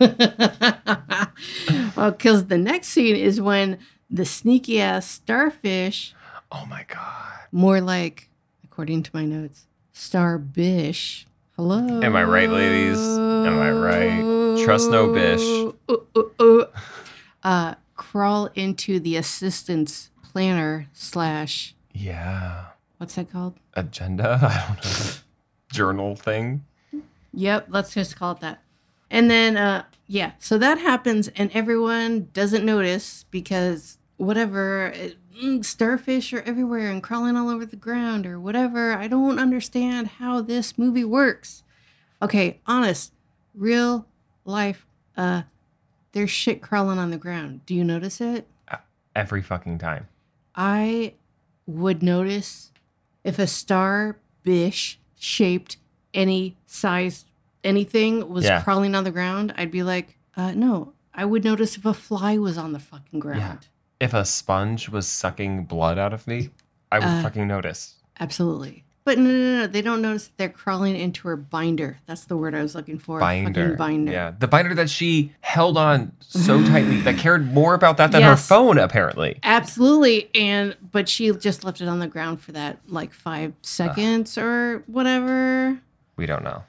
[SPEAKER 1] well, because the next scene is when the sneaky ass starfish,
[SPEAKER 2] Oh my god.
[SPEAKER 1] more like, according to my notes, starbish. Hello.
[SPEAKER 2] Am I right, ladies? Am I right? Trust no bish.
[SPEAKER 1] Ooh, ooh, ooh. Uh, crawl into the assistance planner slash
[SPEAKER 2] Yeah.
[SPEAKER 1] what's that called?
[SPEAKER 2] Agenda. (laughs) I don't know. Journal thing.
[SPEAKER 1] Yep, let's just call it that. And then, uh, yeah, so that happens, and everyone doesn't notice because whatever it- mm, starfish are everywhere and crawling all over the ground or whatever. I don't understand how this movie works. Okay, honest, real life. Uh, there's shit crawling on the ground. Do you notice it?
[SPEAKER 2] Every fucking time.
[SPEAKER 1] I would notice if a star bish shaped any size anything was
[SPEAKER 2] Yeah.
[SPEAKER 1] crawling on the ground, I'd be like, uh, no. I would notice if a fly was on the fucking ground.
[SPEAKER 2] If a sponge was sucking blood out of me, I would
[SPEAKER 1] Uh.
[SPEAKER 2] fucking notice.
[SPEAKER 1] Absolutely. But no, no, no, they don't notice that they're crawling into her binder. That's the word I was looking for. Fucking
[SPEAKER 2] Binder.
[SPEAKER 1] binder.
[SPEAKER 2] Yeah. The binder that she held on so
[SPEAKER 1] (laughs)
[SPEAKER 2] tightly that cared more about that than her
[SPEAKER 1] Yes.
[SPEAKER 2] phone, apparently.
[SPEAKER 1] Absolutely. And but she just left it on the ground for that like five seconds or whatever.
[SPEAKER 2] We don't know.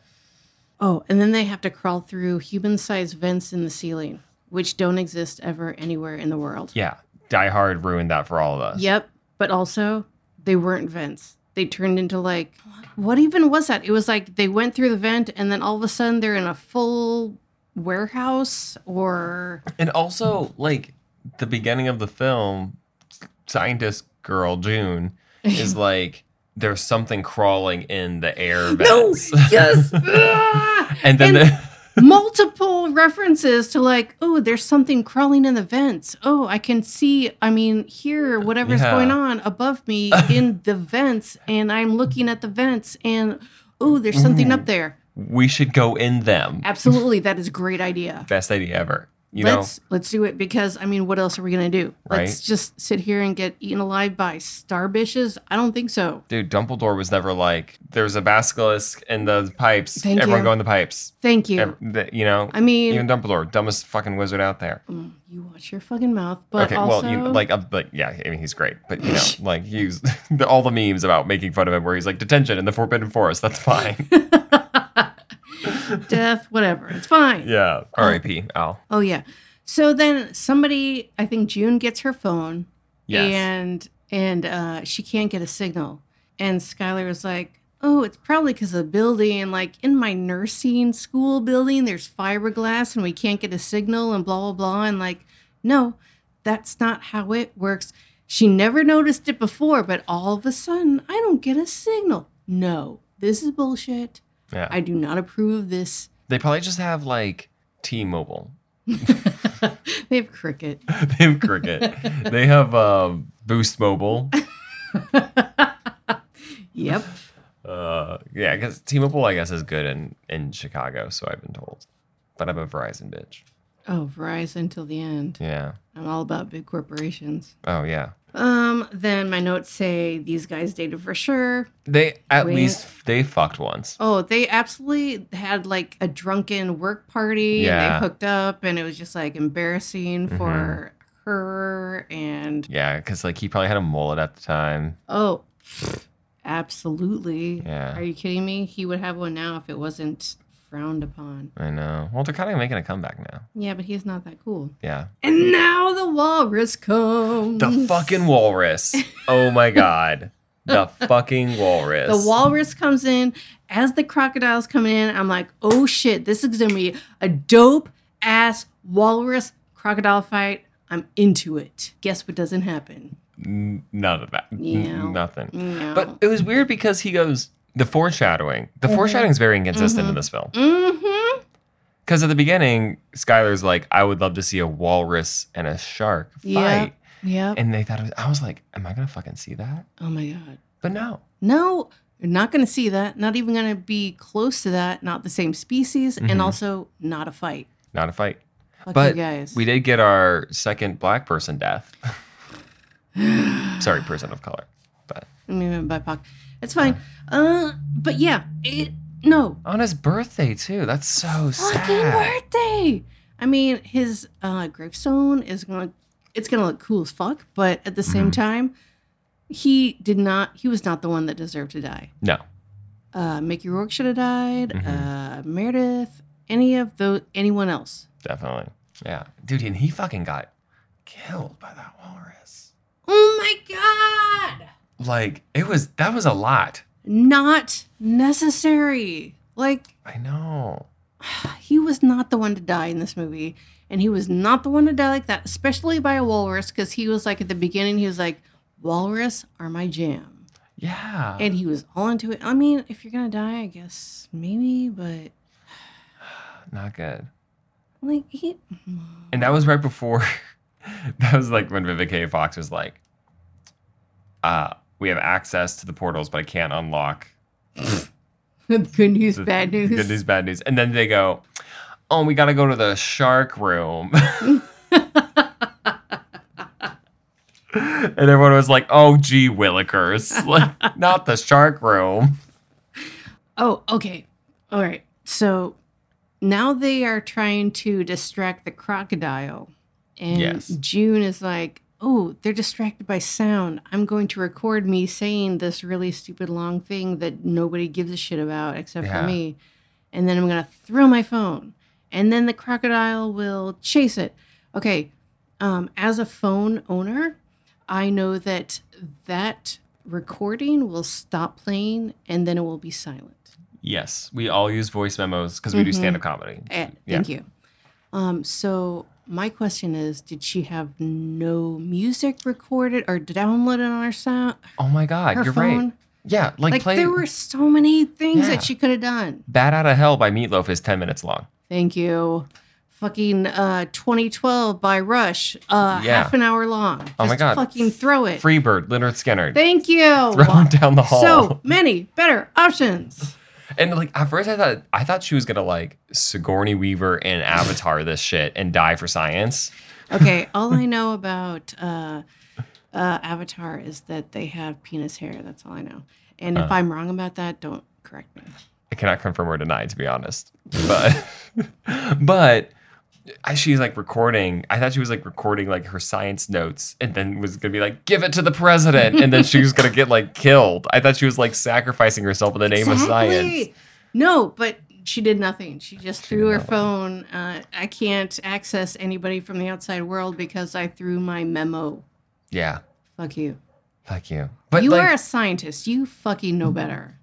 [SPEAKER 1] Oh, and then they have to crawl through human sized vents in the ceiling, which don't exist ever anywhere in the world.
[SPEAKER 2] Yeah. Die Hard ruined that for all of us.
[SPEAKER 1] Yep. But also, they weren't vents. They turned into like, what even was that? It was like they went through the vent and then all of a sudden they're in a full warehouse or.
[SPEAKER 2] And also, like, the beginning of the film, scientist
[SPEAKER 1] (laughs)
[SPEAKER 2] girl June is (laughs) like, there's something crawling in the air vents.
[SPEAKER 1] Yes! Ah!
[SPEAKER 2] (laughs) and then
[SPEAKER 1] And-
[SPEAKER 2] the-
[SPEAKER 1] multiple references to like, oh, there's something crawling in the vents. Oh, I can see, I mean, here, whatever's
[SPEAKER 2] Yeah.
[SPEAKER 1] going on above me in the vents, and I'm looking at the vents, and oh, there's something
[SPEAKER 2] Mm.
[SPEAKER 1] up there.
[SPEAKER 2] (laughs) we should go in them.
[SPEAKER 1] Absolutely, that is a great idea.
[SPEAKER 2] Best idea ever. You
[SPEAKER 1] let's let's do it because I mean, what else are we gonna do?
[SPEAKER 2] Right.
[SPEAKER 1] Let's just sit here and get eaten alive by starbishes? I don't think so.
[SPEAKER 2] know, dude, Dumbledore was never like, there's a basilisk in the pipes.
[SPEAKER 1] Thank
[SPEAKER 2] Everyone
[SPEAKER 1] you.
[SPEAKER 2] go in the pipes.
[SPEAKER 1] Thank you.
[SPEAKER 2] Ev- th- you know,
[SPEAKER 1] I mean,
[SPEAKER 2] even Dumbledore, dumbest fucking wizard out there.
[SPEAKER 1] mm, you watch your fucking mouth, but
[SPEAKER 2] okay,
[SPEAKER 1] also
[SPEAKER 2] well, you know, like, uh, like, yeah, I mean, he's great, but you know, like, he's (laughs) the, all the memes about making fun of him, where he's like, detention in the Forbidden Forest.
[SPEAKER 1] (laughs)
[SPEAKER 2] That's fine.
[SPEAKER 1] (laughs) death, whatever. It's fine.
[SPEAKER 2] yeah. R.I.P. Al.
[SPEAKER 1] Oh yeah. So then somebody, I think June gets her phone,
[SPEAKER 2] Yes.
[SPEAKER 1] and and uh, she can't get a signal, and Skylar is like, oh, it's probably because the building, and like in my nursing school building, there's fiberglass and we can't get a signal and blah, blah, blah. And like, no, that's not how it works. She never noticed it before, but all of a sudden, I don't get a signal. No, this is bullshit.
[SPEAKER 2] Yeah.
[SPEAKER 1] I do not approve of this. (laughs)
[SPEAKER 2] They probably just have like T-Mobile. (laughs)
[SPEAKER 1] they have cricket.
[SPEAKER 2] they have Cricket. they have um, Boost Mobile.
[SPEAKER 1] Yep.
[SPEAKER 2] Uh, yeah, I guess T-Mobile I guess is good in in Chicago, so I've been told. But I'm a Verizon bitch.
[SPEAKER 1] Oh, Verizon till the end.
[SPEAKER 2] Yeah.
[SPEAKER 1] I'm all about big corporations.
[SPEAKER 2] Oh yeah.
[SPEAKER 1] Um, then my notes say these guys dated for sure.
[SPEAKER 2] They at
[SPEAKER 1] Wait.
[SPEAKER 2] least they fucked once.
[SPEAKER 1] Oh, they absolutely had like a drunken work party
[SPEAKER 2] Yeah.
[SPEAKER 1] and
[SPEAKER 2] Mm-hmm.
[SPEAKER 1] they hooked up and it was just like embarrassing for her and
[SPEAKER 2] Yeah, because like he probably had a mullet at the time.
[SPEAKER 1] oh pfft, absolutely.
[SPEAKER 2] Yeah.
[SPEAKER 1] Are you kidding me? He would have one now if it wasn't frowned upon.
[SPEAKER 2] I know. Well, they're kind of making a comeback now.
[SPEAKER 1] Yeah, but he's not that cool.
[SPEAKER 2] Yeah.
[SPEAKER 1] And now the walrus comes. (laughs)
[SPEAKER 2] The fucking walrus. Oh my god. The fucking walrus.
[SPEAKER 1] The walrus comes in as the crocodile's coming in. I'm like, oh shit, this is gonna be a dope ass walrus crocodile fight. I'm into it. Guess what doesn't happen?
[SPEAKER 2] N- None of that. N-
[SPEAKER 1] Yeah.
[SPEAKER 2] Nothing.
[SPEAKER 1] No.
[SPEAKER 2] But it was weird because he goes the foreshadowing. The foreshadowing is very inconsistent in this film.
[SPEAKER 1] mm-hmm.
[SPEAKER 2] Because at the beginning, Skylar's like, "I would love to see a walrus and a shark fight,"
[SPEAKER 1] Yeah. Yep.
[SPEAKER 2] and they thought it was, I was like, "Am I gonna fucking see that?"
[SPEAKER 1] oh my god.
[SPEAKER 2] But no.
[SPEAKER 1] No, you're not gonna see that. Not even gonna be close to that. Not the same species,
[SPEAKER 2] Mhm.
[SPEAKER 1] and also not a fight.
[SPEAKER 2] Not a fight.
[SPEAKER 1] Fuck
[SPEAKER 2] But
[SPEAKER 1] you guys. (sighs)
[SPEAKER 2] We did get our second black person death. (laughs) Sorry, person of color. But
[SPEAKER 1] I mean, BIPOC. It's fine. Uh, but yeah, it no.
[SPEAKER 2] on his birthday too. That's so
[SPEAKER 1] fucking
[SPEAKER 2] sad.
[SPEAKER 1] birthday. I mean, his uh, gravestone is gonna it's gonna look cool as fuck, but at the same
[SPEAKER 2] Mhm.
[SPEAKER 1] time, he did not. He was not the one that deserved to die.
[SPEAKER 2] No.
[SPEAKER 1] Uh, Mickey Rourke should have died.
[SPEAKER 2] Mhm.
[SPEAKER 1] Uh, Meredith, any of those, anyone else?
[SPEAKER 2] Definitely. Yeah. Dude, and he fucking got killed by that walrus.
[SPEAKER 1] Oh my god!
[SPEAKER 2] Like, it was, that was a lot.
[SPEAKER 1] Not necessary. Like
[SPEAKER 2] I know.
[SPEAKER 1] (sighs) he was not the one to die in this movie and he was not the one to die like that especially by a walrus because he was like at the beginning he was like walrus are my jam
[SPEAKER 2] Yeah.
[SPEAKER 1] and he was all into it i mean if you're gonna die i guess maybe but
[SPEAKER 2] Not good.
[SPEAKER 1] like he (laughs)
[SPEAKER 2] And that was right before, (laughs) that was like when Vivica A. Fox was like, uh, we have access to the portals, but I can't unlock
[SPEAKER 1] good news
[SPEAKER 2] the-
[SPEAKER 1] bad news
[SPEAKER 2] Good news, bad news. And then they go, oh, we got to go to the shark room. (laughs) and everyone was like, oh, gee, Willikers. (laughs) Like, not the shark room.
[SPEAKER 1] oh okay all right so now they are trying to distract the crocodile and
[SPEAKER 2] Yes.
[SPEAKER 1] june is like oh they're distracted by sound i'm going to record me saying this really stupid long thing that nobody gives a shit about except
[SPEAKER 2] Yeah.
[SPEAKER 1] for me and then i'm going to throw my phone and then the crocodile will chase it okay um, as a phone owner i know that that recording will stop playing and then it will be silent
[SPEAKER 2] Yes, we all use voice memos because we do
[SPEAKER 1] Mhm.
[SPEAKER 2] stand up comedy.
[SPEAKER 1] Eh,
[SPEAKER 2] Yeah.
[SPEAKER 1] Thank you. Um, so my question is, did she have no music recorded or downloaded on her sound
[SPEAKER 2] Oh my God,
[SPEAKER 1] her
[SPEAKER 2] you're
[SPEAKER 1] phone?
[SPEAKER 2] right. Yeah, like,
[SPEAKER 1] Like
[SPEAKER 2] play
[SPEAKER 1] there were so many things
[SPEAKER 2] Yeah.
[SPEAKER 1] that she could have done.
[SPEAKER 2] Bat Out of Hell by Meatloaf is 10 minutes long.
[SPEAKER 1] Thank you. Fucking uh, 2012 by Rush, uh,
[SPEAKER 2] Yeah.
[SPEAKER 1] half an hour long.
[SPEAKER 2] Oh my
[SPEAKER 1] Just
[SPEAKER 2] God.
[SPEAKER 1] Fucking throw it.
[SPEAKER 2] Freebird, Leonard Skinner.
[SPEAKER 1] Thank you.
[SPEAKER 2] Throw him down the hall.
[SPEAKER 1] So many better options.
[SPEAKER 2] And like at first, I thought I thought she was gonna like Sigourney Weaver and Avatar this shit and die for science.
[SPEAKER 1] Okay,
[SPEAKER 2] (laughs)
[SPEAKER 1] all I know about uh, uh, Avatar is that they have penis hair. That's all I know. And
[SPEAKER 2] Uh.
[SPEAKER 1] if I'm wrong about that, don't correct me.
[SPEAKER 2] I cannot confirm or deny, to be honest. But (laughs) but I- she's like recording. I thought she was like recording like her science notes, and then was gonna be like, "Give it to the president," and then she was gonna get like killed. I thought she was like sacrificing herself in the name of science.
[SPEAKER 1] No, but she did nothing. She just threw
[SPEAKER 2] did
[SPEAKER 1] her
[SPEAKER 2] nothing.
[SPEAKER 1] phone. Uh, I can't access anybody from the outside world because I threw my memo.
[SPEAKER 2] Yeah,
[SPEAKER 1] Fuck you.
[SPEAKER 2] fuck you. But
[SPEAKER 1] you
[SPEAKER 2] like,
[SPEAKER 1] are a scientist. You fucking know better.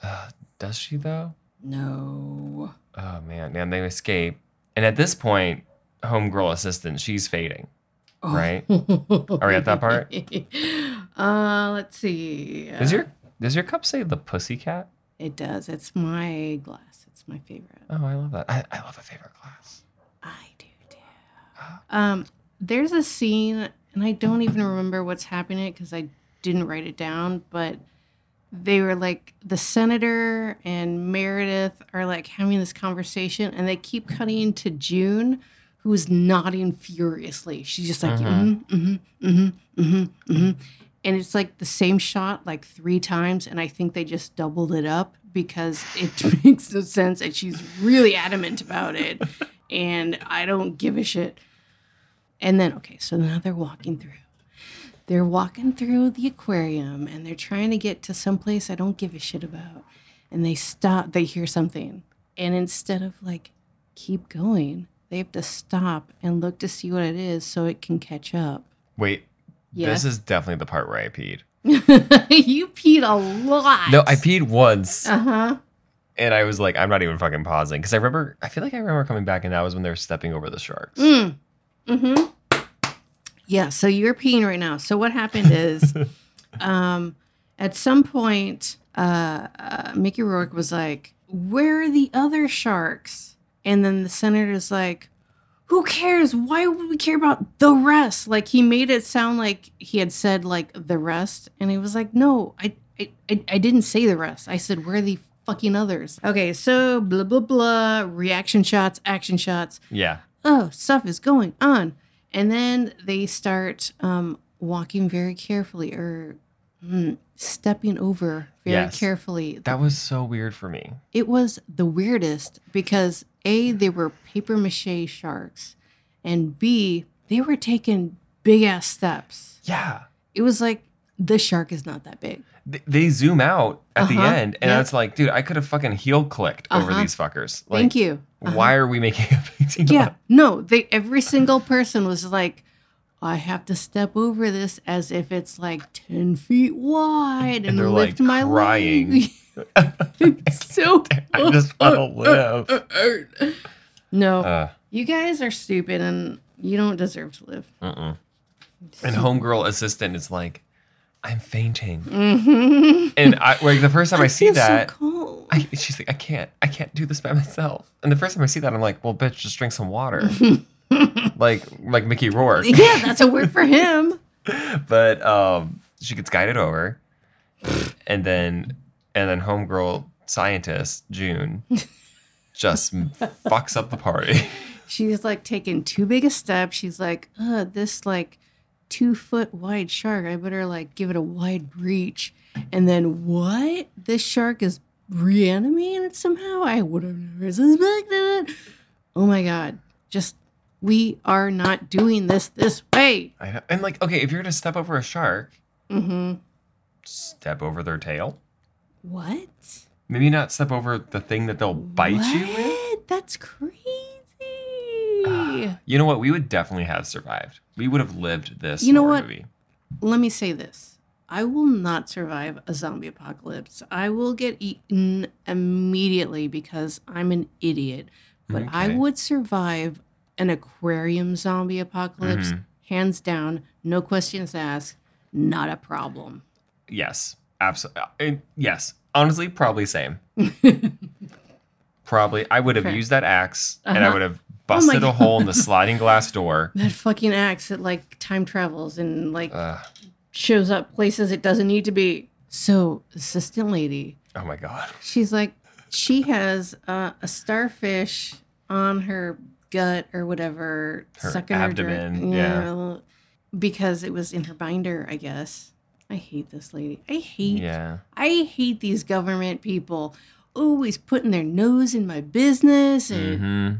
[SPEAKER 2] Uh, does she though?
[SPEAKER 1] No.
[SPEAKER 2] Oh man, and they escape. And at this point, homegirl assistant, she's fading.
[SPEAKER 1] (laughs)
[SPEAKER 2] Right?
[SPEAKER 1] Are
[SPEAKER 2] we at that part?
[SPEAKER 1] (laughs) Uh, let's see.
[SPEAKER 2] Does your does your cup say the pussycat?
[SPEAKER 1] It does. It's my glass. It's my favorite.
[SPEAKER 2] Oh, I love that. I, I love a favorite class.
[SPEAKER 1] I do too. Um, there's a scene, and I don't even remember what's happening because I didn't write it down, but they were like the senator and Meredith are like having this conversation, and they keep cutting to June, who is nodding furiously. She's just like,
[SPEAKER 2] Mhm.
[SPEAKER 1] mm hmm, hmm, hmm, hmm. And it's like the same shot like three times, and I think they just doubled it up because it (laughs) makes no sense, and she's really adamant about it. And I don't give a shit. And then, okay, so now they're walking through. They're walking through the aquarium and they're trying to get to some place I don't give a shit about. And they stop, they hear something. And instead of like, keep going, they have to stop and look to see what it is so it can catch up. (laughs)
[SPEAKER 2] Wait,
[SPEAKER 1] Yes.
[SPEAKER 2] this is definitely the part where I peed.
[SPEAKER 1] you peed a lot.
[SPEAKER 2] No, I peed once,
[SPEAKER 1] Uh huh.
[SPEAKER 2] and I was like, I'm not even fucking pausing because I remember. I feel like I remember coming back, and that was when they were stepping over the sharks.
[SPEAKER 1] Mm. hmm Yeah, so you're peeing right now. So what happened is um, at some point, uh, uh, Mickey Rourke was like, where are the other sharks? And then the senator's like, who cares? Why would we care about the rest? Like he made it sound like he had said like the rest. And he was like, no, I, I, I, I didn't say the rest. I said, where are the fucking others? Okay, so blah, blah, blah. Reaction shots, action shots
[SPEAKER 2] Yeah,
[SPEAKER 1] oh, stuff is going on. And then they start um, walking very carefully or mm, stepping over very
[SPEAKER 2] Yes.
[SPEAKER 1] carefully.
[SPEAKER 2] that was so weird for me.
[SPEAKER 1] It was the weirdest because A, they were paper mache sharks, and B, they were taking big ass steps.
[SPEAKER 2] Yeah,
[SPEAKER 1] It was like, the shark is not that big.
[SPEAKER 2] Th- they zoom out at the
[SPEAKER 1] Uh-huh.
[SPEAKER 2] end, and
[SPEAKER 1] Yeah.
[SPEAKER 2] it's like, dude, I could have fucking heel clicked over
[SPEAKER 1] Uh-huh.
[SPEAKER 2] these fuckers. Like,
[SPEAKER 1] Thank you. Uh-huh.
[SPEAKER 2] Why are we making a (laughs) big deal?
[SPEAKER 1] Yeah. No, they every single person was like, I have to step over this as if it's like ten feet wide and,
[SPEAKER 2] they're,
[SPEAKER 1] lift
[SPEAKER 2] like,
[SPEAKER 1] my
[SPEAKER 2] crying.
[SPEAKER 1] leg. (laughs) it's
[SPEAKER 2] (laughs)
[SPEAKER 1] so
[SPEAKER 2] I just want
[SPEAKER 1] Uh,
[SPEAKER 2] to live.
[SPEAKER 1] hurt. No,
[SPEAKER 2] Uh,
[SPEAKER 1] you guys are stupid and you don't deserve to live.
[SPEAKER 2] mm-mm. And homegirl assistant is like, I'm fainting.
[SPEAKER 1] Mm-hmm.
[SPEAKER 2] And I like the first time I, see that,
[SPEAKER 1] So cold. (laughs)
[SPEAKER 2] I, she's like, I can't, I can't do this by myself. And the first time I see that, I'm like, well, bitch, just drink
[SPEAKER 1] (laughs)
[SPEAKER 2] some water, like like Mickey Rourke.
[SPEAKER 1] yeah, that's a word for him.
[SPEAKER 2] but um, she gets guided over, and then and then homegirl scientist June just fucks up
[SPEAKER 1] (laughs)
[SPEAKER 2] the party.
[SPEAKER 1] She's like taking too big a step. She's like, uh, this like two foot wide shark. I better like give it a wide reach. And then what? This shark is reanimated somehow? I would have never suspected it. Oh my god. Just we are not doing this this way.
[SPEAKER 2] I know. And like, okay, if you're gonna step over a shark,
[SPEAKER 1] Mm-hmm.
[SPEAKER 2] step over their tail.
[SPEAKER 1] What?
[SPEAKER 2] Maybe not step over the thing that they'll bite you with.
[SPEAKER 1] What? That's crazy.
[SPEAKER 2] You know what? We would definitely have survived. We would have lived this.
[SPEAKER 1] You know
[SPEAKER 2] horror
[SPEAKER 1] what?
[SPEAKER 2] Movie.
[SPEAKER 1] let me say this I will not survive a zombie apocalypse. I will get eaten immediately because I'm an idiot. But I
[SPEAKER 2] Okay.
[SPEAKER 1] would survive an aquarium zombie apocalypse,
[SPEAKER 2] Mhm.
[SPEAKER 1] hands down, no questions asked, not a problem. (laughs)
[SPEAKER 2] Yes, absolutely. Yes, honestly,
[SPEAKER 1] (laughs)
[SPEAKER 2] probably same. probably, I would have
[SPEAKER 1] Okay.
[SPEAKER 2] used that axe, and I
[SPEAKER 1] Uh-huh.
[SPEAKER 2] would have
[SPEAKER 1] my
[SPEAKER 2] busted a
[SPEAKER 1] God.
[SPEAKER 2] hole in the sliding glass
[SPEAKER 1] (laughs)
[SPEAKER 2] door.
[SPEAKER 1] That fucking axe that like time travels and like
[SPEAKER 2] Ugh.
[SPEAKER 1] shows up places it doesn't need to be. So, assistant lady,
[SPEAKER 2] oh my god.
[SPEAKER 1] She's like, she has uh, a starfish on her gut or whatever,
[SPEAKER 2] Her
[SPEAKER 1] sucking her
[SPEAKER 2] abdomen,
[SPEAKER 1] drink.
[SPEAKER 2] yeah.
[SPEAKER 1] because it was in her binder, I guess. I hate this lady. I hate.
[SPEAKER 2] Yeah.
[SPEAKER 1] I hate these government people. Always putting their nose in my business, and
[SPEAKER 2] hmm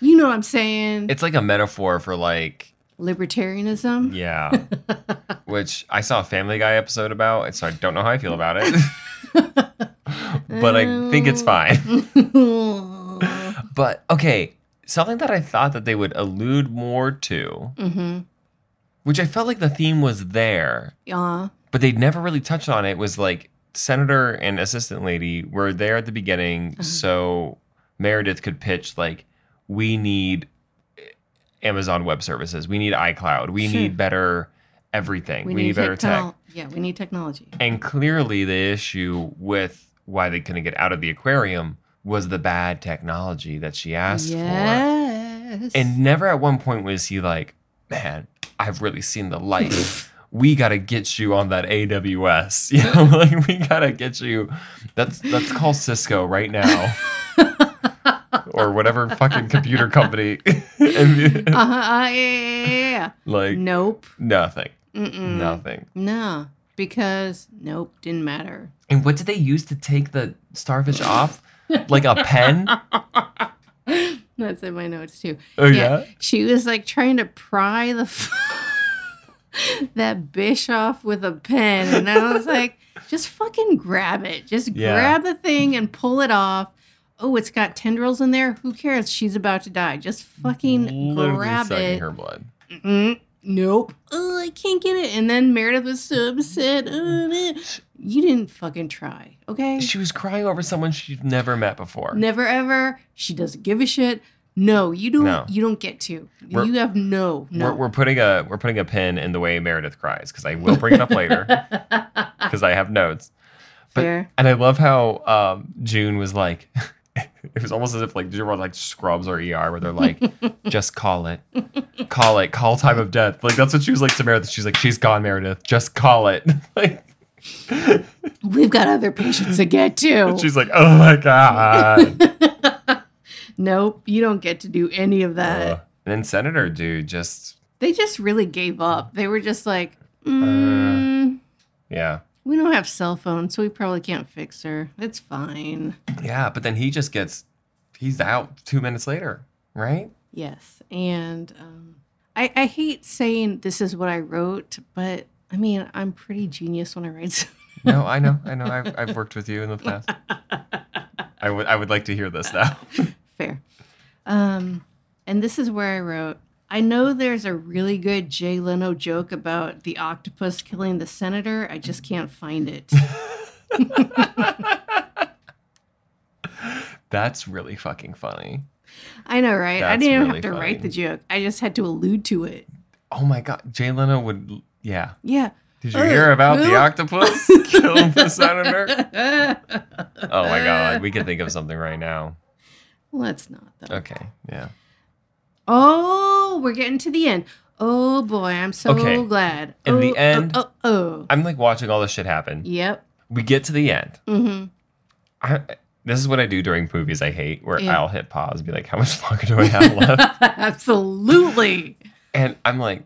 [SPEAKER 1] you know what I'm saying.
[SPEAKER 2] It's like a metaphor for like
[SPEAKER 1] Libertarianism. (laughs)
[SPEAKER 2] (laughs) yeah, which I saw a Family Guy episode about, and so I don't know how I feel about (laughs) it, but I think it's fine.
[SPEAKER 1] mm-hmm.
[SPEAKER 2] But okay, something that I thought that they would allude more to,
[SPEAKER 1] Mm-hmm.
[SPEAKER 2] which I felt like the theme was there,
[SPEAKER 1] Yeah.
[SPEAKER 2] but they never really touched on it was like senator and assistant lady were there at the beginning so Meredith could pitch like we need eh, Amazon web services, we need iCloud, we
[SPEAKER 1] Sure.
[SPEAKER 2] need better everything, we, need, better tech.
[SPEAKER 1] techno- Yeah, we need technology.
[SPEAKER 2] And clearly, the issue with why they couldn't get out of the aquarium was the bad technology that she asked for.
[SPEAKER 1] yes.
[SPEAKER 2] And never at one point was he like, man, I've really seen the light. we gotta get you on that AWS. (laughs) You know, like we gotta get you. That's let's call Cisco right now. or whatever fucking computer company. (laughs) And, (laughs)
[SPEAKER 1] uh-huh, uh, yeah, yeah, yeah, yeah.
[SPEAKER 2] like
[SPEAKER 1] nope.
[SPEAKER 2] nothing.
[SPEAKER 1] Mm-mm.
[SPEAKER 2] Nothing.
[SPEAKER 1] No, because nope didn't matter.
[SPEAKER 2] And what did they use to take the starfish off? Like a pen?
[SPEAKER 1] That's in my notes too.
[SPEAKER 2] Oh yeah.
[SPEAKER 1] She was like trying to pry the f- (laughs) that bish off with a pen, and I was like, (laughs) just fucking grab it. Just
[SPEAKER 2] Yeah.
[SPEAKER 1] grab the thing and pull it off. Oh, it's got tendrils in there. Who cares? She's about to die. Just fucking
[SPEAKER 2] Literally
[SPEAKER 1] grab
[SPEAKER 2] sucking
[SPEAKER 1] it.
[SPEAKER 2] her blood.
[SPEAKER 1] Mm, nope. Oh, I can't get it. And then Meredith was so upset. Oh, no. You didn't fucking try, okay?
[SPEAKER 2] She was crying over someone she'd never met before.
[SPEAKER 1] Never ever. She doesn't give a shit. No, you don't.
[SPEAKER 2] No.
[SPEAKER 1] You don't get to.
[SPEAKER 2] We're-
[SPEAKER 1] you have no. No.
[SPEAKER 2] We're, we're putting a we're putting a pin in the way Meredith cries because I will bring it
[SPEAKER 1] (laughs)
[SPEAKER 2] up later because I have notes. But-
[SPEAKER 1] Fair.
[SPEAKER 2] And I love how um, June was like, (laughs) it was almost as if like June was like Scrubs or ER where they're
[SPEAKER 1] (laughs)
[SPEAKER 2] like, just call it, call it, call time of death. Like that's what she was like to Meredith. She's like, she's gone, Meredith. Just call it. (laughs) like
[SPEAKER 1] We've got other patients to get
[SPEAKER 2] (laughs) and
[SPEAKER 1] to.
[SPEAKER 2] she's like, oh my god.
[SPEAKER 1] (laughs) nope. You don't get to do any of that.
[SPEAKER 2] Uh, and then Senator dude just
[SPEAKER 1] They just really gave up. They were just like,
[SPEAKER 2] Uh.
[SPEAKER 1] mm,
[SPEAKER 2] yeah.
[SPEAKER 1] we don't have cell phones, so we probably can't fix her. It's fine.
[SPEAKER 2] Yeah, but then he just gets he's out two minutes later, right?
[SPEAKER 1] Yes, and um, I, I hate saying this is what I wrote, but I mean I'm pretty genius when I write. (laughs)
[SPEAKER 2] No, I know, I know. I've, I've worked with you in the past. I would I would like to hear this now.
[SPEAKER 1] Fair. Um, and this is where I wrote. I know there's a really good Jay Leno joke about the octopus killing the senator. I just can't find
[SPEAKER 2] (laughs)
[SPEAKER 1] it.
[SPEAKER 2] That's really fucking funny.
[SPEAKER 1] I know, right? I
[SPEAKER 2] That's
[SPEAKER 1] didn't
[SPEAKER 2] really
[SPEAKER 1] have to write the
[SPEAKER 2] funny.
[SPEAKER 1] joke. I just had to allude to it.
[SPEAKER 2] Oh my god, Jay Leno would yeah. (laughs)
[SPEAKER 1] Yeah.
[SPEAKER 2] Did you
[SPEAKER 1] Uh,
[SPEAKER 2] hear about
[SPEAKER 1] who?
[SPEAKER 2] the octopus
[SPEAKER 1] (laughs)
[SPEAKER 2] killing the senator? Oh my god, we could think of something right now.
[SPEAKER 1] Let's not though.
[SPEAKER 2] Okay, yeah.
[SPEAKER 1] Oh, we're getting to the end. Oh boy, I'm so
[SPEAKER 2] Okay.
[SPEAKER 1] glad.
[SPEAKER 2] In
[SPEAKER 1] oh,
[SPEAKER 2] the end-
[SPEAKER 1] Oh, oh, oh.
[SPEAKER 2] I'm like watching all this shit happen.
[SPEAKER 1] Yep.
[SPEAKER 2] We get to the end.
[SPEAKER 1] Mm-hmm.
[SPEAKER 2] I, this is what I do during movies I hate, where
[SPEAKER 1] Yeah.
[SPEAKER 2] I'll hit pause and be like, how much longer do I have left?
[SPEAKER 1] (laughs) Absolutely.
[SPEAKER 2] And I'm like,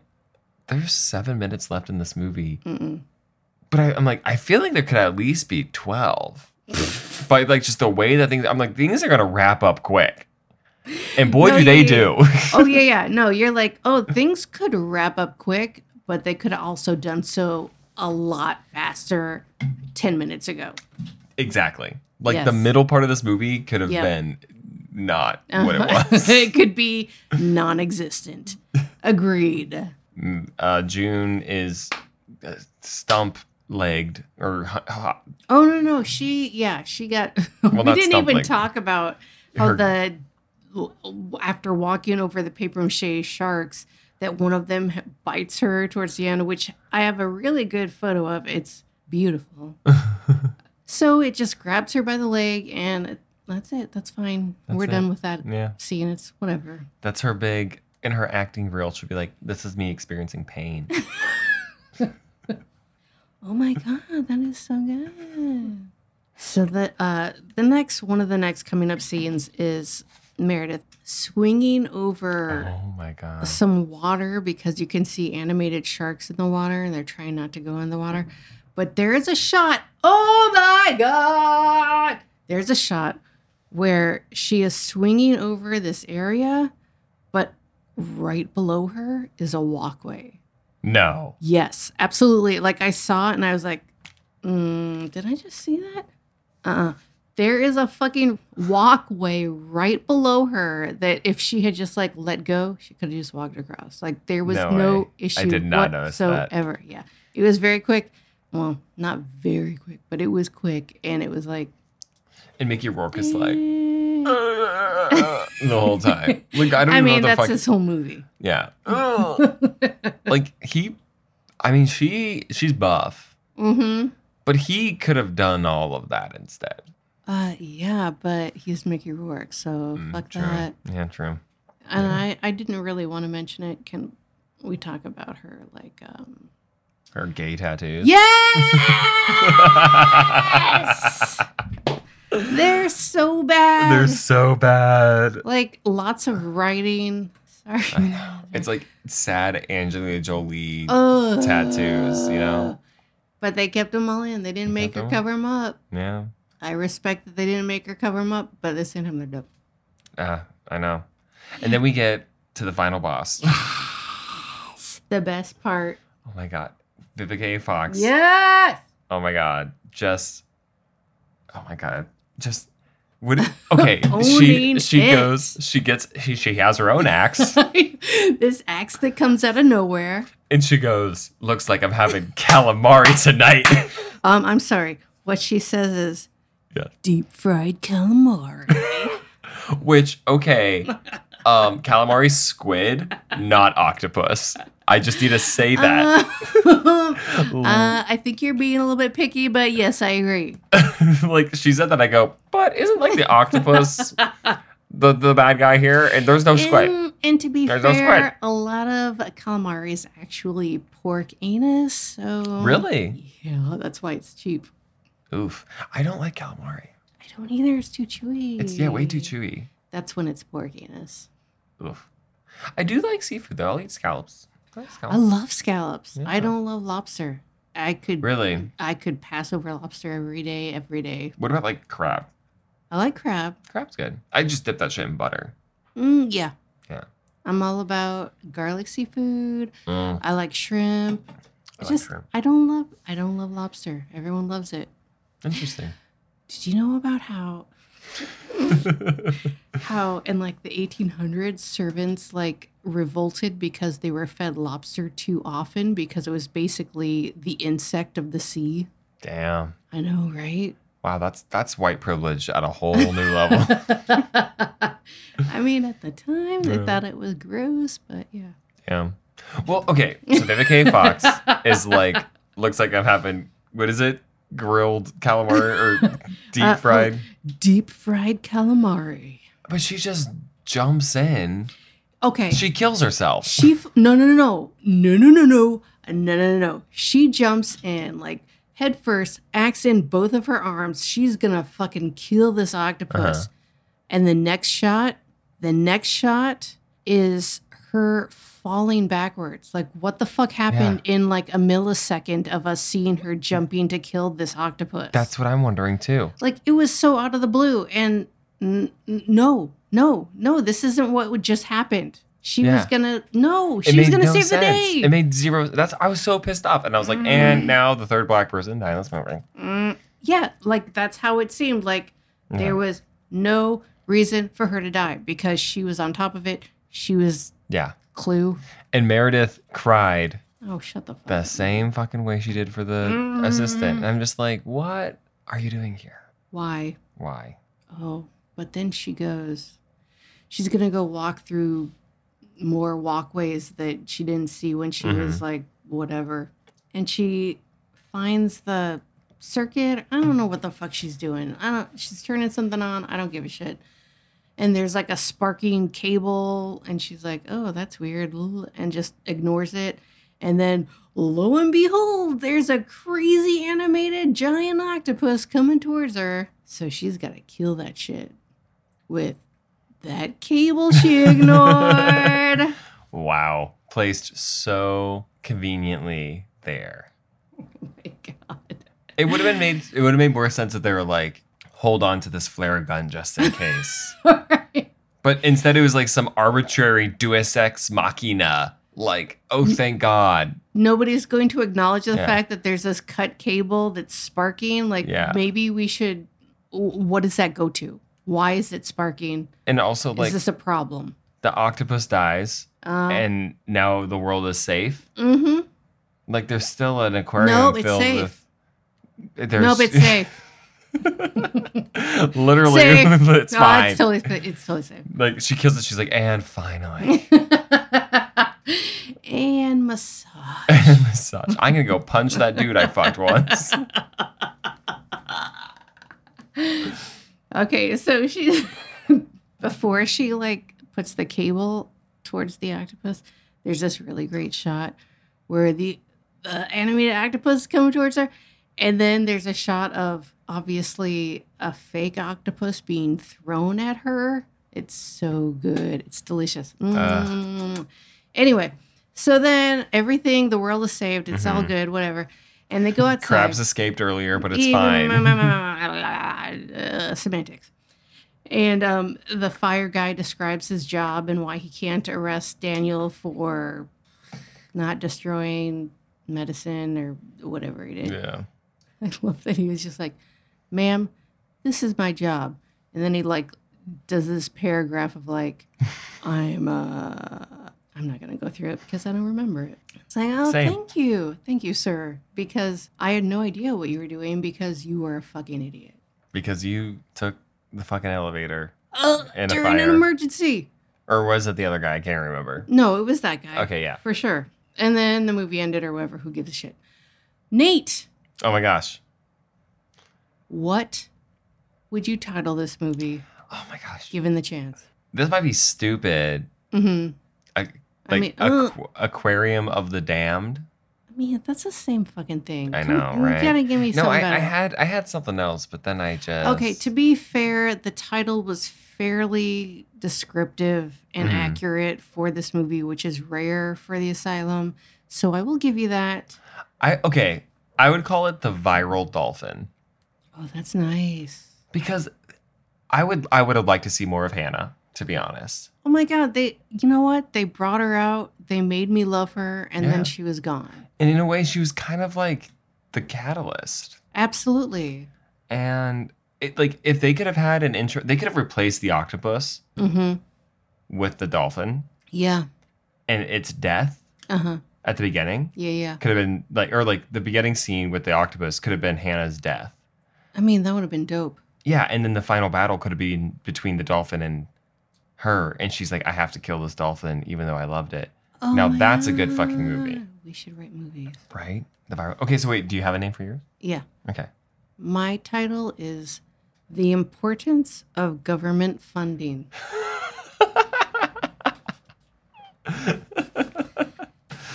[SPEAKER 2] there's seven minutes left in this movie.
[SPEAKER 1] Mm-mm.
[SPEAKER 2] But I, I'm like, I feel like there could at least be
[SPEAKER 1] (laughs)
[SPEAKER 2] 12. By like just the way that things, I'm like, things are going to wrap up quick. And boy,
[SPEAKER 1] No,
[SPEAKER 2] do they
[SPEAKER 1] yeah,
[SPEAKER 2] do.
[SPEAKER 1] (laughs)
[SPEAKER 2] (laughs)
[SPEAKER 1] Oh yeah, yeah. No, you're like, oh, things could wrap up quick, but they could have also done so a lot faster ten minutes ago.
[SPEAKER 2] exactly. Like
[SPEAKER 1] Yes.
[SPEAKER 2] the middle part of this movie could have
[SPEAKER 1] Yeah.
[SPEAKER 2] been not
[SPEAKER 1] (laughs)
[SPEAKER 2] what
[SPEAKER 1] Uh-huh.
[SPEAKER 2] it was.
[SPEAKER 1] it could be non-existent. Agreed.
[SPEAKER 2] Mm, uh, June is uh, stump legged or h- h-
[SPEAKER 1] Oh no, no, she yeah, she got. (laughs) we
[SPEAKER 2] not
[SPEAKER 1] didn't even
[SPEAKER 2] stumbling.
[SPEAKER 1] talk about how
[SPEAKER 2] Her-
[SPEAKER 1] the after walking over the paper mache sharks that one of them bites her towards the end, which I have a really good photo of. It's
[SPEAKER 2] (laughs)
[SPEAKER 1] beautiful. so it just grabs her by the leg, and that's it. That's fine.
[SPEAKER 2] That's
[SPEAKER 1] We're
[SPEAKER 2] it.
[SPEAKER 1] done with that
[SPEAKER 2] yeah.
[SPEAKER 1] scene. It's whatever.
[SPEAKER 2] That's her big in her acting reel. She'll be like, "This is me
[SPEAKER 1] (laughs)
[SPEAKER 2] experiencing pain."
[SPEAKER 1] Oh my god, that is so good. So the uh, the next one of the next coming up scenes is Meredith swinging over
[SPEAKER 2] oh my god!
[SPEAKER 1] some water because you can see animated sharks in the water and they're trying not to go in the water. But there is a shot. Oh my god! There's a shot where she is swinging over this area, but right below her is a walkway.
[SPEAKER 2] No,
[SPEAKER 1] Yes, absolutely. Like I saw it and I was like, mm, did I just see that? Uh uh There is a fucking walkway right below her that if she had just like let go, she could have just walked across. Like there was
[SPEAKER 2] No
[SPEAKER 1] no,
[SPEAKER 2] way. I
[SPEAKER 1] issue
[SPEAKER 2] did not notice that.
[SPEAKER 1] whatsoever. Yeah. It was very quick. well, not very quick, but it was quick, and it was like
[SPEAKER 2] And Mickey Rourke
[SPEAKER 1] (laughs)
[SPEAKER 2] is like
[SPEAKER 1] eh.
[SPEAKER 2] the whole time. Like I don't
[SPEAKER 1] I
[SPEAKER 2] even
[SPEAKER 1] mean,
[SPEAKER 2] know what the
[SPEAKER 1] that's
[SPEAKER 2] fuck.
[SPEAKER 1] this whole movie.
[SPEAKER 2] Yeah.
[SPEAKER 1] (laughs)
[SPEAKER 2] like he, I mean, she she's buff,
[SPEAKER 1] Mm-hmm.
[SPEAKER 2] but he could have done all of that instead.
[SPEAKER 1] Uh, yeah, but he's Mickey Rourke, so
[SPEAKER 2] Mm,
[SPEAKER 1] Oh, fuck
[SPEAKER 2] true.
[SPEAKER 1] that.
[SPEAKER 2] Yeah, true.
[SPEAKER 1] And
[SPEAKER 2] Yeah.
[SPEAKER 1] I, I didn't really want to mention it. Can we talk about her? Like, um,
[SPEAKER 2] Her gay tattoos. (laughs)
[SPEAKER 1] yes, they're so bad.
[SPEAKER 2] They're so bad.
[SPEAKER 1] like lots of writing. Sorry,
[SPEAKER 2] I know. It's like sad Angelina Jolie.
[SPEAKER 1] Ugh.
[SPEAKER 2] tattoos, you know?
[SPEAKER 1] But they kept them all in. They didn't
[SPEAKER 2] They
[SPEAKER 1] make
[SPEAKER 2] kept
[SPEAKER 1] her
[SPEAKER 2] them all-
[SPEAKER 1] cover them up.
[SPEAKER 2] Yeah.
[SPEAKER 1] I respect that they didn't make her cover them up, but at the same time, they're
[SPEAKER 2] (sighs)
[SPEAKER 1] dope.
[SPEAKER 2] Uh, I know. And then we get to the
[SPEAKER 1] (laughs)
[SPEAKER 2] final boss.
[SPEAKER 1] The best part.
[SPEAKER 2] Oh my god. Vivica A. Fox.
[SPEAKER 1] Yes. (laughs)
[SPEAKER 2] Oh my god. Just Oh my god. Just would okay. she
[SPEAKER 1] Owning
[SPEAKER 2] she
[SPEAKER 1] it.
[SPEAKER 2] goes, she gets she, she has her
[SPEAKER 1] (laughs)
[SPEAKER 2] own axe
[SPEAKER 1] this axe that comes out of nowhere.
[SPEAKER 2] and she goes, looks like I'm having calamari tonight. (laughs)
[SPEAKER 1] Um, I'm sorry. What she says is
[SPEAKER 2] Yeah.
[SPEAKER 1] deep fried
[SPEAKER 2] (laughs)
[SPEAKER 1] calamari.
[SPEAKER 2] Which, okay. Um, calamari squid, not octopus. I just need to say
[SPEAKER 1] Uh-huh.
[SPEAKER 2] that. (laughs)
[SPEAKER 1] (laughs) Um, uh, I think you're being a little bit picky, but yes, I agree.
[SPEAKER 2] like she said that I go, but isn't like the octopus the the bad guy here? And there's no squid.
[SPEAKER 1] And, and to be
[SPEAKER 2] There's no squid.
[SPEAKER 1] fair, a lot of calamari is actually pork anus. So
[SPEAKER 2] Really?
[SPEAKER 1] yeah, that's why it's cheap.
[SPEAKER 2] Oof. I don't like calamari.
[SPEAKER 1] I don't either. It's too chewy.
[SPEAKER 2] It's yeah, way too chewy.
[SPEAKER 1] That's when it's pork anus.
[SPEAKER 2] Oof. I do like seafood though. I'll eat scallops. I like
[SPEAKER 1] I
[SPEAKER 2] scallops.
[SPEAKER 1] love scallops. I
[SPEAKER 2] Oh. Yeah.
[SPEAKER 1] don't love lobster. I could
[SPEAKER 2] Really?
[SPEAKER 1] I could pass over lobster every day, every day.
[SPEAKER 2] What about like crab?
[SPEAKER 1] I like crab.
[SPEAKER 2] Crab's good. I just dip that shit in butter.
[SPEAKER 1] Mm, yeah.
[SPEAKER 2] Yeah.
[SPEAKER 1] I'm all about garlic seafood.
[SPEAKER 2] Mm,
[SPEAKER 1] I like shrimp.
[SPEAKER 2] I
[SPEAKER 1] I
[SPEAKER 2] like
[SPEAKER 1] just
[SPEAKER 2] shrimp.
[SPEAKER 1] I don't love I don't love lobster. Everyone loves it. (laughs)
[SPEAKER 2] Interesting.
[SPEAKER 1] Did you know about how how in like the 1800s servants like revolted because they were fed lobster too often because it was basically the insect of the sea?
[SPEAKER 2] Damn.
[SPEAKER 1] I know,
[SPEAKER 2] (laughs)
[SPEAKER 1] right?
[SPEAKER 2] Wow, that's that's white privilege at a whole new
[SPEAKER 1] (laughs)
[SPEAKER 2] level.
[SPEAKER 1] I mean, at the time they
[SPEAKER 2] Yeah.
[SPEAKER 1] thought it was gross, but yeah.
[SPEAKER 2] Yeah. Well, okay. So Vivica A. Fox is like looks like I'm having what is it? Grilled calamari
[SPEAKER 1] (laughs)
[SPEAKER 2] or
[SPEAKER 1] Uh,
[SPEAKER 2] deep fried.
[SPEAKER 1] Deep fried calamari.
[SPEAKER 2] but she just jumps in.
[SPEAKER 1] Okay.
[SPEAKER 2] She kills herself.
[SPEAKER 1] She f- no no no no no no no no Uh, no no no no. She jumps in like head first, axe in both of her arms. She's gonna fucking kill this octopus.
[SPEAKER 2] Uh-huh.
[SPEAKER 1] And the next shot, the next shot is her falling backwards. Like what the fuck happened in like a millisecond of us seeing her jumping to kill this octopus?
[SPEAKER 2] That's what I'm wondering too.
[SPEAKER 1] like it was so out of the blue and n- n- no no no this isn't what would just happened she was
[SPEAKER 2] Yeah.
[SPEAKER 1] gonna no
[SPEAKER 2] It
[SPEAKER 1] she was
[SPEAKER 2] made
[SPEAKER 1] gonna
[SPEAKER 2] no
[SPEAKER 1] save
[SPEAKER 2] sense.
[SPEAKER 1] the day
[SPEAKER 2] It made zero. That's I was so pissed off, and I was like, and now the third black person died in this movie.
[SPEAKER 1] Mm, yeah like that's how it seemed like
[SPEAKER 2] Yeah.
[SPEAKER 1] there was no reason for her to die because she was on top of it she was
[SPEAKER 2] Yeah,
[SPEAKER 1] clue
[SPEAKER 2] and Meredith cried
[SPEAKER 1] oh shut the fuck
[SPEAKER 2] the
[SPEAKER 1] up.
[SPEAKER 2] same fucking way she did for the
[SPEAKER 1] Mm.
[SPEAKER 2] assistant. And I'm just like, what are you doing here?
[SPEAKER 1] why
[SPEAKER 2] Why?
[SPEAKER 1] oh but then she goes she's gonna go walk through more walkways that she didn't see when she was like whatever and she finds the circuit i don't know what the fuck she's doing i don't she's turning something on i don't give a shit and there's like a sparking cable and she's like oh that's weird l- and just ignores it and then lo and behold there's a crazy animated giant octopus coming towards her so she's got to kill that shit with that cable
[SPEAKER 2] (laughs)
[SPEAKER 1] she ignored Oh
[SPEAKER 2] Wow. Placed so conveniently there.
[SPEAKER 1] my god.
[SPEAKER 2] It would have been made it would have made more sense if they were like, hold on to this flare gun just
[SPEAKER 1] (laughs)
[SPEAKER 2] in case. but instead it was like some arbitrary Deus Ex Machina. Like, oh thank God.
[SPEAKER 1] Nobody's going to acknowledge the
[SPEAKER 2] Yeah.
[SPEAKER 1] fact that there's this cut cable that's sparking. Like,
[SPEAKER 2] Yeah.
[SPEAKER 1] maybe we should. w- What does that go to? Why is it sparking?
[SPEAKER 2] And also like
[SPEAKER 1] is this a problem?
[SPEAKER 2] the octopus dies
[SPEAKER 1] Uh,
[SPEAKER 2] and now the world is safe.
[SPEAKER 1] mm-hmm.
[SPEAKER 2] Like there's still an aquarium
[SPEAKER 1] No, it's
[SPEAKER 2] filled
[SPEAKER 1] safe.
[SPEAKER 2] with There's,
[SPEAKER 1] nope,
[SPEAKER 2] (laughs)
[SPEAKER 1] it's safe.
[SPEAKER 2] literally,
[SPEAKER 1] safe.
[SPEAKER 2] (laughs) it's
[SPEAKER 1] No,
[SPEAKER 2] fine.
[SPEAKER 1] It's totally, sa- it's totally safe.
[SPEAKER 2] like she kills it. She's like, and finally,
[SPEAKER 1] (laughs)
[SPEAKER 2] (laughs)
[SPEAKER 1] and massage.
[SPEAKER 2] and massage. I'm gonna go punch that
[SPEAKER 1] (laughs)
[SPEAKER 2] dude I fucked once.
[SPEAKER 1] Okay, so she (laughs) before she like puts the cable towards the octopus, there's this really great shot where the uh, animated octopus coming towards her, and then there's a shot of obviously a fake octopus being thrown at her. It's so good. It's delicious. Mm. Anyway, so then everything, the world is saved. It's all
[SPEAKER 2] Mhm.
[SPEAKER 1] good. Whatever. And they go outside.
[SPEAKER 2] Crabs escaped earlier, but it's
[SPEAKER 1] Yeah,
[SPEAKER 2] fine.
[SPEAKER 1] uh, semantics. And um, the fire guy describes his job and why he can't arrest Daniel for not destroying medicine or whatever he did.
[SPEAKER 2] (laughs) Yeah.
[SPEAKER 1] (laughs) I love that he was just like, "Ma'am, this is my job," and then he like does this paragraph of (laughs) like, "I'm uh, I'm not gonna go through it because I don't remember it." It's like, "Oh,
[SPEAKER 2] Same.
[SPEAKER 1] thank you, thank you, sir," because I had no idea what you were doing because you were a fucking idiot.
[SPEAKER 2] Because you took the fucking elevator.
[SPEAKER 1] Uh,
[SPEAKER 2] And a
[SPEAKER 1] during an
[SPEAKER 2] fire.
[SPEAKER 1] emergency.
[SPEAKER 2] Or was it the other guy? I can't remember.
[SPEAKER 1] No, it was that guy.
[SPEAKER 2] Okay, yeah.
[SPEAKER 1] for sure. And then the movie ended or whatever. Who gives a shit? Nate,
[SPEAKER 2] Oh my gosh.
[SPEAKER 1] what would you title this movie
[SPEAKER 2] Oh my gosh.
[SPEAKER 1] given the chance?
[SPEAKER 2] This might be stupid.
[SPEAKER 1] Mm-hmm.
[SPEAKER 2] I, like
[SPEAKER 1] I mean,
[SPEAKER 2] aqu- Aquarium of the Damned.
[SPEAKER 1] I mean, that's the same fucking thing.
[SPEAKER 2] I
[SPEAKER 1] Come-
[SPEAKER 2] know, right?
[SPEAKER 1] You gotta give me
[SPEAKER 2] No,
[SPEAKER 1] something
[SPEAKER 2] I,
[SPEAKER 1] better.
[SPEAKER 2] I had I had something else, but then I just
[SPEAKER 1] okay, to be fair, the title was fairly descriptive and
[SPEAKER 2] Mhm.
[SPEAKER 1] accurate for this movie, which is rare for the asylum. So I will give you that.
[SPEAKER 2] I okay. I would call it the viral dolphin
[SPEAKER 1] Oh, that's nice.
[SPEAKER 2] because I would I would have liked to see more of Hannah. To be honest,
[SPEAKER 1] Oh my god, they you know what? They brought her out, they made me love her, and
[SPEAKER 2] Yeah.
[SPEAKER 1] then she was gone.
[SPEAKER 2] and in a way, she was kind of like the catalyst.
[SPEAKER 1] Absolutely.
[SPEAKER 2] And it like if they could have had an intro, they could have replaced the octopus
[SPEAKER 1] Mm-hmm.
[SPEAKER 2] with the dolphin
[SPEAKER 1] Yeah.
[SPEAKER 2] and its death
[SPEAKER 1] Uh-huh.
[SPEAKER 2] at the beginning.
[SPEAKER 1] Yeah, yeah.
[SPEAKER 2] Could have been like or like the beginning scene with the octopus could have been Hannah's death.
[SPEAKER 1] I mean, that would have been dope.
[SPEAKER 2] Yeah, and then the final battle could have been between the dolphin and her, and she's like, "I have to kill this dolphin, even though I loved it."
[SPEAKER 1] Oh
[SPEAKER 2] Now
[SPEAKER 1] my
[SPEAKER 2] that's a good fucking movie.
[SPEAKER 1] God. We should write movies.
[SPEAKER 2] Right? The viral. Okay, so wait, do you have a name for yours?
[SPEAKER 1] Yeah.
[SPEAKER 2] Okay.
[SPEAKER 1] My title is The Importance of Government
[SPEAKER 2] (laughs)
[SPEAKER 1] Funding.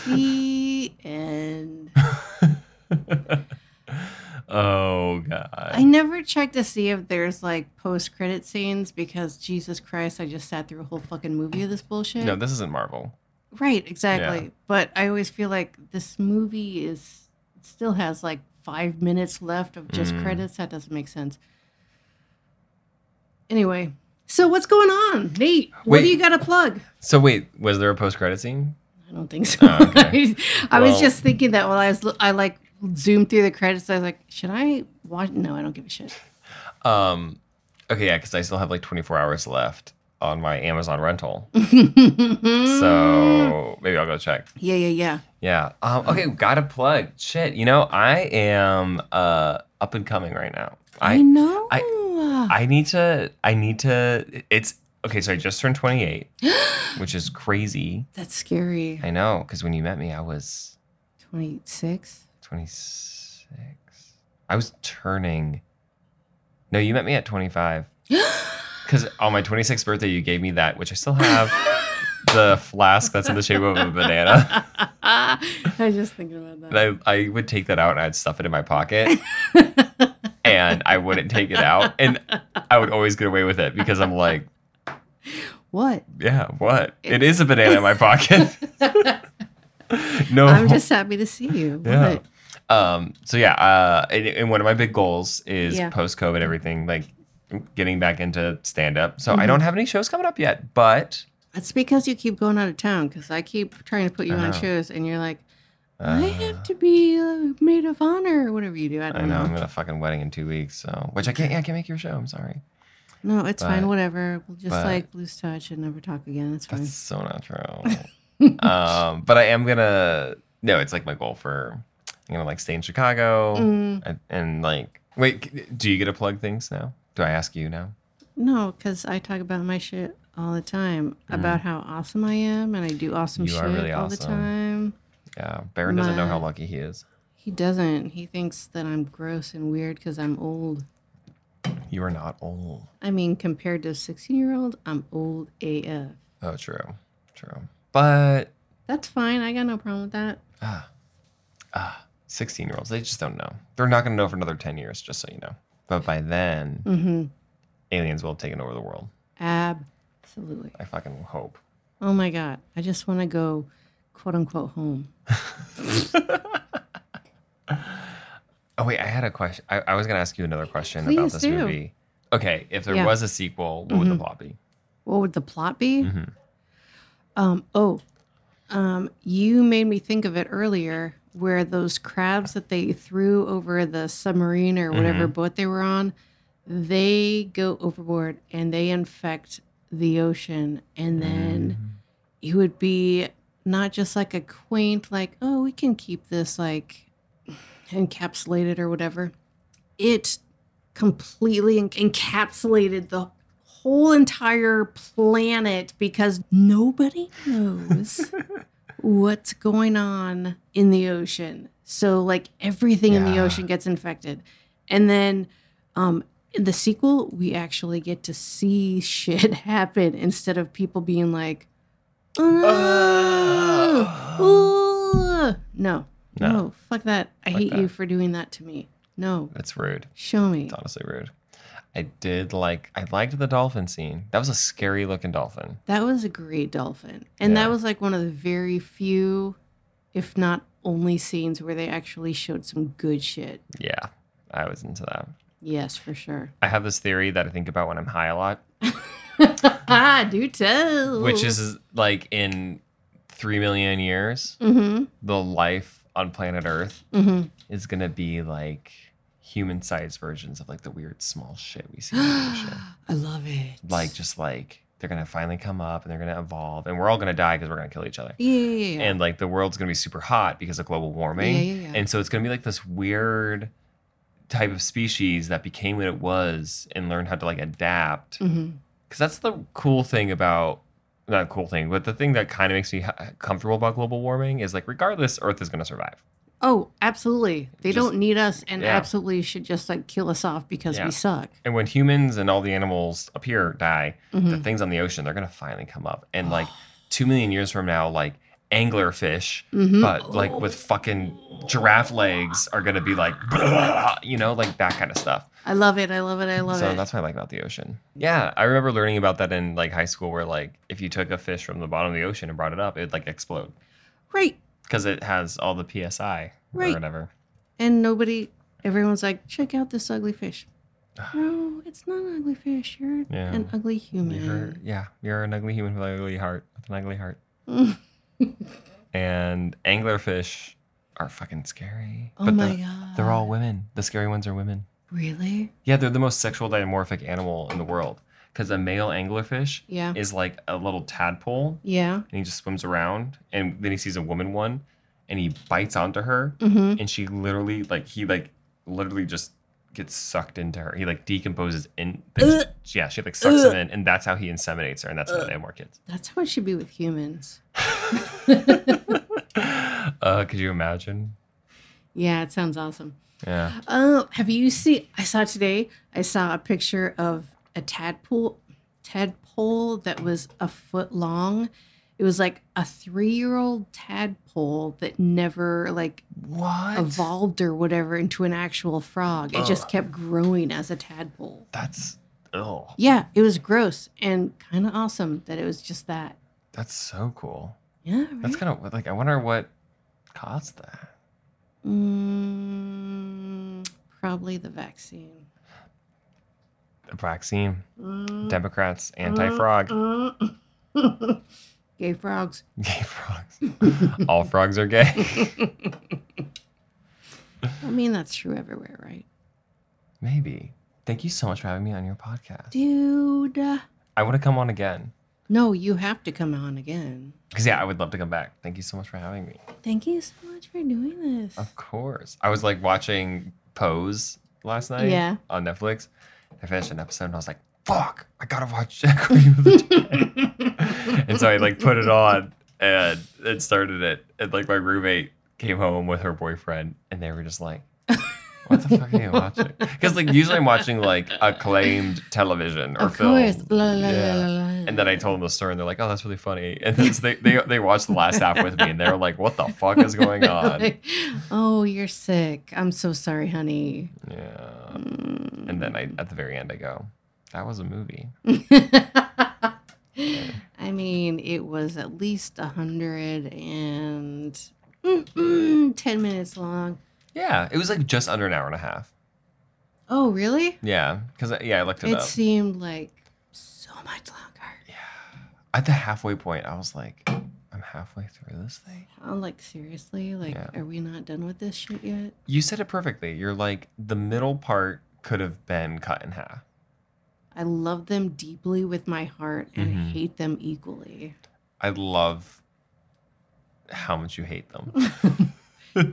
[SPEAKER 1] the end.
[SPEAKER 2] Oh god.
[SPEAKER 1] I never check to see if there's like post credit scenes because Jesus Christ, I just sat through a whole fucking movie of this bullshit.
[SPEAKER 2] No, this isn't Marvel.
[SPEAKER 1] right, exactly.
[SPEAKER 2] Yeah.
[SPEAKER 1] But I always feel like this movie is still has like five minutes left of just
[SPEAKER 2] Mm.
[SPEAKER 1] credits. That doesn't make sense. Anyway, so what's going on, Nate? What do
[SPEAKER 2] Wait.
[SPEAKER 1] you got to plug?
[SPEAKER 2] So wait, was there a post-credit scene?
[SPEAKER 1] I don't think so.
[SPEAKER 2] Oh, okay.
[SPEAKER 1] (laughs) I was
[SPEAKER 2] Well-
[SPEAKER 1] just thinking that while I was, I like zoomed through the credits. I was like, should I watch? No, I don't give a shit.
[SPEAKER 2] Um, okay, yeah, because I still have like 24 hours left on my Amazon rental, (laughs) so maybe I'll go check.
[SPEAKER 1] Yeah, yeah, yeah.
[SPEAKER 2] Yeah. Um, okay, gotta plug. Shit, you know, I am uh up and coming right now.
[SPEAKER 1] I,
[SPEAKER 2] I
[SPEAKER 1] know.
[SPEAKER 2] I need to. I need to. It's okay. So I just turned 28, which is crazy.
[SPEAKER 1] (gasps) That's scary.
[SPEAKER 2] I know, because when you met me, I was
[SPEAKER 1] 26.
[SPEAKER 2] (gasps)
[SPEAKER 1] (gasps)
[SPEAKER 2] 26. I was turning. No, you met me at 25. Because on my 26th birthday, you gave me that, which I still have the flask that's in the shape of a (laughs) banana.
[SPEAKER 1] I was just thinking about that.
[SPEAKER 2] And I, I would take that out and I'd stuff it in my pocket and I wouldn't take it out. And I would always get away with it because I'm like, (laughs)
[SPEAKER 1] what?
[SPEAKER 2] Yeah, what? it is a banana in
[SPEAKER 1] (laughs)
[SPEAKER 2] my pocket. (laughs) no.
[SPEAKER 1] I'm just happy to see you.
[SPEAKER 2] Yeah.
[SPEAKER 1] What?
[SPEAKER 2] um, so yeah, uh, and, and one of my big goals is
[SPEAKER 1] Yeah.
[SPEAKER 2] post COVID everything, like getting back into stand up.
[SPEAKER 1] Mm-hmm.
[SPEAKER 2] So I don't have any shows coming up yet, but
[SPEAKER 1] That's because you keep going out of town because I keep trying to put you
[SPEAKER 2] I
[SPEAKER 1] on
[SPEAKER 2] know.
[SPEAKER 1] shows and you're like,
[SPEAKER 2] uh,
[SPEAKER 1] I have to be uh, maid of honor or whatever you do. I don't
[SPEAKER 2] I know
[SPEAKER 1] know.
[SPEAKER 2] I'm at a fucking wedding in two weeks, so which I can't. Yeah, I can't make your show. I'm sorry.
[SPEAKER 1] No, it's fine.
[SPEAKER 2] But-
[SPEAKER 1] Whatever. We'll just
[SPEAKER 2] but-
[SPEAKER 1] like lose touch and never talk again. That's fine.
[SPEAKER 2] That's
[SPEAKER 1] (laughs)
[SPEAKER 2] so not true. um, but I am gonna. No, it's like my goal for I'm gonna like stay in Chicago
[SPEAKER 1] Mm,
[SPEAKER 2] and, and like wait. c- Do you get to plug things now? Do I ask you now?
[SPEAKER 1] no, because I talk about my shit all the time about how awesome I am, and I do awesome
[SPEAKER 2] Mm-hmm. You
[SPEAKER 1] shit
[SPEAKER 2] are really
[SPEAKER 1] all the
[SPEAKER 2] awesome.
[SPEAKER 1] time.
[SPEAKER 2] Yeah, Baron doesn't know
[SPEAKER 1] My-
[SPEAKER 2] how lucky he is.
[SPEAKER 1] He doesn't. He thinks that I'm gross and weird because I'm old.
[SPEAKER 2] You are not old.
[SPEAKER 1] I mean, compared to a 16 year old, I'm old AF.
[SPEAKER 2] Oh, true, true. But
[SPEAKER 1] That's fine. I got no problem with that.
[SPEAKER 2] ah, ah, sixteen-year-olds, they just don't know. They're not gonna know for another ten years, just so you know. But by then,
[SPEAKER 1] Mm-hmm.
[SPEAKER 2] aliens will have taken over the world.
[SPEAKER 1] Absolutely.
[SPEAKER 2] I fucking hope.
[SPEAKER 1] Oh my God. I just want to go quote unquote home.
[SPEAKER 2] Oh wait, I had a question. I, I was gonna ask you another question about
[SPEAKER 1] Please
[SPEAKER 2] this
[SPEAKER 1] do.
[SPEAKER 2] movie. Okay, if there
[SPEAKER 1] Yeah. Mm-hmm.
[SPEAKER 2] was a sequel, what would the plot be?
[SPEAKER 1] What would the plot be?
[SPEAKER 2] Mhm.
[SPEAKER 1] Um, oh, um, you made me think of it earlier where those crabs that they threw over the submarine or whatever boat they were on, they go overboard and they infect the ocean. And
[SPEAKER 2] Mm-hmm.
[SPEAKER 1] then it would be not just like a quaint, like, oh, we can keep this like encapsulated or whatever. It completely en- encapsulated the whole entire planet because nobody knows what's going on in the ocean. So, like, everything in the
[SPEAKER 2] Yeah.
[SPEAKER 1] ocean gets infected. And then, um, in the sequel, we actually get to see (laughs) shit happen instead of people being like, "Oh,
[SPEAKER 2] Ah.
[SPEAKER 1] Ooh. No, no.
[SPEAKER 2] No.
[SPEAKER 1] Fuck that. I
[SPEAKER 2] Fuck
[SPEAKER 1] hate
[SPEAKER 2] that.
[SPEAKER 1] you for doing that to me. No.
[SPEAKER 2] That's rude.
[SPEAKER 1] Show me.
[SPEAKER 2] It's honestly rude. I did like I liked the dolphin scene. That was a scary looking dolphin.
[SPEAKER 1] That was a great dolphin. And
[SPEAKER 2] Yeah.
[SPEAKER 1] that was like one of the very few, if not only scenes where they actually showed some good shit.
[SPEAKER 2] Yeah, I was into that.
[SPEAKER 1] Yes, for sure. (laughs)
[SPEAKER 2] I have this theory that I think about when I'm high a lot,
[SPEAKER 1] I do too.
[SPEAKER 2] which is is, like in three million years,
[SPEAKER 1] Mm
[SPEAKER 2] the life on planet Earth
[SPEAKER 1] hmm. Mm
[SPEAKER 2] is gonna be like human-sized versions of like the weird small shit we see
[SPEAKER 1] hmm.
[SPEAKER 2] in
[SPEAKER 1] (gasps)
[SPEAKER 2] the ocean.
[SPEAKER 1] I love it.
[SPEAKER 2] Like just like they're gonna finally come up and they're gonna evolve and we're all gonna die because we're gonna kill each other.
[SPEAKER 1] Yeah, yeah, yeah.
[SPEAKER 2] And like the world's gonna be super hot because of global warming.
[SPEAKER 1] yeah, yeah, yeah.
[SPEAKER 2] And so it's going to be like this weird type of species that became what it was and learned how to like adapt.
[SPEAKER 1] hmm
[SPEAKER 2] Because that's the cool thing about not cool thing, but the thing that kind of makes me ha- comfortable about global warming is like regardless, Earth is going to survive.
[SPEAKER 1] Oh, absolutely. They
[SPEAKER 2] Just-
[SPEAKER 1] don't need us and
[SPEAKER 2] yeah.
[SPEAKER 1] absolutely should just like kill us off because
[SPEAKER 2] Yeah.
[SPEAKER 1] we suck.
[SPEAKER 2] And when humans and all the animals up here die, the
[SPEAKER 1] Mhm.
[SPEAKER 2] things on the ocean they're going to finally come up. And like two million years from now, like anglerfish,
[SPEAKER 1] Mhm.
[SPEAKER 2] but like with fucking giraffe legs, are going to be like, (laughs) you know, like that kind of stuff.
[SPEAKER 1] I love it. I love it. I love
[SPEAKER 2] so
[SPEAKER 1] it.
[SPEAKER 2] that's what I like about the ocean. Yeah, I remember learning about that in like high school, where like if you took a fish from the bottom of the ocean and brought it up, it'd like explode
[SPEAKER 1] Right.
[SPEAKER 2] because it has all the psi or
[SPEAKER 1] Right.
[SPEAKER 2] whatever.
[SPEAKER 1] And nobody, everyone's like, check out this ugly fish.
[SPEAKER 2] (sighs)
[SPEAKER 1] No, it's not an ugly fish. You're
[SPEAKER 2] Yeah.
[SPEAKER 1] an ugly
[SPEAKER 2] You're,
[SPEAKER 1] human.
[SPEAKER 2] yeah, you're an ugly human with an ugly heart. With an ugly heart.
[SPEAKER 1] (laughs) oh
[SPEAKER 2] And anglerfish are fucking scary.
[SPEAKER 1] Oh my
[SPEAKER 2] they're,
[SPEAKER 1] god.
[SPEAKER 2] they're all women. The scary ones are women.
[SPEAKER 1] Really?
[SPEAKER 2] Yeah, they're the most sexual dimorphic animal in the world because a male anglerfish
[SPEAKER 1] Yeah.
[SPEAKER 2] is like a little tadpole
[SPEAKER 1] Yeah.
[SPEAKER 2] and he just swims around and then he sees a woman one and he bites onto her
[SPEAKER 1] Mm-hmm.
[SPEAKER 2] and she literally like he like literally just gets sucked into her he like decomposes in
[SPEAKER 1] Ugh.
[SPEAKER 2] yeah she like sucks
[SPEAKER 1] Ugh.
[SPEAKER 2] him in and that's how he inseminates her and that's how they have more
[SPEAKER 1] (laughs)
[SPEAKER 2] kids
[SPEAKER 1] That's how it should be with humans.
[SPEAKER 2] uh could you imagine
[SPEAKER 1] Yeah, it sounds awesome.
[SPEAKER 2] yeah
[SPEAKER 1] Oh, have you seen? I saw today. I saw a picture of a tadpole, tadpole that was a foot long. It was like a three-year-old tadpole that never like
[SPEAKER 2] what Oh.
[SPEAKER 1] evolved or whatever into an actual frog. It just kept growing as a tadpole.
[SPEAKER 2] that's oh
[SPEAKER 1] Yeah, it was gross and kind of awesome that it was just that.
[SPEAKER 2] that's so cool
[SPEAKER 1] Yeah, right?
[SPEAKER 2] that's kind of like i wonder what caused that
[SPEAKER 1] mm, probably the vaccine.
[SPEAKER 2] the vaccine
[SPEAKER 1] Mm,
[SPEAKER 2] democrats
[SPEAKER 1] Uh-huh.
[SPEAKER 2] anti-frog
[SPEAKER 1] mm. (laughs) Gay frogs.
[SPEAKER 2] gay frogs (laughs) all frogs are gay (laughs)
[SPEAKER 1] I mean, that's true everywhere, right?
[SPEAKER 2] Maybe. Thank you so much for having me on your podcast.
[SPEAKER 1] Dude.
[SPEAKER 2] I want to come on again.
[SPEAKER 1] No, you have to come on again.
[SPEAKER 2] Because yeah, I would love to come back. Thank you so much for having me.
[SPEAKER 1] Thank you so much for doing this.
[SPEAKER 2] Of course. I was like watching Pose last night
[SPEAKER 1] Yeah.
[SPEAKER 2] on Netflix. I finished an episode and I was like, fuck, I gotta watch Jack Reacher with the Dead." (laughs) And so I like put it on and it started it. And like my roommate came home with her boyfriend and they were just like, what the fuck are you
[SPEAKER 1] (laughs)
[SPEAKER 2] watching? Because like usually I'm watching like acclaimed television or
[SPEAKER 1] of
[SPEAKER 2] film.
[SPEAKER 1] course. La, la,
[SPEAKER 2] Yeah.
[SPEAKER 1] la, la, la.
[SPEAKER 2] And then I told them the story, and they're like, "Oh, that's really funny." And then so they, they they watched the last half with me, and they were like, "What the fuck
[SPEAKER 1] (laughs)
[SPEAKER 2] is going on?"
[SPEAKER 1] Like, oh, you're sick. I'm so sorry, honey.
[SPEAKER 2] Yeah.
[SPEAKER 1] Mm.
[SPEAKER 2] And then I at the very end, I go, "That was a movie."
[SPEAKER 1] Mm.
[SPEAKER 2] (laughs)
[SPEAKER 1] I mean, it was at least a hundred and mm, mm, ten minutes long.
[SPEAKER 2] Yeah, it was like just under an hour and a half.
[SPEAKER 1] Oh, really?
[SPEAKER 2] Yeah, because yeah, I looked it,
[SPEAKER 1] It
[SPEAKER 2] up.
[SPEAKER 1] seemed like so much longer.
[SPEAKER 2] Yeah, at the halfway point, I was like, "I'm halfway through this thing."
[SPEAKER 1] I'm like, seriously? Like,
[SPEAKER 2] Yeah.
[SPEAKER 1] are we not done with this shit yet?
[SPEAKER 2] You said it perfectly. You're like the middle part could have been cut in half.
[SPEAKER 1] I love them deeply with my heart and
[SPEAKER 2] Mhm.
[SPEAKER 1] hate them equally.
[SPEAKER 2] I love how much you hate them.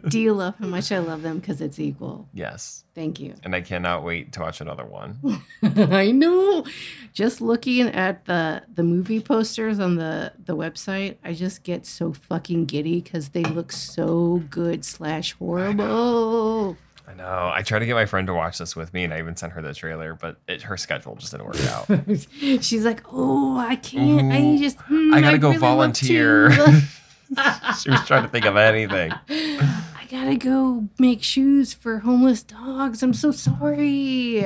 [SPEAKER 1] Do you love how much I love them? Because it's equal.
[SPEAKER 2] yes,
[SPEAKER 1] Thank you.
[SPEAKER 2] and I cannot wait to watch another one.
[SPEAKER 1] (laughs) I know. Just looking at the the movie posters on the the website, I just get so fucking giddy because they look so good slash horrible.
[SPEAKER 2] I know. I tried to get my friend to watch this with me, and I even sent her the trailer, but it, her schedule just didn't work out.
[SPEAKER 1] (laughs) She's like, oh, I can't. I
[SPEAKER 2] Ooh,
[SPEAKER 1] just. hmm,
[SPEAKER 2] I gotta
[SPEAKER 1] I'd
[SPEAKER 2] go
[SPEAKER 1] really love
[SPEAKER 2] volunteer.
[SPEAKER 1] to."
[SPEAKER 2] (laughs)
[SPEAKER 1] (laughs)
[SPEAKER 2] she was trying to think of anything.
[SPEAKER 1] I gotta go make shoes for homeless dogs. I'm so
[SPEAKER 2] (laughs)
[SPEAKER 1] sorry.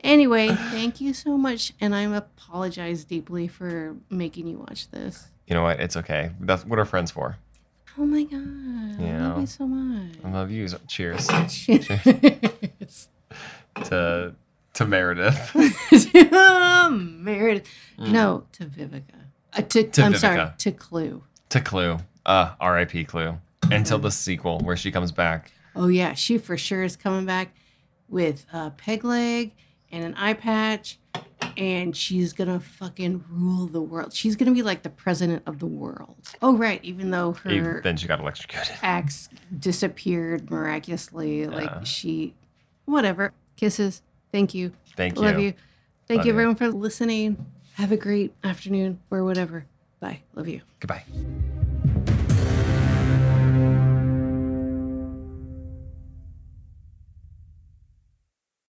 [SPEAKER 1] anyway, thank you so much, and I apologize deeply for making you watch this.
[SPEAKER 2] You know what? It's okay. That's what are friends for.
[SPEAKER 1] Oh my god, I
[SPEAKER 2] Yeah.
[SPEAKER 1] love you so much. (laughs)
[SPEAKER 2] I love you. So- Cheers
[SPEAKER 1] Cheers.
[SPEAKER 2] to to Meredith. (laughs)
[SPEAKER 1] (laughs) Meredith. No, to Vivica. Uh, to,
[SPEAKER 2] Mm. To
[SPEAKER 1] I'm sorry,
[SPEAKER 2] Vivica.
[SPEAKER 1] to Clue.
[SPEAKER 2] to Clue. Uh, R.I.P. Clue. Until the sequel where she comes back.
[SPEAKER 1] Oh yeah, she for sure is coming back with a peg leg and an eye patch, and she's gonna fucking rule the world. She's gonna be like the president of the world. Oh right, even though her
[SPEAKER 2] Even, then she got electrocuted.
[SPEAKER 1] axe disappeared miraculously,
[SPEAKER 2] Yeah.
[SPEAKER 1] like she, whatever. Kisses. Thank you.
[SPEAKER 2] Thank you.
[SPEAKER 1] Love you. Thank
[SPEAKER 2] Love
[SPEAKER 1] you
[SPEAKER 2] you.
[SPEAKER 1] everyone for listening. Have a great afternoon or whatever. Bye. Love you.
[SPEAKER 2] Goodbye.